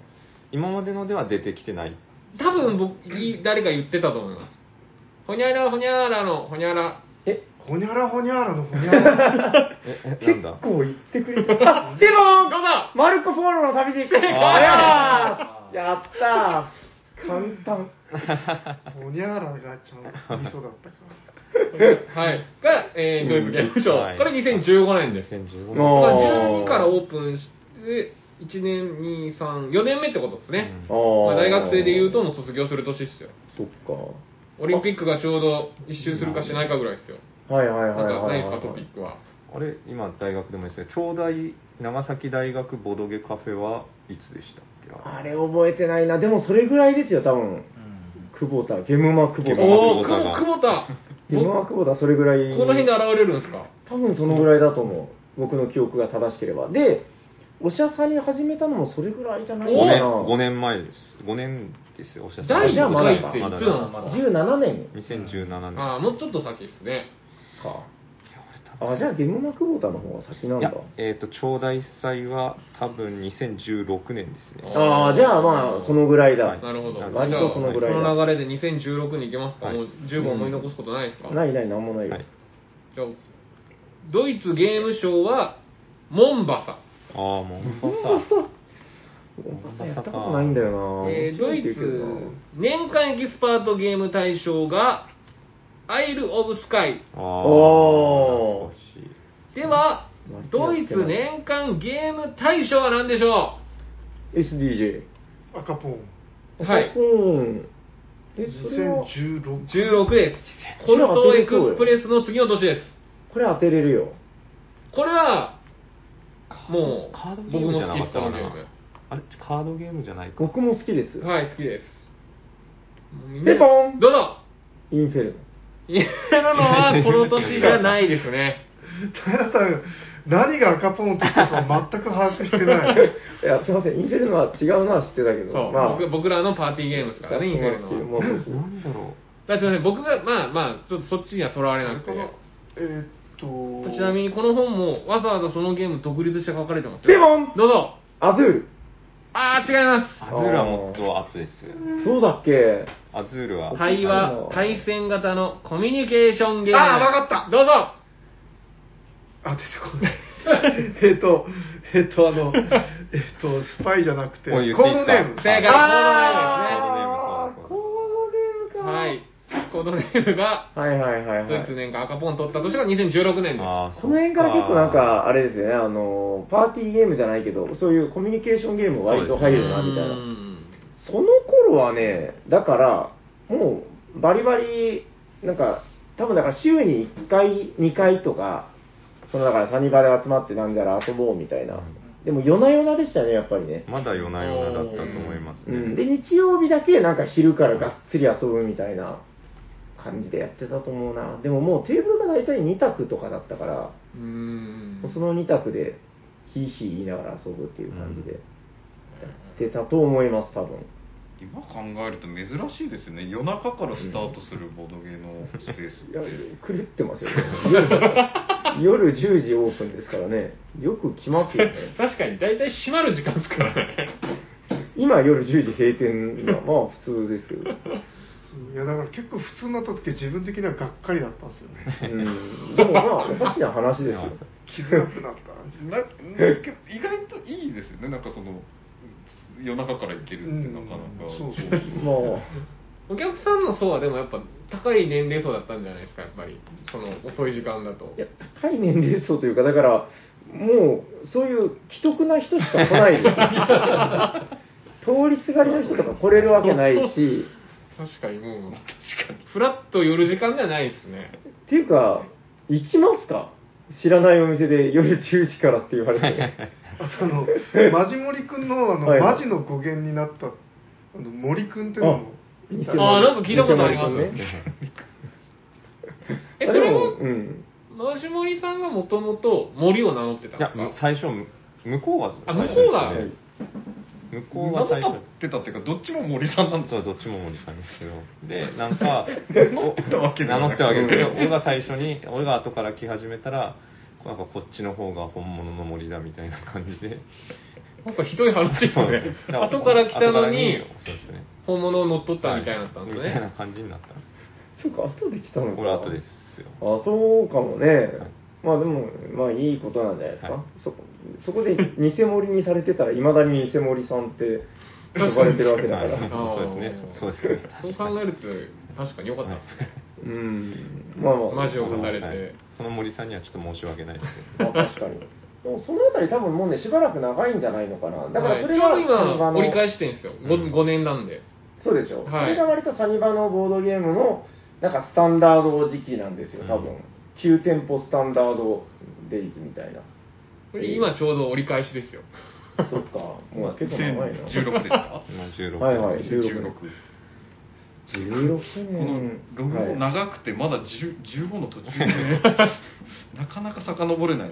[SPEAKER 1] 今までのでは出てきてない
[SPEAKER 4] 多分僕、い誰か言ってたと思います。ほにゃらほにゃらのほにゃら。
[SPEAKER 3] え、
[SPEAKER 5] ほにゃらほにゃらのほにゃら
[SPEAKER 1] ええな
[SPEAKER 3] 結
[SPEAKER 1] んだ
[SPEAKER 3] 構言ってくれた。あ、ピンポン
[SPEAKER 4] どうぞ
[SPEAKER 3] マルコ・ポーロの旅路。
[SPEAKER 1] あ
[SPEAKER 3] あやったー簡単。
[SPEAKER 5] ほにゃらがちゃん味噌だったか
[SPEAKER 4] はい。が、えードイツゲーム賞。
[SPEAKER 1] はい
[SPEAKER 4] これ2015年です。
[SPEAKER 1] 2015
[SPEAKER 3] あ
[SPEAKER 1] 年
[SPEAKER 3] ー
[SPEAKER 4] まあ、12からオープンして、1年、2、3、4年目ってことですね。
[SPEAKER 1] うん
[SPEAKER 4] まあ、大学生で言うと
[SPEAKER 3] も
[SPEAKER 4] もう卒業する年ですよ。
[SPEAKER 3] そっか
[SPEAKER 4] オリンピックがちょうど一周するかしないかぐらいですよ。
[SPEAKER 3] はいはい
[SPEAKER 4] なん
[SPEAKER 3] はい
[SPEAKER 4] か
[SPEAKER 3] は
[SPEAKER 4] ないいです
[SPEAKER 3] は
[SPEAKER 4] か、
[SPEAKER 3] い
[SPEAKER 4] トピックは。
[SPEAKER 1] あれ今大学でもいいですね京大長崎大学ボドゲカフェはいつでしたっけ
[SPEAKER 3] あれ覚えてないなでもそれぐらいですよ多分久保田ゲムマ久保
[SPEAKER 1] ゲムマ
[SPEAKER 3] 田
[SPEAKER 4] お
[SPEAKER 1] 久保
[SPEAKER 4] ー、
[SPEAKER 1] 田が
[SPEAKER 4] 久保田
[SPEAKER 3] ゲムマ久保田それぐらい
[SPEAKER 4] この辺で現れるんですか
[SPEAKER 3] 多分そのぐらいだと思う僕の記憶が正しければでおしゃさんに始めたのもそれぐらいじゃない
[SPEAKER 1] 5
[SPEAKER 3] か
[SPEAKER 1] 年
[SPEAKER 3] な
[SPEAKER 1] ,5 年前です5年ですよおしゃ
[SPEAKER 4] 第
[SPEAKER 3] あ
[SPEAKER 4] 1
[SPEAKER 3] じゃあまだ
[SPEAKER 4] 回
[SPEAKER 3] だ
[SPEAKER 4] っていつな
[SPEAKER 1] まだ
[SPEAKER 4] の
[SPEAKER 1] だ
[SPEAKER 4] まだ
[SPEAKER 3] 17年
[SPEAKER 1] 2017年
[SPEAKER 4] ああ、もうちょっと先ですね。
[SPEAKER 3] かあじゃあゲムマ久保田の方が先なん
[SPEAKER 1] いや
[SPEAKER 3] だ、
[SPEAKER 1] えっ、と、長大祭は多分2016年ですね。
[SPEAKER 3] ああじゃあまあそのぐらいだ、
[SPEAKER 1] はい
[SPEAKER 4] なるほど。
[SPEAKER 1] 割
[SPEAKER 3] と
[SPEAKER 4] じゃあ
[SPEAKER 3] そのぐらいだ
[SPEAKER 4] この流れで2016に行けますか、
[SPEAKER 1] はい
[SPEAKER 4] もう十分思い残すことないですか、
[SPEAKER 3] ないないなんもないよ、
[SPEAKER 1] はい
[SPEAKER 4] じゃあ、ドイツゲームショーは、モンバサ。
[SPEAKER 1] ああ、 もう、本当さ。
[SPEAKER 3] やったことないんだよな、
[SPEAKER 4] えードイ
[SPEAKER 3] 面白い
[SPEAKER 4] ツ
[SPEAKER 3] って言うけどな
[SPEAKER 4] 年間エキスパートゲーム大賞が、アイル・オブ・スカイ。
[SPEAKER 1] ああ、懐
[SPEAKER 3] おー
[SPEAKER 1] かしい。
[SPEAKER 4] では、ドイツ年間ゲーム大賞は何でしょ
[SPEAKER 3] SDJ。
[SPEAKER 5] 赤ポーン
[SPEAKER 4] うはい。
[SPEAKER 3] うん。え、それは、
[SPEAKER 5] 2016
[SPEAKER 4] 16です。コルトエクスプレスの次の年です。
[SPEAKER 3] これ当てれるよ。
[SPEAKER 4] これは、も
[SPEAKER 1] カード
[SPEAKER 4] う、
[SPEAKER 1] ゲ
[SPEAKER 4] 僕
[SPEAKER 1] ーム
[SPEAKER 4] も
[SPEAKER 1] じゃ
[SPEAKER 4] 好
[SPEAKER 1] な
[SPEAKER 4] き
[SPEAKER 1] かった
[SPEAKER 4] です、こ
[SPEAKER 1] か
[SPEAKER 4] の
[SPEAKER 1] な
[SPEAKER 4] ゲーム。
[SPEAKER 1] あれカードゲームじゃないか
[SPEAKER 3] 僕も好きです。
[SPEAKER 4] はい、好きです。
[SPEAKER 3] ピンポン
[SPEAKER 4] どうぞ
[SPEAKER 3] インフェルノ。
[SPEAKER 4] やるのはこの年じゃないですね。
[SPEAKER 5] 平さん何が赤ポーンって言ったか全く把握してない
[SPEAKER 3] いや、すいません、インフェルノは違うのは知ってたけど、
[SPEAKER 4] そう、
[SPEAKER 3] まあ、
[SPEAKER 4] 僕僕らのパーティーゲームですからね、インフェルノ
[SPEAKER 3] も
[SPEAKER 4] は。
[SPEAKER 3] うそうそう
[SPEAKER 1] なんだろ
[SPEAKER 4] だってね、僕が、まあまあ、ちょっとそっちにはとらわれなく
[SPEAKER 5] この
[SPEAKER 4] て。
[SPEAKER 5] えーっと
[SPEAKER 4] ちなみにこの本もわざわざそのゲーム独立して書かれてます
[SPEAKER 3] ピンポン
[SPEAKER 4] どうぞ
[SPEAKER 3] アズール。
[SPEAKER 4] あー、違いま
[SPEAKER 1] う
[SPEAKER 4] す
[SPEAKER 1] アズールはもっと後ですよ
[SPEAKER 3] そうだっけ
[SPEAKER 1] アズールは
[SPEAKER 4] 対話、対戦型のコミュニケーションゲーム。
[SPEAKER 5] あーわかった
[SPEAKER 4] どうぞ
[SPEAKER 5] あ出てこないえーっとえーっとあのえーっとスパイじゃなくてコ
[SPEAKER 1] もう
[SPEAKER 5] ー
[SPEAKER 1] 言っていいっ
[SPEAKER 5] ド
[SPEAKER 1] すか
[SPEAKER 5] ネーム
[SPEAKER 4] 正解、
[SPEAKER 1] あー
[SPEAKER 4] コ
[SPEAKER 1] コ
[SPEAKER 4] ー
[SPEAKER 1] ードネ
[SPEAKER 4] ドネームですね。はい。コードネームが、
[SPEAKER 3] はいはいはい
[SPEAKER 4] ド
[SPEAKER 3] は
[SPEAKER 4] イツ
[SPEAKER 3] い。
[SPEAKER 4] 年間赤ポン取った年が2016年です。
[SPEAKER 1] あー
[SPEAKER 3] この辺から結構なんか、あれですよね、あの、パーティーゲームじゃないけど、そういうコミュニケーションゲーム割と入るな、みたいな。その頃はね、だから、もう、バリバリ、なんか、多分だから週に1回、2回とか、そのだからサニバで集まってなんじゃら遊ぼうみたいな。でも夜な夜なでしたね、やっぱりね。
[SPEAKER 1] まだ夜な夜なだったと思います
[SPEAKER 3] う
[SPEAKER 1] ね、
[SPEAKER 3] ん。で、日曜日だけなんか昼からがっつり遊ぶみたいな感じでやってたと思うな。でももうテーブルが大体2択とかだったから、
[SPEAKER 4] うーん。
[SPEAKER 3] その2択で、ヒーヒー言いながら遊ぶっていう感じで、やってたと思います、多分。
[SPEAKER 6] 今考えると珍しいですね夜中からスタートするボードゲーのスペース
[SPEAKER 3] い
[SPEAKER 6] っ
[SPEAKER 3] や
[SPEAKER 6] て
[SPEAKER 3] 狂ってますよ、ね、夜夜10時オープンですからねよく来ますよね
[SPEAKER 4] 確かに、大体閉まる時間ですからね。
[SPEAKER 3] 今夜10時閉店がまあ普通ですけど
[SPEAKER 5] そういやだから結構普通になった時自分的にはがっかりだったんですよ ね
[SPEAKER 3] うんでもまあおかしな話ですよ
[SPEAKER 5] 傷なくなった
[SPEAKER 6] ななんか意外といいですよねなんかその夜中から行けるってなかなか、
[SPEAKER 5] うんそうそうそう
[SPEAKER 3] ま
[SPEAKER 4] お客さんの層はでもやっぱ高い年齢層だったんじゃないですか、やっぱり。その遅い時間だと
[SPEAKER 3] あい。や高い年齢層というかだからもうそういう既得な人しか来ない ですよ通りすがりの人とか来れるわけないし
[SPEAKER 4] 確かにもう、フラッと寄る時間じゃないですね。
[SPEAKER 3] っていうか行きますか知らないお店で夜10時からって言われて
[SPEAKER 5] あとあ の、マジモリ君の、あの、
[SPEAKER 3] はいはい
[SPEAKER 5] マジの語源になった、あの、森君っていうの
[SPEAKER 3] あ
[SPEAKER 5] も、
[SPEAKER 3] 偽
[SPEAKER 4] あーなんか 聞いたことあります
[SPEAKER 3] 偽物ですね
[SPEAKER 4] え、
[SPEAKER 3] あ
[SPEAKER 4] そ
[SPEAKER 3] で
[SPEAKER 4] れ
[SPEAKER 3] も
[SPEAKER 4] は、
[SPEAKER 3] うん、
[SPEAKER 4] マジモリさんがもともと森を名乗ってたん
[SPEAKER 1] いや
[SPEAKER 4] ですか
[SPEAKER 1] 最初向こうが
[SPEAKER 4] あ
[SPEAKER 1] 最初
[SPEAKER 4] 向こうが
[SPEAKER 1] ですね向こう
[SPEAKER 6] 名
[SPEAKER 1] が
[SPEAKER 6] 乗
[SPEAKER 1] 最
[SPEAKER 6] っ
[SPEAKER 1] 初
[SPEAKER 6] てたっていうかどっちも森さんなんです
[SPEAKER 1] そ
[SPEAKER 6] よ
[SPEAKER 1] うどっちも森さんですけどでなんか
[SPEAKER 6] 乗ってたわけで
[SPEAKER 1] 名
[SPEAKER 6] は
[SPEAKER 1] 乗
[SPEAKER 6] なく
[SPEAKER 1] ってわけですけど俺が最初に俺が後から来始めたらなんかこっちの方が本物の森だみたいな感じで
[SPEAKER 4] なんかひどい話です
[SPEAKER 1] そう
[SPEAKER 4] ね
[SPEAKER 1] です。だ
[SPEAKER 4] 後から来たのに
[SPEAKER 1] 後、からそうですね
[SPEAKER 4] 本物を乗っ取ったみたいになったんです
[SPEAKER 1] はいみたいな
[SPEAKER 4] ね。
[SPEAKER 1] 感じになったんで
[SPEAKER 3] そうか、後で来たの
[SPEAKER 1] す
[SPEAKER 3] か。
[SPEAKER 1] これ後ですよ
[SPEAKER 3] あ、そうかもね。まあでも、まあいいことなんじゃないですか。
[SPEAKER 1] はい
[SPEAKER 3] そそこで偽盛りにされてたら、いまだに偽盛りさんって呼ばれてるわけだか
[SPEAKER 1] はい
[SPEAKER 3] ら。
[SPEAKER 1] そうですねそうですね
[SPEAKER 4] そう考えると、確かに良かったですね。
[SPEAKER 3] うん。まあまあ。
[SPEAKER 4] マジを語れ
[SPEAKER 1] は
[SPEAKER 4] て
[SPEAKER 1] い。その森さんにはちょっと申し訳ないですけど
[SPEAKER 3] まあ確かに。でもそのあたり多分もうね、しばらく長いんじゃないのかな。だか
[SPEAKER 4] は
[SPEAKER 3] ら
[SPEAKER 4] い
[SPEAKER 3] そ
[SPEAKER 4] ちょ
[SPEAKER 3] れ
[SPEAKER 4] う
[SPEAKER 3] は、
[SPEAKER 4] ど今、
[SPEAKER 3] あの
[SPEAKER 4] 折り返してるんですよ。
[SPEAKER 1] うん
[SPEAKER 4] 5, 年なんで。
[SPEAKER 3] そうでしょ、
[SPEAKER 4] は
[SPEAKER 3] それ
[SPEAKER 4] い
[SPEAKER 3] が割とサニバのボードゲームのなんかスタンダード時期なんですよ、多分、
[SPEAKER 1] うん
[SPEAKER 3] 9店舗スタンダードデイズみたいな。
[SPEAKER 4] これ今ちょうど折り返しですよ。
[SPEAKER 3] そ っか、もう結構長いな。
[SPEAKER 6] 16ですか
[SPEAKER 1] 今16
[SPEAKER 3] はいはい、
[SPEAKER 6] 16
[SPEAKER 3] 16
[SPEAKER 6] こ
[SPEAKER 3] 年。16
[SPEAKER 6] の
[SPEAKER 3] 年。
[SPEAKER 6] ログも
[SPEAKER 3] はい
[SPEAKER 6] 長くてまだ10 15の途中で なかなか遡れない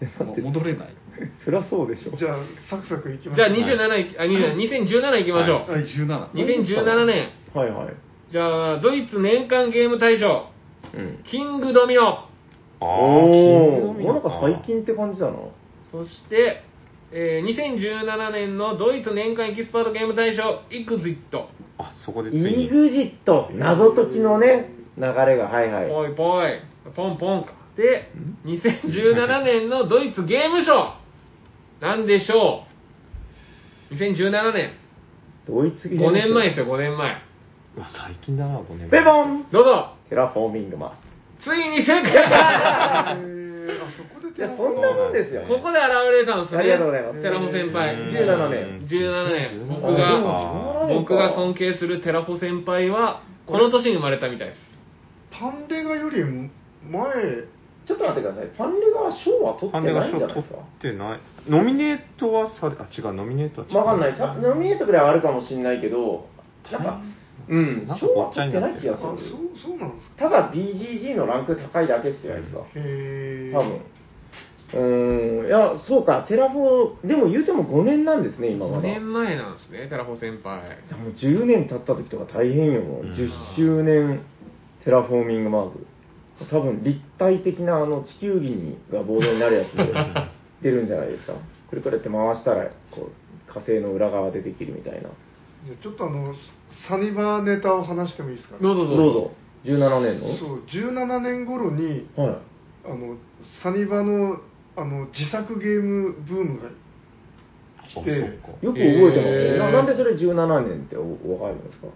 [SPEAKER 6] ですよもう戻れない
[SPEAKER 3] そりゃそうでしょ。
[SPEAKER 5] じゃあ、サクサクいきま
[SPEAKER 4] じ
[SPEAKER 5] し
[SPEAKER 4] ゃあ
[SPEAKER 5] ょう。
[SPEAKER 4] 27い、あ、27 2017いきましょ
[SPEAKER 5] はい
[SPEAKER 6] 第17
[SPEAKER 4] う。2017年。
[SPEAKER 3] はいはい。
[SPEAKER 4] じゃあ、ドイツ年間ゲーム大賞、
[SPEAKER 3] うん。
[SPEAKER 4] キングドミノ。
[SPEAKER 1] あ
[SPEAKER 3] お
[SPEAKER 1] ー
[SPEAKER 3] ー、なんか最近って感じだな。
[SPEAKER 4] そして、えー2017年のドイツ年間エキスパートゲーム大賞、イクジット。
[SPEAKER 1] あそこでつい
[SPEAKER 3] イ
[SPEAKER 1] に
[SPEAKER 3] グジット、謎解きのね、流れが、はいはい。
[SPEAKER 4] ぽいぽい、ポンポンか。で、2017年のドイツゲーム賞、なんでしょう。2017年、
[SPEAKER 3] ドイツゲーム
[SPEAKER 4] 5年前ですよ、5年前。
[SPEAKER 1] うわ最近だな5年
[SPEAKER 3] ベボン
[SPEAKER 4] どうぞ、
[SPEAKER 3] テラフォーミングマス。
[SPEAKER 4] ついに正解
[SPEAKER 5] えーあそ
[SPEAKER 3] いや、そんなもんですよ。
[SPEAKER 4] ここで現れたんですね。
[SPEAKER 3] ありがとうございます
[SPEAKER 4] テラフォ先輩。
[SPEAKER 3] うん17年
[SPEAKER 4] 17年。僕
[SPEAKER 1] あ
[SPEAKER 4] が、
[SPEAKER 3] でも17年か
[SPEAKER 4] 僕が尊敬するテラフォ先輩は、この年に生まれたみたいです。
[SPEAKER 5] パンデガより前
[SPEAKER 3] ちょっと待ってください。パンレガは賞は取っ
[SPEAKER 1] ハ
[SPEAKER 3] て
[SPEAKER 1] ンデ
[SPEAKER 3] な
[SPEAKER 1] が
[SPEAKER 3] いん
[SPEAKER 1] 賞
[SPEAKER 3] じゃな
[SPEAKER 1] 取
[SPEAKER 3] いで
[SPEAKER 1] っ
[SPEAKER 3] すか
[SPEAKER 1] てない。ノミネートはされ、あ、違う、ノミネートは違う。
[SPEAKER 3] わかんない。さノミネートくらいはあるかもしれないけど、なんか、うん
[SPEAKER 1] なん、か
[SPEAKER 3] 賞は取ってない気
[SPEAKER 5] あ
[SPEAKER 3] がす
[SPEAKER 5] そう
[SPEAKER 3] る。
[SPEAKER 5] そうなんですか
[SPEAKER 3] ただ BGG のランク高いだけっすよ、あいつは。
[SPEAKER 5] へえ
[SPEAKER 3] 多分。うーん、いや、そうか、テラフォー、でも言うても5年なんですね、今まだ。
[SPEAKER 4] 5年前なんですね、テラフォ先輩。
[SPEAKER 3] いやもう10年経った時とか大変よ、もう。
[SPEAKER 1] うん
[SPEAKER 3] 10周年テラフォーミングマーズ。多分立体的なあの地球儀にがボードになるやつで出るんじゃないですか。くるくるって回したら、こう、火星の裏側でできるみたいな。
[SPEAKER 5] じゃあちょっとあのサニバネタを話してもいいですか、
[SPEAKER 4] どうぞ
[SPEAKER 3] どうぞ、17年の
[SPEAKER 5] そう17年頃に
[SPEAKER 3] はい。
[SPEAKER 5] あのサニバのあの自作ゲームブームが
[SPEAKER 1] あ。そう
[SPEAKER 5] ええ
[SPEAKER 1] か
[SPEAKER 3] よく覚えてます
[SPEAKER 4] へ
[SPEAKER 3] ね。
[SPEAKER 4] ー
[SPEAKER 3] ななんでそれ17年っておお分かるんですか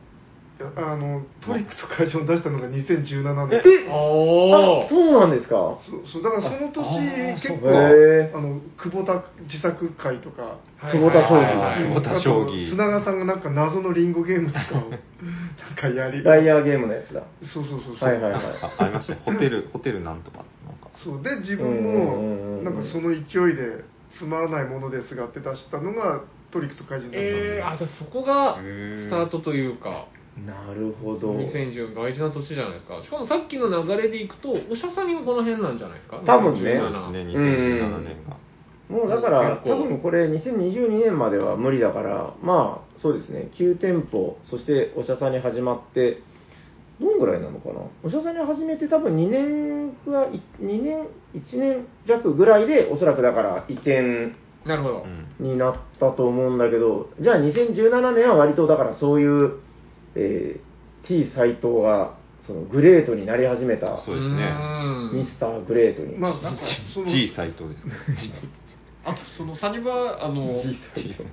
[SPEAKER 5] いやあのトリックと会社を出したのが2017年
[SPEAKER 4] お
[SPEAKER 3] あそうなんですか
[SPEAKER 5] そうそうだからその年結構
[SPEAKER 3] へー
[SPEAKER 5] あの久保田自作会とか
[SPEAKER 3] 久保田将
[SPEAKER 1] はい
[SPEAKER 3] 棋。
[SPEAKER 1] 久保田将棋
[SPEAKER 5] あと砂川さんがなんか謎のリンゴゲームとか をなんかやり
[SPEAKER 3] ライアーゲームのやつだ。
[SPEAKER 5] そうそうそうそう、
[SPEAKER 3] はいはいはい。
[SPEAKER 1] ああり ましたねホテル、ホテルなんとか。なんか
[SPEAKER 5] そうで自分
[SPEAKER 3] うんうんうんう
[SPEAKER 5] も
[SPEAKER 3] ん
[SPEAKER 5] なんかその勢いでつまらないものですがって出したのがトリックと怪人だったんです
[SPEAKER 4] え
[SPEAKER 5] よ
[SPEAKER 4] ー、あ、じゃあそこが
[SPEAKER 1] へー
[SPEAKER 4] スタートというか、
[SPEAKER 3] なるほど。
[SPEAKER 4] 2014大事な年じゃないですか。しかもさっきの流れでいくと、おしゃさんにもこの辺なんじゃないですか
[SPEAKER 3] 多分ね
[SPEAKER 1] そうですね、
[SPEAKER 4] 2017
[SPEAKER 1] 2017年が。
[SPEAKER 3] もうだから、
[SPEAKER 4] 結構
[SPEAKER 3] 多分これ、2022年までは無理だから、まあ、そうですね、9店舗、そしてお茶さんに始まって、どんぐらいなのかな、お茶さんに始めて、多分2年くらい、2年、1年弱ぐらいで、おそらくだから移転
[SPEAKER 4] なるほど。
[SPEAKER 1] うん
[SPEAKER 3] になったと思うんだけど、じゃあ2017年は割とだからそういう、えー T 斎藤がそのグレートになり始めた、
[SPEAKER 1] そうですね
[SPEAKER 4] ーん
[SPEAKER 3] ミスターグレートに。
[SPEAKER 5] まあなんかその
[SPEAKER 1] G 斎藤 ですね。
[SPEAKER 6] あとそのサニバあの
[SPEAKER 1] G 斎藤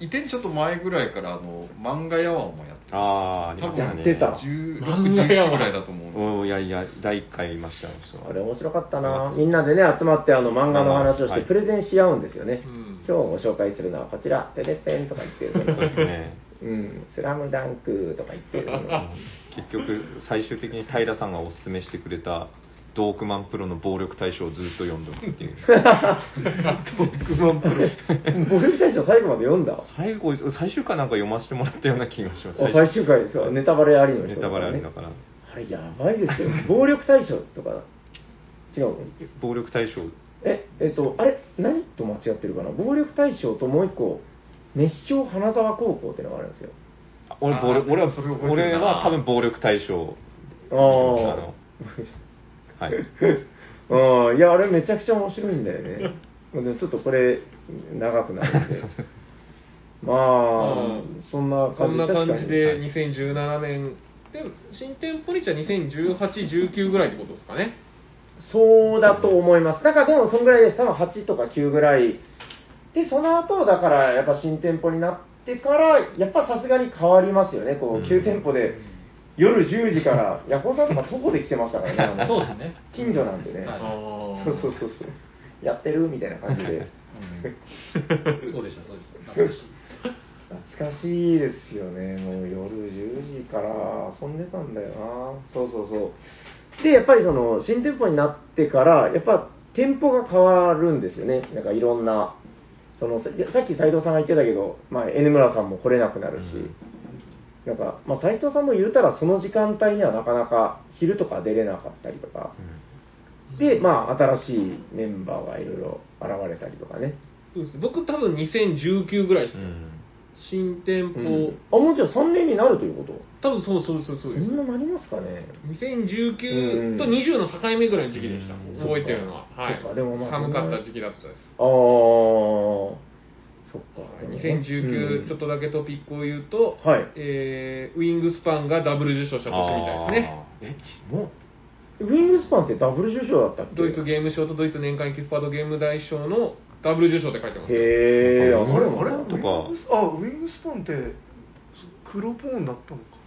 [SPEAKER 6] 移転ちょっと前ぐらいからあの漫画ヤワンもやって
[SPEAKER 1] ああ、あり
[SPEAKER 6] 多
[SPEAKER 1] ま
[SPEAKER 6] 分
[SPEAKER 1] したね。
[SPEAKER 3] やってた
[SPEAKER 6] 16、
[SPEAKER 4] 漫画ヤワン
[SPEAKER 6] 17ぐらいだと思うんで
[SPEAKER 1] おーいやいや、第1回やりましたよ、そ
[SPEAKER 3] あ
[SPEAKER 1] う
[SPEAKER 3] れ面白かったなみんなでね集まってあの漫画の話をし
[SPEAKER 1] は
[SPEAKER 3] て
[SPEAKER 1] い
[SPEAKER 3] プレゼンし合うんですよね、
[SPEAKER 4] うん
[SPEAKER 3] 今日ご紹介するのはこちら「テレペン」とか言って
[SPEAKER 1] そうですね。
[SPEAKER 3] 「うん、スラムダンク」とか言っ てそ の
[SPEAKER 1] 結局、最終的に平さんがおすすめしてくれた、ドークマンプロの暴力対象をずっと読んどくっていう。
[SPEAKER 3] 暴力大賞最後まで読んだあ
[SPEAKER 1] 最後、最終回なんか読ませてもらったような気がします。
[SPEAKER 3] 最終回ですよネタバレありの人
[SPEAKER 1] ネタバレありだからら。
[SPEAKER 3] あれやば いですよ暴力大賞とか違うの
[SPEAKER 1] 暴力対象、
[SPEAKER 3] ええっとあれ何と間違ってるかな暴力大賞ともう一個熱唱花沢高校ってのがあるんですよ
[SPEAKER 1] あ俺暴力俺は
[SPEAKER 6] それ覚えてるな
[SPEAKER 1] 俺は多分暴力対象。
[SPEAKER 3] あ
[SPEAKER 1] あの。はい。
[SPEAKER 3] ああ、いや、あれめちゃくちゃ面白いんだよね。でもちょっとこれ、長くなるんで。まあ、そんな
[SPEAKER 4] こ
[SPEAKER 3] 感
[SPEAKER 4] ん
[SPEAKER 3] じ
[SPEAKER 4] な感じで
[SPEAKER 3] 確かに
[SPEAKER 4] 2017年、でも新店舗にじゃあ2018、19ぐらいってことですかね。
[SPEAKER 3] そうだと思います。だからでもそんぐらいです。多分8とか9ぐらい。で、その後、だからやっぱ新店舗になってから、やっぱさすがに変わりますよね。こう、9店舗で、夜10時から、ヤコウさんとか徒歩で来てましたからねあの。
[SPEAKER 2] そうですね
[SPEAKER 3] 近所なんでね。
[SPEAKER 2] はい
[SPEAKER 3] そうそうそうそう。やってるみたいな感じで。
[SPEAKER 2] うんそうでした、そうでした。懐かしい
[SPEAKER 3] 懐かしいですよね、もう夜10時から遊んでたんだよな、そうそうそう。で、やっぱりその新店舗になってから、やっぱ店舗が変わるんですよね、なんかいろんな、そのささっき斉藤さんが言ってたけど、まあ、N 村さんも来れなくなるし、なんか、まあ、斉藤さんも言うたら、その時間帯にはなかなか昼とか出れなかったりとか、で、まあ、新しいメンバーがいろいろ現れたりとかね。
[SPEAKER 4] そうです僕多分2019ぐらいです
[SPEAKER 1] う
[SPEAKER 4] よ、
[SPEAKER 1] ん。
[SPEAKER 4] 新店舗、
[SPEAKER 3] あ、もちろん3年になるということ
[SPEAKER 4] 多分そうそうそうそう
[SPEAKER 3] み
[SPEAKER 4] です。
[SPEAKER 3] んななりますかね。
[SPEAKER 4] 2019と20の境目ぐらいの時期でした、
[SPEAKER 1] うん
[SPEAKER 4] 覚えてるのは、はい
[SPEAKER 3] そっかでもまあ
[SPEAKER 4] 寒かった時期だったです、
[SPEAKER 3] ああ、そっか。
[SPEAKER 4] 2019、ちょっとだけトピックを言うと、
[SPEAKER 3] はい
[SPEAKER 4] えーウィングスパンがダブル受賞した年みたいですね、
[SPEAKER 1] あーえ
[SPEAKER 3] と。もうウィングスパンってダブル受賞だったっけ
[SPEAKER 4] ドイツゲーム賞とドイツ年間エキスパートゲーム大賞のダブル受賞って書いてます、
[SPEAKER 3] へえ、
[SPEAKER 1] あ
[SPEAKER 3] あ、
[SPEAKER 5] あ
[SPEAKER 3] そ
[SPEAKER 5] れ
[SPEAKER 3] れ
[SPEAKER 5] あれ
[SPEAKER 1] とか
[SPEAKER 5] ウィングスあウィングスパンって黒ポーンだったのか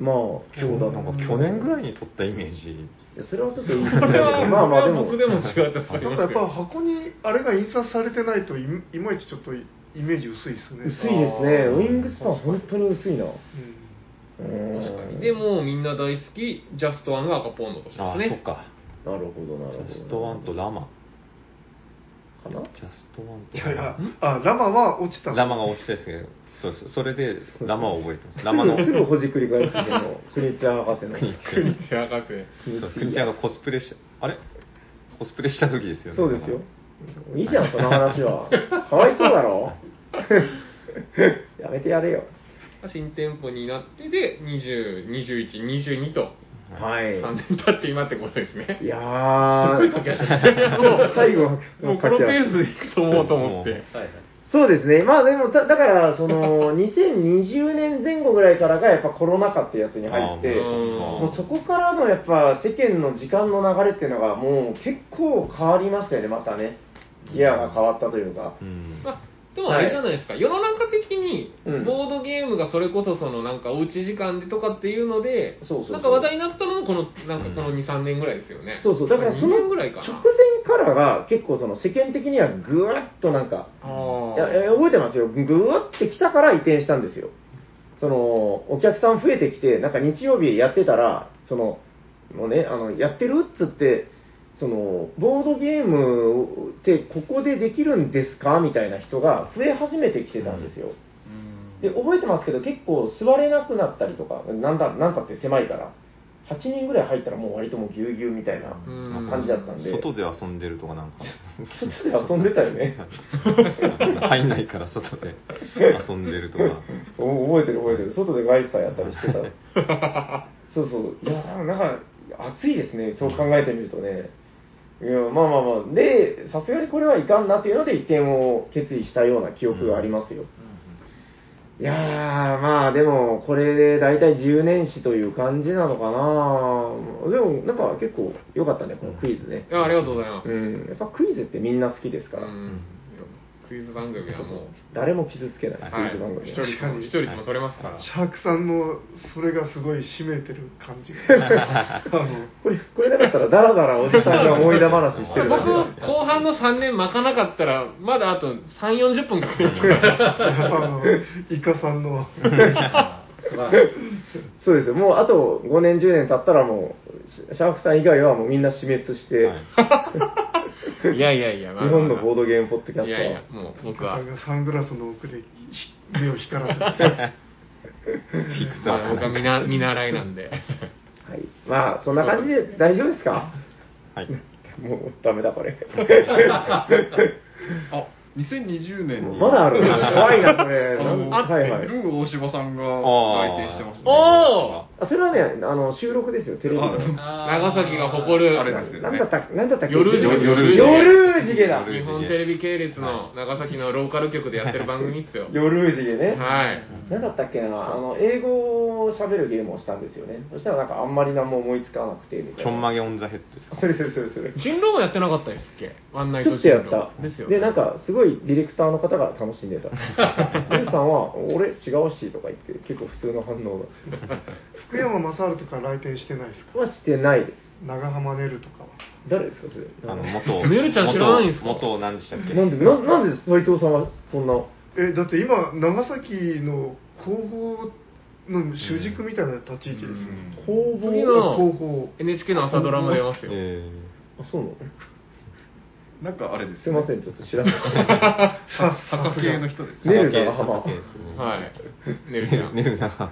[SPEAKER 3] まあ、そうだ
[SPEAKER 1] なんか去年ぐらいに撮ったイメージ
[SPEAKER 3] いやそれはちょっと言い過ぎだ
[SPEAKER 4] こ
[SPEAKER 3] け
[SPEAKER 4] れ
[SPEAKER 3] ど
[SPEAKER 4] は、
[SPEAKER 3] まあまあでも、
[SPEAKER 4] 僕でも違ったと
[SPEAKER 5] な
[SPEAKER 4] 思
[SPEAKER 5] ん
[SPEAKER 4] い
[SPEAKER 5] かや
[SPEAKER 4] ま
[SPEAKER 5] っ
[SPEAKER 4] す
[SPEAKER 5] ぱ
[SPEAKER 4] よ。
[SPEAKER 5] 箱にあれが印刷されてないといいまいちちょっとイメージ薄いですね
[SPEAKER 3] 薄いですね、ウィングスパン、本当に薄いな。うん
[SPEAKER 4] 確かに。でも、みんな大好き、ジャストワンが赤ポンドとして
[SPEAKER 1] あ
[SPEAKER 4] ま
[SPEAKER 1] あ、
[SPEAKER 4] すね。
[SPEAKER 1] そっか
[SPEAKER 3] なるほど、なるほ
[SPEAKER 1] ジ
[SPEAKER 3] ど。
[SPEAKER 1] ャストワンとラマ
[SPEAKER 3] かな
[SPEAKER 1] ジャストワン
[SPEAKER 5] うん、い
[SPEAKER 1] と
[SPEAKER 5] やい
[SPEAKER 1] ラ
[SPEAKER 5] や
[SPEAKER 1] マ
[SPEAKER 5] あラマは落ちた
[SPEAKER 1] ラマが落ちたですけどそうですそれでラマを覚えてますラ マの
[SPEAKER 3] すぐすぐほじくり返すけど、クニチア博士の。
[SPEAKER 1] 国
[SPEAKER 4] 手博士。
[SPEAKER 1] そう国ちゃんがコスプレしたあれコスプレした時ですよね
[SPEAKER 3] そうですよ。いいじゃん、その話は。かわいそうだろ やめてやれよ。
[SPEAKER 4] 新店舗になってで、20、21、22と、
[SPEAKER 3] はい。
[SPEAKER 4] 3年経って今ってことですね。
[SPEAKER 3] いやー。
[SPEAKER 4] すっごい駆け足ですねもう
[SPEAKER 3] 最後は
[SPEAKER 4] もうこのペースでいくと思うと思っ
[SPEAKER 1] も
[SPEAKER 4] て
[SPEAKER 1] う。
[SPEAKER 2] はいはい
[SPEAKER 3] そうですね。まあでも、だだから、そ の、2020年前後ぐらいからが、やっぱコロナ禍ってやつに入って、
[SPEAKER 1] あー
[SPEAKER 3] も
[SPEAKER 1] も
[SPEAKER 3] う
[SPEAKER 1] う
[SPEAKER 3] そ
[SPEAKER 1] そ
[SPEAKER 3] こからのやっぱ世間の時間の流れっていうのが、もう結構変わりましたよね、またね。ギアが変わったというか。
[SPEAKER 1] うん
[SPEAKER 4] まあ、でもあれじゃないですか、世の中的に
[SPEAKER 3] うん
[SPEAKER 4] ボードゲームがそれこそそのなんかおうち時間でとかっていうので、
[SPEAKER 3] そうそうそう
[SPEAKER 4] なんか話題になったのもこのなんかこの2、3年ぐらいですよね。
[SPEAKER 3] そうそう、だからその直
[SPEAKER 4] 2年ぐら
[SPEAKER 3] 前
[SPEAKER 4] いかな。
[SPEAKER 3] からが結構その世間的にはぐわっとなんか、いやえー
[SPEAKER 4] あ
[SPEAKER 3] 覚えてますよ、ぐわって来たから移転したんですよ、そのお客さん増えてきて、なんか日曜日やってたら、そのもうね、あのやってるっつって、そのボードゲームってここでできるんですかみたいな人が増え始めてきてたんですよ、で覚えてますけど、結構座れなくなったりとか、なんだなんだって狭いから、8人ぐらい入ったらもう割ともうぎゅうぎゅうみたいな
[SPEAKER 4] うん
[SPEAKER 3] 感じだったんで、
[SPEAKER 1] 外で遊んでるとかなん か
[SPEAKER 3] 外で遊んでたよね。
[SPEAKER 1] 入んないから外で遊んでるとか
[SPEAKER 3] お覚えてる覚えてる外でガイスターやったりしてたそうそういやなんか暑いですねそう考えてみるとねいやまあまあまあでさすがにこれはいかんなっていうので移転を決意したような記憶がありますよ、いやーまあでもこれで大体10年史という感じなのかなでもなんか結構良かったねこのクイズね
[SPEAKER 4] ーいやありがとうございます。
[SPEAKER 3] うんやっぱクイズってみんな好きですから、
[SPEAKER 4] うんクイズ番組はもう、
[SPEAKER 3] 誰も傷つけない、
[SPEAKER 4] はい
[SPEAKER 3] クイズ番組、
[SPEAKER 4] 視
[SPEAKER 3] は
[SPEAKER 4] 聴率も視聴率も取れますから。
[SPEAKER 5] シャークさんのそれがすごい締めてる感じがあの
[SPEAKER 3] これ、これなかったら、だらだらおじさんが思い出話してるだけだ。
[SPEAKER 4] 僕、後半の3年巻かなかったら、まだあと3、40分かかりますから。
[SPEAKER 5] あのイカさんの
[SPEAKER 2] 素晴らしい
[SPEAKER 3] そうですよ。もう、あと5年、10年経ったら、もう、シャークさん以外はもうみんな死滅して、
[SPEAKER 4] いやいやいや、まあ
[SPEAKER 3] 日本のボードゲームポッドキャ
[SPEAKER 4] いやいや
[SPEAKER 3] ス、トは。
[SPEAKER 4] もう
[SPEAKER 5] イ
[SPEAKER 4] 僕
[SPEAKER 5] カ
[SPEAKER 4] は
[SPEAKER 5] さん。がサングラスの奥でひ目を光らせて
[SPEAKER 1] いくつ
[SPEAKER 4] まあ、僕は見な見習いなんで。
[SPEAKER 3] はい。まあ、そんな感じで大丈夫ですか
[SPEAKER 1] はい
[SPEAKER 3] もう、ダメだ、これ。
[SPEAKER 6] あ2020年に
[SPEAKER 3] まだある怖いな、これ。なん
[SPEAKER 6] あ
[SPEAKER 3] はいはい。
[SPEAKER 6] ルー大柴さんが来店してますね
[SPEAKER 4] お
[SPEAKER 3] あ、それはね、あの、収録ですよ、テレビの。
[SPEAKER 6] あ
[SPEAKER 4] 長崎が誇る、
[SPEAKER 6] あれですよ
[SPEAKER 3] なん
[SPEAKER 6] ね
[SPEAKER 3] だったっけ、なんだったっけ
[SPEAKER 4] 夜
[SPEAKER 3] 夜
[SPEAKER 4] 次元
[SPEAKER 3] 夜次元だ。
[SPEAKER 4] 日本テレビ系列の長崎のローカル局でやってる番組っす よ。
[SPEAKER 3] 夜次元ね。
[SPEAKER 4] はい。
[SPEAKER 3] 何だったっけな、あの英語を喋るゲームをしたんですよね。そしたらなんかあんまり何も思いつかなくてみたいな。
[SPEAKER 1] ちょんまげオンザヘッドですか
[SPEAKER 3] それそれそれそれ。
[SPEAKER 4] 人狼もやってなかったですっけワンナイ
[SPEAKER 3] ちょ
[SPEAKER 4] ト
[SPEAKER 3] っと
[SPEAKER 4] 人
[SPEAKER 3] やっ
[SPEAKER 4] 狼。
[SPEAKER 3] た。
[SPEAKER 4] ですよ。
[SPEAKER 3] で、なん、かすごいディレクターの方が楽しんで た。ルーさんは、俺違うしとか言って、結構普通の反応が。
[SPEAKER 5] 福山雅治とか来店してないですか
[SPEAKER 3] はしてないです。
[SPEAKER 5] 長浜ねるとかは
[SPEAKER 3] 誰ですか、それ。
[SPEAKER 1] あの元
[SPEAKER 4] メルちゃん知らないんすか
[SPEAKER 1] 元元何でしたっけ
[SPEAKER 3] なんで、ななんで斎藤さんはそんな。
[SPEAKER 5] えだって今長崎の広報の主軸みたいな立ち位置ですよ、
[SPEAKER 3] 工房
[SPEAKER 4] 次
[SPEAKER 5] 広
[SPEAKER 4] の
[SPEAKER 5] 報
[SPEAKER 4] NHK の朝ドラも出ますよ。
[SPEAKER 1] え
[SPEAKER 3] あ、そうなの
[SPEAKER 6] なんかあれです
[SPEAKER 3] すいません、ちょっと知らない。
[SPEAKER 5] さ
[SPEAKER 6] 坂系の人です
[SPEAKER 1] ー
[SPEAKER 3] ねネル長浜
[SPEAKER 1] 佐賀系ですね
[SPEAKER 4] はい。ねるちゃん。
[SPEAKER 1] ネル長浜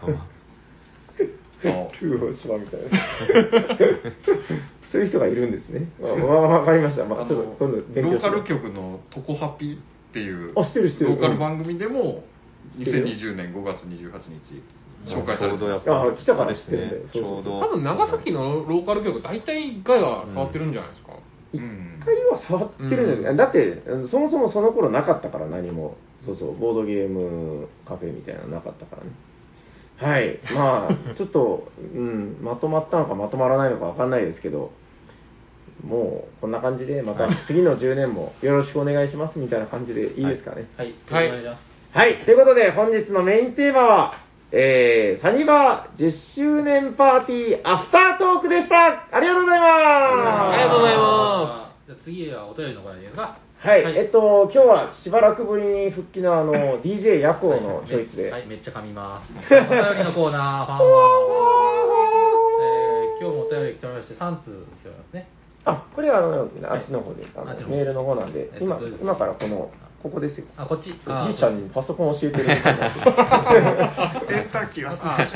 [SPEAKER 6] あ
[SPEAKER 3] ルーをしまみたいな。 そういう人がいるんですね。わ、まあ、わかりました。ま
[SPEAKER 6] あ
[SPEAKER 3] あ、ちょっと
[SPEAKER 6] の
[SPEAKER 3] 今度勉
[SPEAKER 6] ロ
[SPEAKER 3] 強
[SPEAKER 6] ー
[SPEAKER 3] しま
[SPEAKER 6] カ
[SPEAKER 3] す
[SPEAKER 6] ル局の「トコハピ」っていう
[SPEAKER 3] あ知ってる知ってる
[SPEAKER 6] ローカル番組でも
[SPEAKER 3] 知ってるよ
[SPEAKER 6] 2020年5月28日紹介され
[SPEAKER 1] ちょう
[SPEAKER 6] て
[SPEAKER 1] どや
[SPEAKER 6] ま
[SPEAKER 1] っ
[SPEAKER 6] す
[SPEAKER 1] ぱ
[SPEAKER 3] あ来たから知ってるんだよ
[SPEAKER 1] ですねちょうど
[SPEAKER 4] 多分長崎のローカル局、大体1回は変わってるんじゃないですか。
[SPEAKER 6] うん
[SPEAKER 3] 一回は触ってるんです、
[SPEAKER 4] うん
[SPEAKER 3] だってそもそもその頃なかったから何もそうそうボードゲームカフェみたいなのなかったからねはいま あちょっと、うん、まとまったのかまとまらないのかわかんないですけどもうこんな感じでまた次の10年もよろしくお願いしますみたいな感じでいいですかね
[SPEAKER 2] はい、お願いします。。
[SPEAKER 3] はい、ということで本日のメインテーマはえー、サニバー10周年パーティーアフタートークでしたありがとうございます
[SPEAKER 4] ありがとうございます
[SPEAKER 2] じゃあ次はお便りの方ですか。
[SPEAKER 3] はい、
[SPEAKER 2] はい
[SPEAKER 3] えっと、今日はしばらくぶりに復帰のあの、DJ 夜行のチョイスで。
[SPEAKER 2] はい、めっちゃ噛みます。お便りのコーナー、ファンは。えー今日もお便り来ておりまして、3通来ておりますね。
[SPEAKER 3] あ、これはあの、
[SPEAKER 2] はい
[SPEAKER 3] あっちの方です。あの
[SPEAKER 2] あっちの方
[SPEAKER 3] メールの方なんで
[SPEAKER 2] えっ、と
[SPEAKER 3] 今
[SPEAKER 2] どうで、す
[SPEAKER 3] 今からこの、ここですよ。
[SPEAKER 2] あ、こっち。あ
[SPEAKER 3] じいちゃんにパソコン教えてる。
[SPEAKER 5] エンターキーは
[SPEAKER 2] あ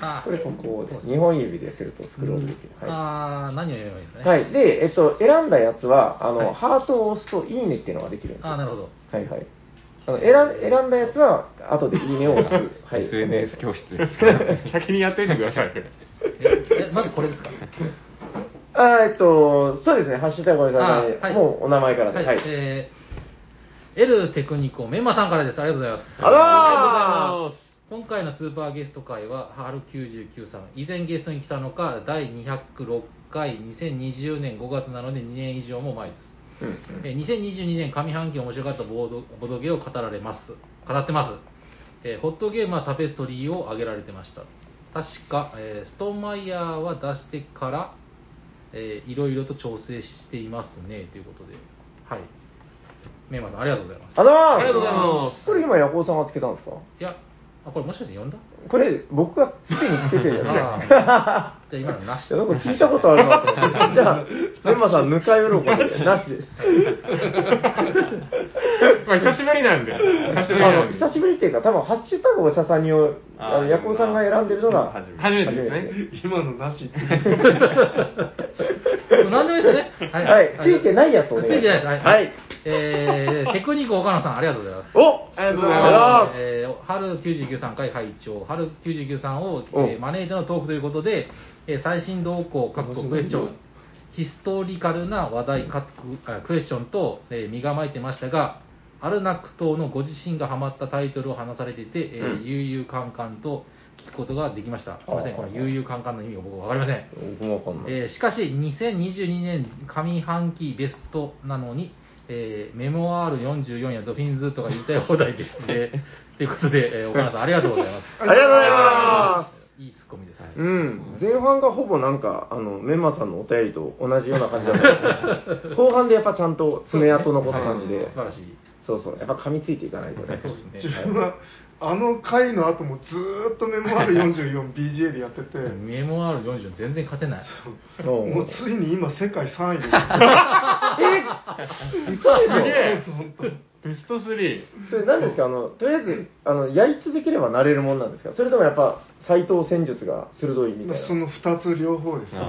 [SPEAKER 2] ああ
[SPEAKER 3] これここです。2本指でするとスクロールできる。は
[SPEAKER 2] あー何を言えばいいですか
[SPEAKER 3] い。
[SPEAKER 2] ね。
[SPEAKER 3] はい。で、えっと、選んだやつは、あの、
[SPEAKER 2] はい
[SPEAKER 3] ハートを押すといいねっていうのができるんですよ。
[SPEAKER 2] あーなるほど。
[SPEAKER 3] はいはい。あの選ん選んだやつは、後でいいねを押す。はい。
[SPEAKER 1] SNS 教室ですけど、
[SPEAKER 7] 先にやっといてくだ さい。
[SPEAKER 2] ええまずこれですか。
[SPEAKER 3] あーえっと、そうですね、ハッシュタグごめんなさい、
[SPEAKER 2] あはい
[SPEAKER 3] もうお名前からで、
[SPEAKER 2] は。
[SPEAKER 3] はいい。
[SPEAKER 2] えー、エルテクニコメンマさんからです。ありがとうございます。
[SPEAKER 3] あらー
[SPEAKER 2] 今回のスーパーゲスト会は、春99さん、以前ゲストに来たのか、第206回、2020年5月なので2年以上も前です。
[SPEAKER 3] うんうん
[SPEAKER 2] えー2022年上半期面白かったボードボードゲームを語られます語ってます、えーホットゲームはタペストリーを挙げられてました確か、えーストーンマイヤーは出してから、えー、いろいろと調整していますねということではいメンマさんありがとうございます
[SPEAKER 3] あの。
[SPEAKER 4] ありがとうございます
[SPEAKER 3] これ今、ヤコウさんがつけたんですか
[SPEAKER 2] いやあこれもしかして呼んだ
[SPEAKER 3] これ、僕がすでにつけてるんじゃない
[SPEAKER 2] あーじゃあ今のな し
[SPEAKER 3] いやなんか聞いたことあるなと思って。じゃあ、メンマさん、ぬか喜びで、なしです。
[SPEAKER 7] まあ、久しぶりなんで。久しぶり
[SPEAKER 3] あ
[SPEAKER 7] な
[SPEAKER 3] の
[SPEAKER 7] んで。
[SPEAKER 3] 久しぶりっていうか、多分ハッシュタグおしゃさんにを、あのヤコウさんが選んでるのが、
[SPEAKER 7] 初めてですね。
[SPEAKER 5] 今のなしって
[SPEAKER 2] 何でもいいですね
[SPEAKER 3] はいついてないやつお願いします
[SPEAKER 2] ついてないですはい、
[SPEAKER 3] はい
[SPEAKER 2] えーテクニック岡野さんありがとうございます
[SPEAKER 3] お
[SPEAKER 7] ありがとうござい
[SPEAKER 3] あ
[SPEAKER 7] ま
[SPEAKER 2] えー春993回拝聴春993を、
[SPEAKER 3] お
[SPEAKER 2] えー招いてのトークということで、えー最新動向各国クエスチョンヒストリカルな話題各国あクエスチョンと、えー身構えてましたがアルナック島のご自身がハマったタイトルを話されていて、えー悠々カンカンと聞くことができましたすいませんこの悠々カンカンの意味が僕は分かりません
[SPEAKER 3] 僕もわかんない。
[SPEAKER 2] えーしかし、2022年上半期ベストなのに、えーメモアール44やゾフィンズとか言いたい放題です ね。ということで、えー岡野さん、ありがとうございま
[SPEAKER 3] ありがとうございます。
[SPEAKER 2] す。いいツッコミです。
[SPEAKER 3] うん、前半がほぼなんか、あの、メンマさんのお便りと同じような感じだったけど後半でやっぱちゃんと爪痕残す感じで
[SPEAKER 2] 素、晴らしい。
[SPEAKER 3] そうそう、やっぱ噛みついていかないとね。
[SPEAKER 5] 自分はあの回の後もずーっとメモある 44BGA でやってて
[SPEAKER 2] メモアール44全然勝てない。
[SPEAKER 3] も
[SPEAKER 5] も
[SPEAKER 3] う
[SPEAKER 5] うついに今世界3位です
[SPEAKER 7] すげえ。ベスト3。
[SPEAKER 3] それ何ですかあの、とりあえず、あの、やり続ければなれるもんなんですかそれともやっぱ、斎藤戦術が鋭いみたい
[SPEAKER 5] 今
[SPEAKER 3] な
[SPEAKER 5] そ。の2つ両方ですね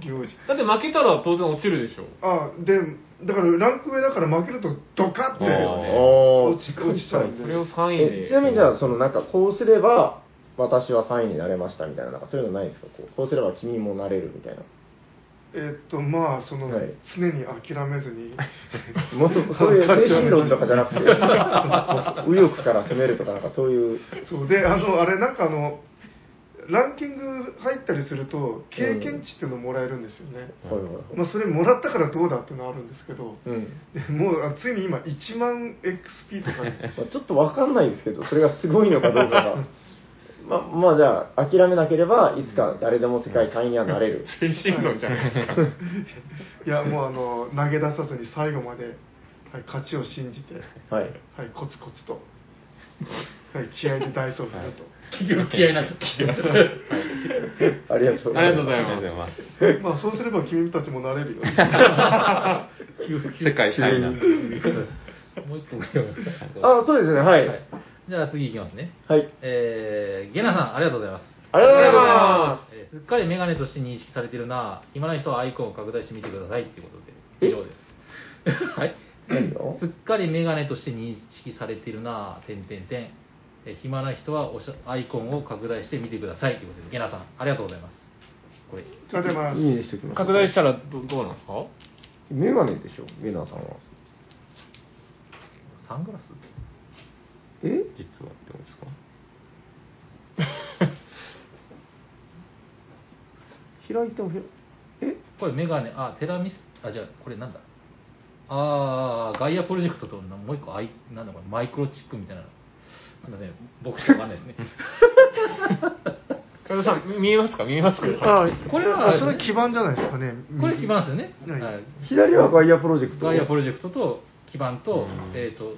[SPEAKER 5] 行事
[SPEAKER 4] だって負けたら当然落ちるでしょ。
[SPEAKER 5] あでだからランク上だから負けるとドカって
[SPEAKER 3] ー
[SPEAKER 5] 落ち落ちちゃうん
[SPEAKER 4] そ
[SPEAKER 5] で
[SPEAKER 4] れを3位
[SPEAKER 3] え
[SPEAKER 4] で。
[SPEAKER 3] ちなみにじゃあ、そのなんか、こうすれば、私は3位になれましたみたいな、なんかそういうのないですかこうこうすれば君もなれるみたいな。
[SPEAKER 5] えっとまあその、
[SPEAKER 3] はい
[SPEAKER 5] 常に諦め ずに
[SPEAKER 3] もっとそういう精神論とかじゃな くて、右翼から攻めるとか、なんかそういう、
[SPEAKER 5] そうであのあれなんかあのランキング入ったりすると経験値っていうのもらえるんですよね、
[SPEAKER 3] はいはいはい
[SPEAKER 5] まあ、それもらったからどうだっていうのはあるんですけど、
[SPEAKER 3] うん
[SPEAKER 5] でもうあついに今1万 XP とかに
[SPEAKER 3] まあちょっとわかんないですけど、それがすごいのかどうか が。まあ、まあじゃあ、諦めなければ、いつか誰でも世界3位にはなれる。
[SPEAKER 7] 精神論じゃないですか。
[SPEAKER 5] いやもうあの投げ出さずに最後まで、はい、勝ちを信じて、
[SPEAKER 3] はい。
[SPEAKER 5] はい、コツコツと、はい、気合でダイソー振ると。
[SPEAKER 2] 結局気合いになっちゃった。
[SPEAKER 3] ありがとうご
[SPEAKER 7] あ
[SPEAKER 3] ざ
[SPEAKER 7] りがとう
[SPEAKER 3] いま
[SPEAKER 7] ご
[SPEAKER 3] す。
[SPEAKER 7] ざいます。
[SPEAKER 5] まあそうすれば君たちもなれるよ。
[SPEAKER 1] 世界最難。
[SPEAKER 2] もう一個ぐらいは
[SPEAKER 3] あ、そうですね、はい。はい。
[SPEAKER 2] じゃあ次いきますね。
[SPEAKER 3] あり
[SPEAKER 2] えー、ゲナさん、ありがとうございます。
[SPEAKER 3] がとうございま
[SPEAKER 2] えーすっかりメガネとして認識されてるな今の人はアイコンを拡大してみてくださいっていうことで
[SPEAKER 3] え
[SPEAKER 2] 以上ですはい
[SPEAKER 3] す。何を
[SPEAKER 2] すっかりメガネとして認識されてるなぁ、てんてんてん。え暇な人はおしゃアイコンを拡大してみてくださいということで、ゲナさん、ありがとうございます。これ、
[SPEAKER 5] あでも
[SPEAKER 3] いいねしときます。
[SPEAKER 4] 拡大したらどどうなんですか
[SPEAKER 3] メガネでしょ、メナさんは。
[SPEAKER 2] サングラス
[SPEAKER 3] え
[SPEAKER 1] 実はってことですか
[SPEAKER 3] 開いても開いえ
[SPEAKER 2] これメガネ、あ、テラミス、あ、じゃあ、これなんだあー、ガイアプロジェクトと、なもう一個アイ、なんだこれ、マイクロチックみたいなの。すみません、僕しかわかんない ですね。
[SPEAKER 7] 加藤さん、見えますか見えますか
[SPEAKER 5] あ
[SPEAKER 2] これは
[SPEAKER 5] あそれ基盤じゃないですかね
[SPEAKER 2] これ基盤ですよ
[SPEAKER 5] は
[SPEAKER 2] ね。
[SPEAKER 5] い
[SPEAKER 2] はい。
[SPEAKER 3] 左はガイアプロジェクト。
[SPEAKER 2] ガイアプロジェクトと基盤と、えっと、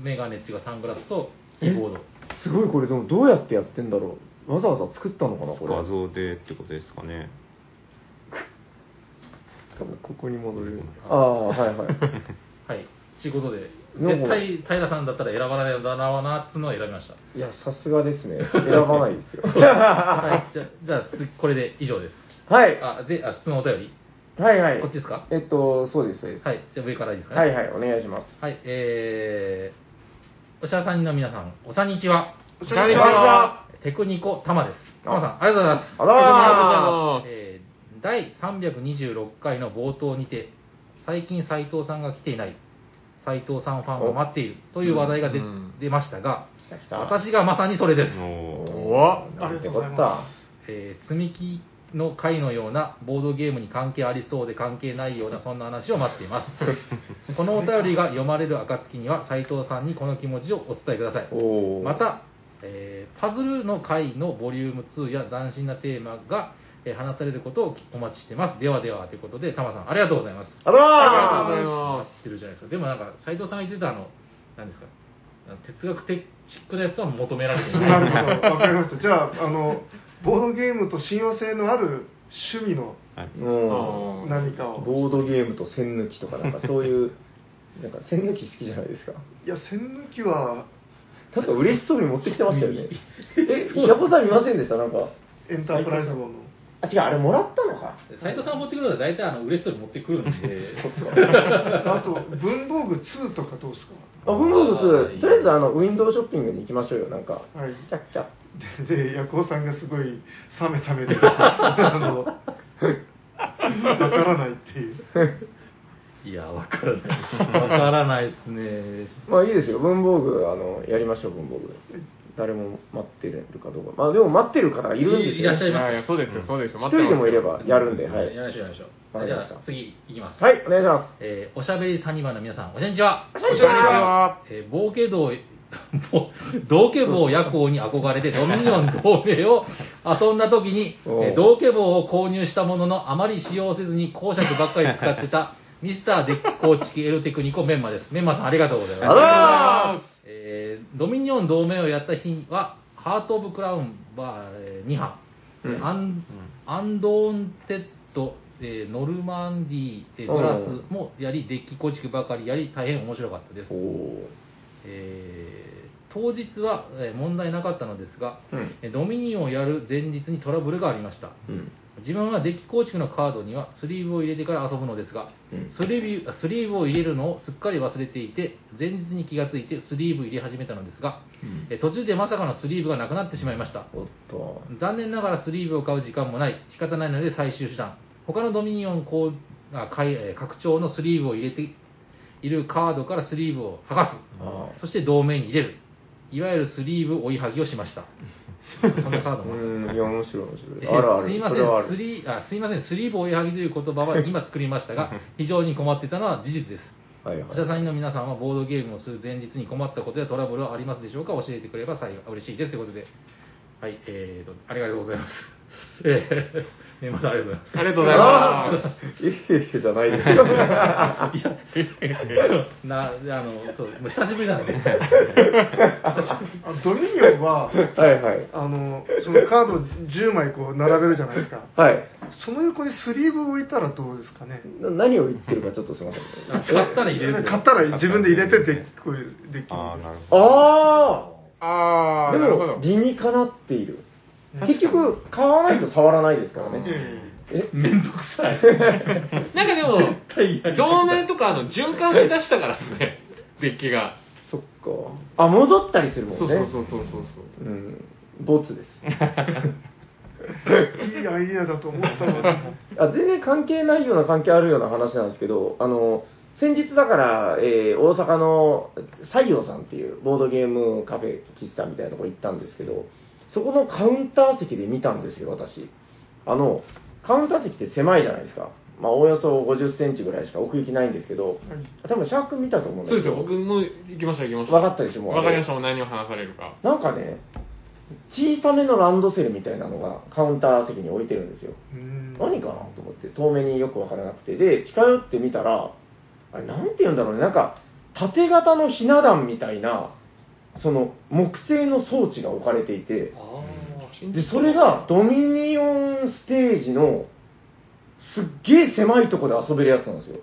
[SPEAKER 2] メガネっちがサングラスとキーボード。
[SPEAKER 3] すごいこれでもどうやってやってんだろう。わざわざ作ったのかな、これ。
[SPEAKER 1] 画像でってことですかね
[SPEAKER 3] 多分ここに戻れる。ああ、はいはい。
[SPEAKER 2] はい。ちゅうことで、
[SPEAKER 3] なん
[SPEAKER 2] 絶
[SPEAKER 3] か
[SPEAKER 2] 対平さんだったら選ばないだろうなっつうのを選びました。
[SPEAKER 3] いや、さすがですね。選ばない ですよ。
[SPEAKER 2] はい。じゃじゃあ、次これで以上です。
[SPEAKER 3] はい。
[SPEAKER 2] あ、で、あ、質問お便り
[SPEAKER 3] はいはい。
[SPEAKER 2] こっちですか
[SPEAKER 3] えっと、そうです、そうです。
[SPEAKER 2] はい。じゃあ上からいいですかね。
[SPEAKER 3] はいはい、お願いします。
[SPEAKER 2] はい、えー、おしゃさんの皆さん、おさにちは。
[SPEAKER 5] おしゃにちは
[SPEAKER 2] テクニコたまです。たまさん、ありがとうございます。
[SPEAKER 3] あらー
[SPEAKER 7] あ
[SPEAKER 2] えー第326回の冒頭にて、最近斉藤さんが来ていない、斉藤さんファンを待っているという話題が出,、
[SPEAKER 7] うん
[SPEAKER 2] 出ましたが、
[SPEAKER 3] 来た来た。
[SPEAKER 2] 私がまさにそれです。
[SPEAKER 1] おー
[SPEAKER 7] お
[SPEAKER 5] ありがとうござい
[SPEAKER 3] よか
[SPEAKER 5] ま
[SPEAKER 2] えー積み木の回のようなボードゲームに関係ありそうで関係ないようなそんな話を待っています このお便りが読まれる暁には斉藤さんにこの気持ちをお伝えください
[SPEAKER 3] おー
[SPEAKER 2] ま、た、えーパズルの回のボリューム2や斬新なテーマが、えー話されることをお待ちしてますではではということでタマさんありがとうございます
[SPEAKER 3] あら
[SPEAKER 7] ありがとうござい
[SPEAKER 3] ー
[SPEAKER 7] ま
[SPEAKER 2] 知ってるじゃないですかでもなんか斉藤さんが言ってたあの何ですかあの哲学的チックなやつは求められて
[SPEAKER 5] す
[SPEAKER 2] る
[SPEAKER 5] なるほどわかりましたじゃああのボードゲームと信用性のある趣味の
[SPEAKER 1] はい
[SPEAKER 3] も
[SPEAKER 7] うん
[SPEAKER 5] 何かを
[SPEAKER 3] う、ボードゲームと線抜きとか、なんかそう いう、なんか線抜き好きじゃないですか。
[SPEAKER 5] いや線抜きは
[SPEAKER 3] なんか嬉しそうに持ってきてましたよね。
[SPEAKER 2] え
[SPEAKER 3] ヤコさん見ませんでしたなんか。
[SPEAKER 5] エンタープライズ号の
[SPEAKER 3] あ、違う、あれもらったのか。
[SPEAKER 2] 斉藤さん持ってくるのは大体あの嬉しそうに持ってくるんで、
[SPEAKER 5] あと文房具2とかどうですか
[SPEAKER 3] あ、文房
[SPEAKER 2] あ
[SPEAKER 3] 具
[SPEAKER 2] ー
[SPEAKER 3] 2、とりあえずあの、ウィンドウショッピングに行きましょうよ、なんか。
[SPEAKER 5] はい
[SPEAKER 3] キャッキャッ。
[SPEAKER 5] ででヤコウさんがすごい冷めた目であのわからないっていう
[SPEAKER 2] いや、わからない。わからないですね。
[SPEAKER 3] まあいいですよ、文房具、あの、やりましょう、文房具。誰も待ってるかどうか。まあでも待ってる方がいるんですよ、ね。
[SPEAKER 2] いらっしゃい
[SPEAKER 7] あい
[SPEAKER 2] ま
[SPEAKER 7] やそうですよ、そうですよ。
[SPEAKER 3] 一
[SPEAKER 7] 待ってます
[SPEAKER 3] 人で
[SPEAKER 7] よ
[SPEAKER 3] もいればやるんで、
[SPEAKER 2] す。
[SPEAKER 3] はい。
[SPEAKER 2] やりましょう、やりましょ
[SPEAKER 3] わか
[SPEAKER 2] う。
[SPEAKER 3] り
[SPEAKER 2] じ
[SPEAKER 3] まし
[SPEAKER 2] ゃ
[SPEAKER 3] た
[SPEAKER 2] あ、次いきます。
[SPEAKER 3] はい、お願いしま
[SPEAKER 2] えーおしゃべりサニバの皆さん、おせんちは。
[SPEAKER 7] こんにちは。
[SPEAKER 2] えー、冒険 道、ぼ道化坊夜行に憧れてドミニオン同盟を 遊んだ時に、
[SPEAKER 3] おう
[SPEAKER 2] えー道化坊を購入したもののあまり使用せずに公爵ばっかり使って たミスターデッキ構築エロテクニコメンマです。メンマさんありがとうございます。
[SPEAKER 3] あらー
[SPEAKER 2] えードミニオン同盟をやった日は、ハート・オブ・クラウンバー2波、
[SPEAKER 3] うん
[SPEAKER 2] アンアンドーンテッド、えーノルマンディー、えーグラスもやり、デッキ構築ばかりやり、大変面白かったです
[SPEAKER 3] す。お。ー
[SPEAKER 2] えー当日はえー問題なかったのですが、
[SPEAKER 3] うん。
[SPEAKER 2] えードミニオンをやる前日にトラブルがありました
[SPEAKER 3] うん。
[SPEAKER 2] 自分はデッキ構築のカードにはスリーブを入れてから遊ぶのですが、
[SPEAKER 3] うん
[SPEAKER 2] スリーブあスリーブを入れるのをすっかり忘れていて前日に気がついてスリーブを入れ始めたのですが、えー途中でまさかのスリーブがなくなってしまいました
[SPEAKER 3] おっと。
[SPEAKER 2] 残念ながらスリーブを買う時間もない仕方ないので最終手段他のドミニオンこうあ買いえー拡張のスリーブを入れているカードからスリーブを剥がす
[SPEAKER 3] あ
[SPEAKER 2] そして同盟に入れる。いわゆるスリーブ追いはぎをしました。そんなカー
[SPEAKER 3] あ。
[SPEAKER 2] ド
[SPEAKER 3] う
[SPEAKER 2] もある。
[SPEAKER 3] ん、いや、面白い、面白
[SPEAKER 2] え
[SPEAKER 3] い。あるあ
[SPEAKER 2] すい
[SPEAKER 3] る。
[SPEAKER 2] ま
[SPEAKER 3] そ
[SPEAKER 2] せ
[SPEAKER 3] れはあ
[SPEAKER 2] ん、ス
[SPEAKER 3] る。
[SPEAKER 2] リーあすいません、スリーブ追いはぎという言葉 は今作りましたが、非常に困っていたのは事実です。
[SPEAKER 3] はい
[SPEAKER 2] おしゃ
[SPEAKER 3] はい。
[SPEAKER 2] さんの皆さんはボードゲームをする前日に困ったことやトラブルはありますでしょうか教えてくれれば幸い嬉しいです。ということで、はい、えーと、ありがとうございます。 えー、メンバーさんありがとうござい
[SPEAKER 7] あ
[SPEAKER 2] ます。
[SPEAKER 7] りがとうございま
[SPEAKER 3] いえいえじゃないですよ。
[SPEAKER 2] いや、 な、あの、そう、もう久しぶりなんで。
[SPEAKER 5] あドミニオンは
[SPEAKER 3] はいはい。
[SPEAKER 5] あのそのカード10枚こう並べるじゃないですか
[SPEAKER 3] はい。
[SPEAKER 5] その横にスリーブを置いたらどうですかね
[SPEAKER 3] な何を言ってるかちょっとすいません。
[SPEAKER 2] 買ったら入れる。
[SPEAKER 5] 買ったら自分で入れてでこういうデッキ
[SPEAKER 1] ああ
[SPEAKER 5] に
[SPEAKER 1] なるほど
[SPEAKER 3] あ
[SPEAKER 7] す。あ
[SPEAKER 3] あ
[SPEAKER 7] ー、
[SPEAKER 3] で
[SPEAKER 7] なるほど
[SPEAKER 3] も、。理にかなっている。結局、買わないと触らないですから
[SPEAKER 5] え
[SPEAKER 3] ね。え
[SPEAKER 2] めんどくさい。
[SPEAKER 7] なんかでも、
[SPEAKER 2] 対やり
[SPEAKER 7] 同盟とかあの循環しだしたからですね、デッキが。
[SPEAKER 3] そっか。あ、戻ったりするもんね。
[SPEAKER 7] そうそうそうそうそう。
[SPEAKER 3] うん。ボツです。
[SPEAKER 5] えいいアイデアだと思ったのに
[SPEAKER 3] あ全然関係ないような関係あるような話なんですけど、あの先日だから、えー大阪の西洋さんっていうボードゲームカフェ喫茶みたいなとこ行ったんですけど、そこのカウンター席で見たんですよ、私。あの、カウンター席って狭いじゃないですか。まあ、おおよそ50センチぐらいしか奥行きないんですけど、多分シャーク見たと思うんだ
[SPEAKER 4] そう
[SPEAKER 3] け
[SPEAKER 4] です
[SPEAKER 3] ど。
[SPEAKER 4] よ。僕も行きました、行きました。
[SPEAKER 3] 分かったでしょ、もう。
[SPEAKER 4] わかりました、もう何を話されるか。
[SPEAKER 3] なんかね、小さめのランドセルみたいなのがカウンター席に置いてるんですよ。
[SPEAKER 5] うん
[SPEAKER 3] 何かなと思って、遠目によく分からなくて。で、近寄ってみたら、あれ、なんて言うんだろうね、なんか、縦型のひな壇みたいな、その、木製の装置が置かれていて、で、それがドミニオンステージの、すっげえ狭いとこで遊べるやつなんですよ。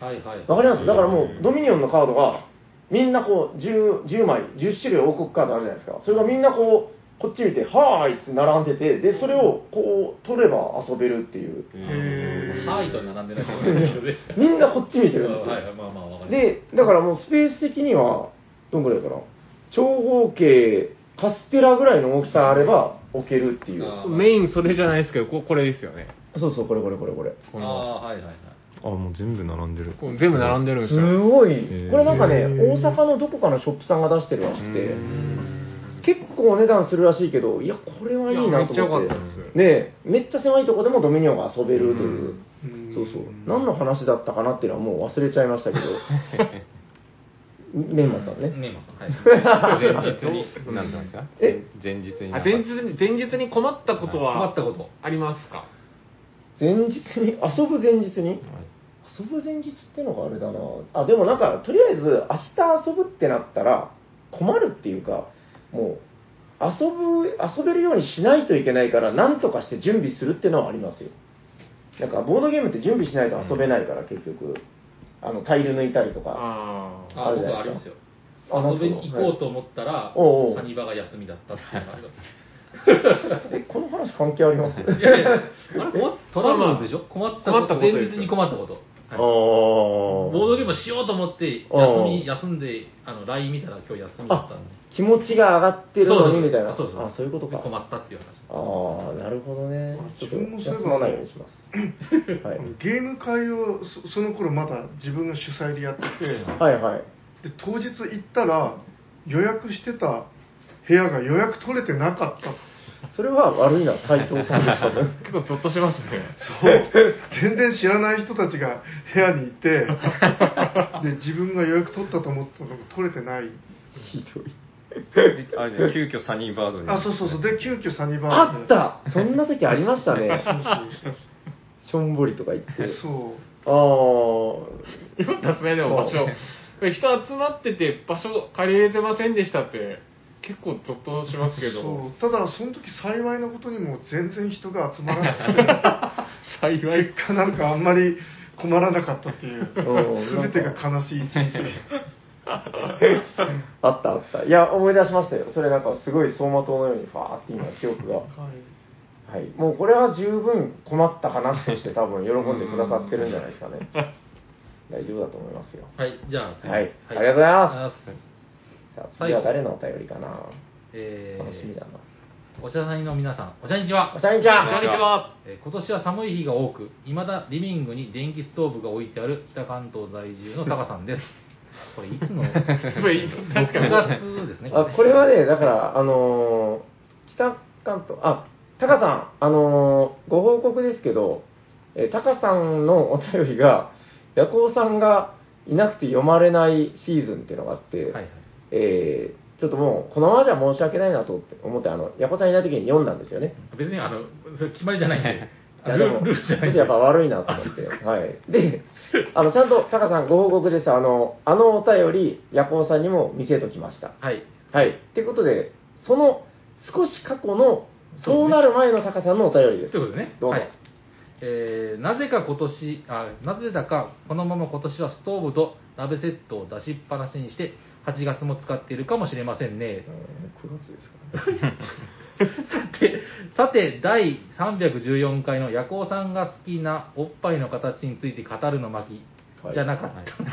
[SPEAKER 2] はいはい。
[SPEAKER 3] わかりますだからもう、ドミニオンのカードが、みんなこう10、10枚、10種類王国カードあるじゃないですか。それがみんなこう、こっち見て、はーいって並んでて、で、それをこう、取れば遊べるっていう。
[SPEAKER 5] へー
[SPEAKER 2] はいと並んでないと思うんですけどね
[SPEAKER 3] みんなこっち見てるんですよ
[SPEAKER 2] はいはい、まあまあわかります。
[SPEAKER 3] で、だからもうスペース的には、どんぐらいかな。長方形、カステラぐらいの大きさあれば置けるっていう。
[SPEAKER 2] あー
[SPEAKER 4] メインそれじゃないですけど、ここれですよね。
[SPEAKER 3] そうそう、これこれこれこれ。
[SPEAKER 4] こ
[SPEAKER 2] あ
[SPEAKER 4] の、
[SPEAKER 2] あ、はいはいはい。
[SPEAKER 1] あもう全部並んでる
[SPEAKER 4] こう全部並んでるんですよ。
[SPEAKER 3] すごい
[SPEAKER 1] ー。
[SPEAKER 3] これなんかね、大阪のどこかのショップさんが出してるらしくて。結構お値段するらしいけど、いや、これはいいなと思って
[SPEAKER 4] いやめっちゃ良かったで、
[SPEAKER 3] ねえめっちゃ狭いとこでもドミニオンが遊べるという、
[SPEAKER 5] うん
[SPEAKER 3] そうそう、何の話だったかなっていうのはもう忘れちゃいま したけど、メンマさんね、
[SPEAKER 2] メイマさん、はい。
[SPEAKER 7] 前日に
[SPEAKER 1] 何なんですか
[SPEAKER 3] え
[SPEAKER 1] 前日に
[SPEAKER 4] あ前日に前日に困ったこと
[SPEAKER 2] 困っ
[SPEAKER 4] は
[SPEAKER 2] たこと。
[SPEAKER 4] ありますか
[SPEAKER 3] 前日に、遊ぶ前日に、遊ぶ前日ってのがあれだな、あでもなんか、とりあえず、明日遊ぶってなったら、困るっていうか、もう、遊ぶ、遊べるようにしないといけないから、なんとかして準備するってのはありますよ。なんか、ボードゲームって準備しないと遊べないから、結局、あの、タイル抜いたりとか。
[SPEAKER 4] ああ。
[SPEAKER 2] あ、
[SPEAKER 3] あるじ
[SPEAKER 2] 僕
[SPEAKER 3] ゃ
[SPEAKER 2] は
[SPEAKER 3] ない
[SPEAKER 2] あり
[SPEAKER 3] で
[SPEAKER 2] ますす
[SPEAKER 3] か
[SPEAKER 2] よ。
[SPEAKER 3] あ
[SPEAKER 2] 遊びに行こうと
[SPEAKER 3] は
[SPEAKER 2] 思ったら、
[SPEAKER 3] おうおう
[SPEAKER 2] サニバが休みだったっていうのがあります。
[SPEAKER 3] いえ、この話関係あります
[SPEAKER 2] いやいや、あれ困っトラブルでしょ困ったこ
[SPEAKER 4] 困った
[SPEAKER 2] と。
[SPEAKER 4] ことで
[SPEAKER 2] 前
[SPEAKER 4] すよ
[SPEAKER 2] 日に困ったこと。
[SPEAKER 3] あ
[SPEAKER 2] はいボード
[SPEAKER 3] ー
[SPEAKER 2] ゲームしようと思って、
[SPEAKER 3] おう
[SPEAKER 2] 休み、休んで、あの、LINE 見たら今日休みだったんで。
[SPEAKER 3] 気持ちが上がってるのにみたいな。
[SPEAKER 2] そうそう。
[SPEAKER 3] あ、そういうことか。
[SPEAKER 2] 困ったっていう話。
[SPEAKER 3] ああ、なるほどね
[SPEAKER 5] あ。
[SPEAKER 3] ちょっと
[SPEAKER 5] 自分もそういえば
[SPEAKER 3] 休まないようにします。 はい。
[SPEAKER 5] ゲーム会をそその頃まだ自分が主催でやってて
[SPEAKER 3] はいはい。
[SPEAKER 5] で当日行ったら予約してた部屋が予約取れてなかった
[SPEAKER 3] それは悪いのは斎藤さんでした ね。
[SPEAKER 4] 結構ゾッとしますね。
[SPEAKER 5] そう全然知らない人たちが部屋にい てで自分が予約取ったと思ってたのが取れてない
[SPEAKER 3] ひどい。
[SPEAKER 1] あれですね急遽サニーバードに
[SPEAKER 5] あそうそうそうで急遽サニバー
[SPEAKER 3] あ
[SPEAKER 5] で
[SPEAKER 3] ったそんな時ありました ね。しょんぼりとか言って。
[SPEAKER 5] そう
[SPEAKER 3] ああ、
[SPEAKER 4] よかったですね、でも場所。人集まってて場所借りれてませんでしたって、結構ゾッとしますけ
[SPEAKER 5] そ
[SPEAKER 4] ど、
[SPEAKER 5] うただその時幸いなことにも全然人が集まらなくて幸い結果なんかあんまり困らなかったっていう
[SPEAKER 3] うん
[SPEAKER 5] 全てが悲しい一日
[SPEAKER 3] あったあった。いや、思い出しましたよ。それなんかすごい走馬灯のようにファーって今記憶が。
[SPEAKER 5] はい
[SPEAKER 3] はい、もうこれは十分困った話として多分喜んでくださってるんじゃないですかね。大丈夫だと思いますよ。
[SPEAKER 2] はい、じゃあ次、
[SPEAKER 3] はいありがとうございます
[SPEAKER 2] ありがとうございます。
[SPEAKER 3] さあ次は誰のお便りかな、
[SPEAKER 2] え
[SPEAKER 3] 楽しみだな。
[SPEAKER 2] ー、お茶谷の皆さん、お茶にちは
[SPEAKER 3] おし。ゃれちゃん
[SPEAKER 4] こんにちは。
[SPEAKER 2] えー今年は寒い日が多く、いまだリビングに電気ストーブが置いてある北関東在住のタカさん です。これいつの
[SPEAKER 4] それ確かに
[SPEAKER 2] ?6 月ですね。
[SPEAKER 3] あこれはね、だから、あのー北関東、あ、タカさん、あのーご報告ですけど、えータカさんのお便りが、ヤコウさんがいなくて読まれないシーズンっていうのがあって、
[SPEAKER 2] はいはい。
[SPEAKER 3] えーちょっともう、このままじゃ申し訳ないなと思って、あの、ヤコウさんいない時に読んだんですよね。
[SPEAKER 2] 別に、あの、それ決まりじゃないんで。
[SPEAKER 3] い
[SPEAKER 2] あ
[SPEAKER 3] やでも、
[SPEAKER 2] ルールルールじゃ
[SPEAKER 3] ち
[SPEAKER 2] な
[SPEAKER 3] ょっ
[SPEAKER 2] い
[SPEAKER 3] と
[SPEAKER 2] んで。
[SPEAKER 3] やっぱ悪いなと思 って。はい。で、あの、ちゃんと、タカさんご報告です。あの、あのお便り、ヤコウさんにも見せときました。
[SPEAKER 2] はい。
[SPEAKER 3] はい。ってことで、その、少し過去の、そうなる前のタカさんのお便りです。
[SPEAKER 2] ということでね。
[SPEAKER 3] どうぞ。
[SPEAKER 2] はいえーなぜか今年あ、なぜだかこのまま今年はストーブと鍋セットを出しっぱなしにして、8月も使っているかもしれませんね。
[SPEAKER 3] 9月ですか、ね、
[SPEAKER 2] さて、 さて、第314回の夜行さんが好きなおっぱいの形について語るの巻
[SPEAKER 3] はい
[SPEAKER 2] じゃなか っ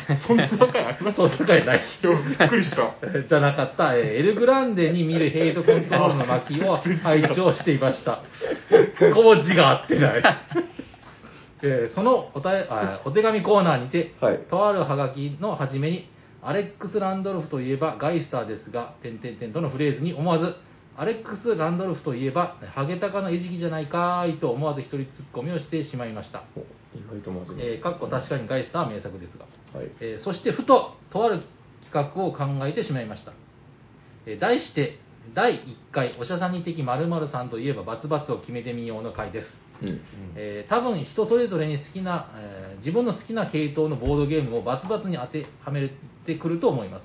[SPEAKER 2] た。そんな回ありますそんな回ない。
[SPEAKER 4] びっくりした。
[SPEAKER 2] じゃなかった、えーエルグランデに見るヘイトコントロールの巻を拝聴していました。工事が合ってない。 えーそのおたあお手紙コーナーにて、
[SPEAKER 3] はい
[SPEAKER 2] とあるハガキの初めに、アレックス・ランドルフといえばガイスターですが、点々点とのフレーズに思わず、アレックス・ランドルフといえば、ハゲタカの餌食じゃないかーいと思わず一人突っ込みをしてしまいました。
[SPEAKER 3] 意外とまずい。
[SPEAKER 2] えーかっこ確かにガイスターは名作ですが。
[SPEAKER 3] はい。
[SPEAKER 2] えーそしてふと、とある企画を考えてしまいました。えー題して、第1回おしゃさんに的〇〇さんといえばバツバツを決めてみようの回です。
[SPEAKER 3] うん。
[SPEAKER 2] えー多分人それぞれに好きな、えー自分の好きな系統のボードゲームをバツバツに当てはめてくると思います。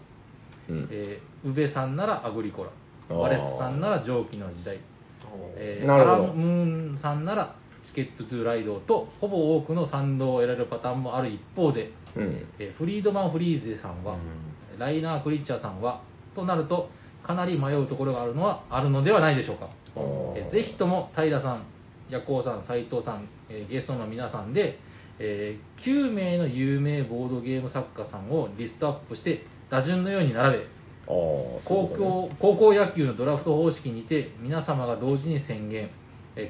[SPEAKER 3] うん。
[SPEAKER 2] えー宇部さんならアグリコ
[SPEAKER 3] あ
[SPEAKER 2] ラ、
[SPEAKER 3] ー
[SPEAKER 2] ワレスさんなら蒸気の時代、えー
[SPEAKER 3] な
[SPEAKER 2] ア
[SPEAKER 3] るほど
[SPEAKER 2] ラムーンさんならチケットトゥーライドと、ほぼ多くの賛同を得られるパターンもある一方で、
[SPEAKER 3] うん。
[SPEAKER 2] えーフリードマン・フリーゼさんは、ライナー・クリッチャーさんは、となると、かなり迷うところがあるのはあるのではないでしょうか。
[SPEAKER 3] あー
[SPEAKER 2] えーぜひとも平さん、夜行さん、斉藤さん、えーゲストの皆さんで、えー9名の有名ボードゲーム作家さんをリストアップして、打順のように並べ、
[SPEAKER 3] ああ、
[SPEAKER 2] 高校高校野球のドラフト方式にて皆様が同時に宣言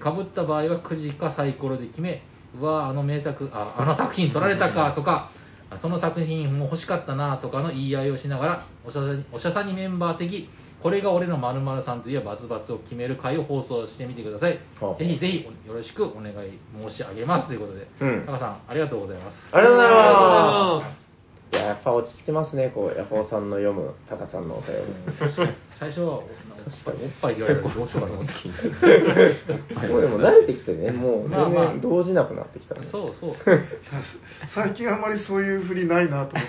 [SPEAKER 2] かぶった場合はくじかサイコロで決めうわあの名作ああの作品取られたかとかあその作品も欲しかったなとかの言い合いをしながらおしゃさにおしゃさにメンバー的これが俺の〇〇さんといえばバツバツを決める会を放送してみてください
[SPEAKER 3] はあ
[SPEAKER 2] ぜひぜひよろしくお願い申し上げますということで、
[SPEAKER 3] うん
[SPEAKER 2] タカさんありがとうござい ます
[SPEAKER 3] ありがとうござい
[SPEAKER 4] あ
[SPEAKER 3] ま
[SPEAKER 4] ー
[SPEAKER 3] す。いや、やっぱ落ち着きますね、こう、ヤホーさんの読む、タカさんのお便り。
[SPEAKER 2] 最初はおっぱいおっぱいって言われるどうしようかと 思って
[SPEAKER 3] もうでも慣れてきてね、もう
[SPEAKER 2] まあ
[SPEAKER 3] 全
[SPEAKER 2] まあ
[SPEAKER 3] 然動じなくなってきたね。
[SPEAKER 2] そうそう
[SPEAKER 5] 最近あんまりそういうふりないなと思っ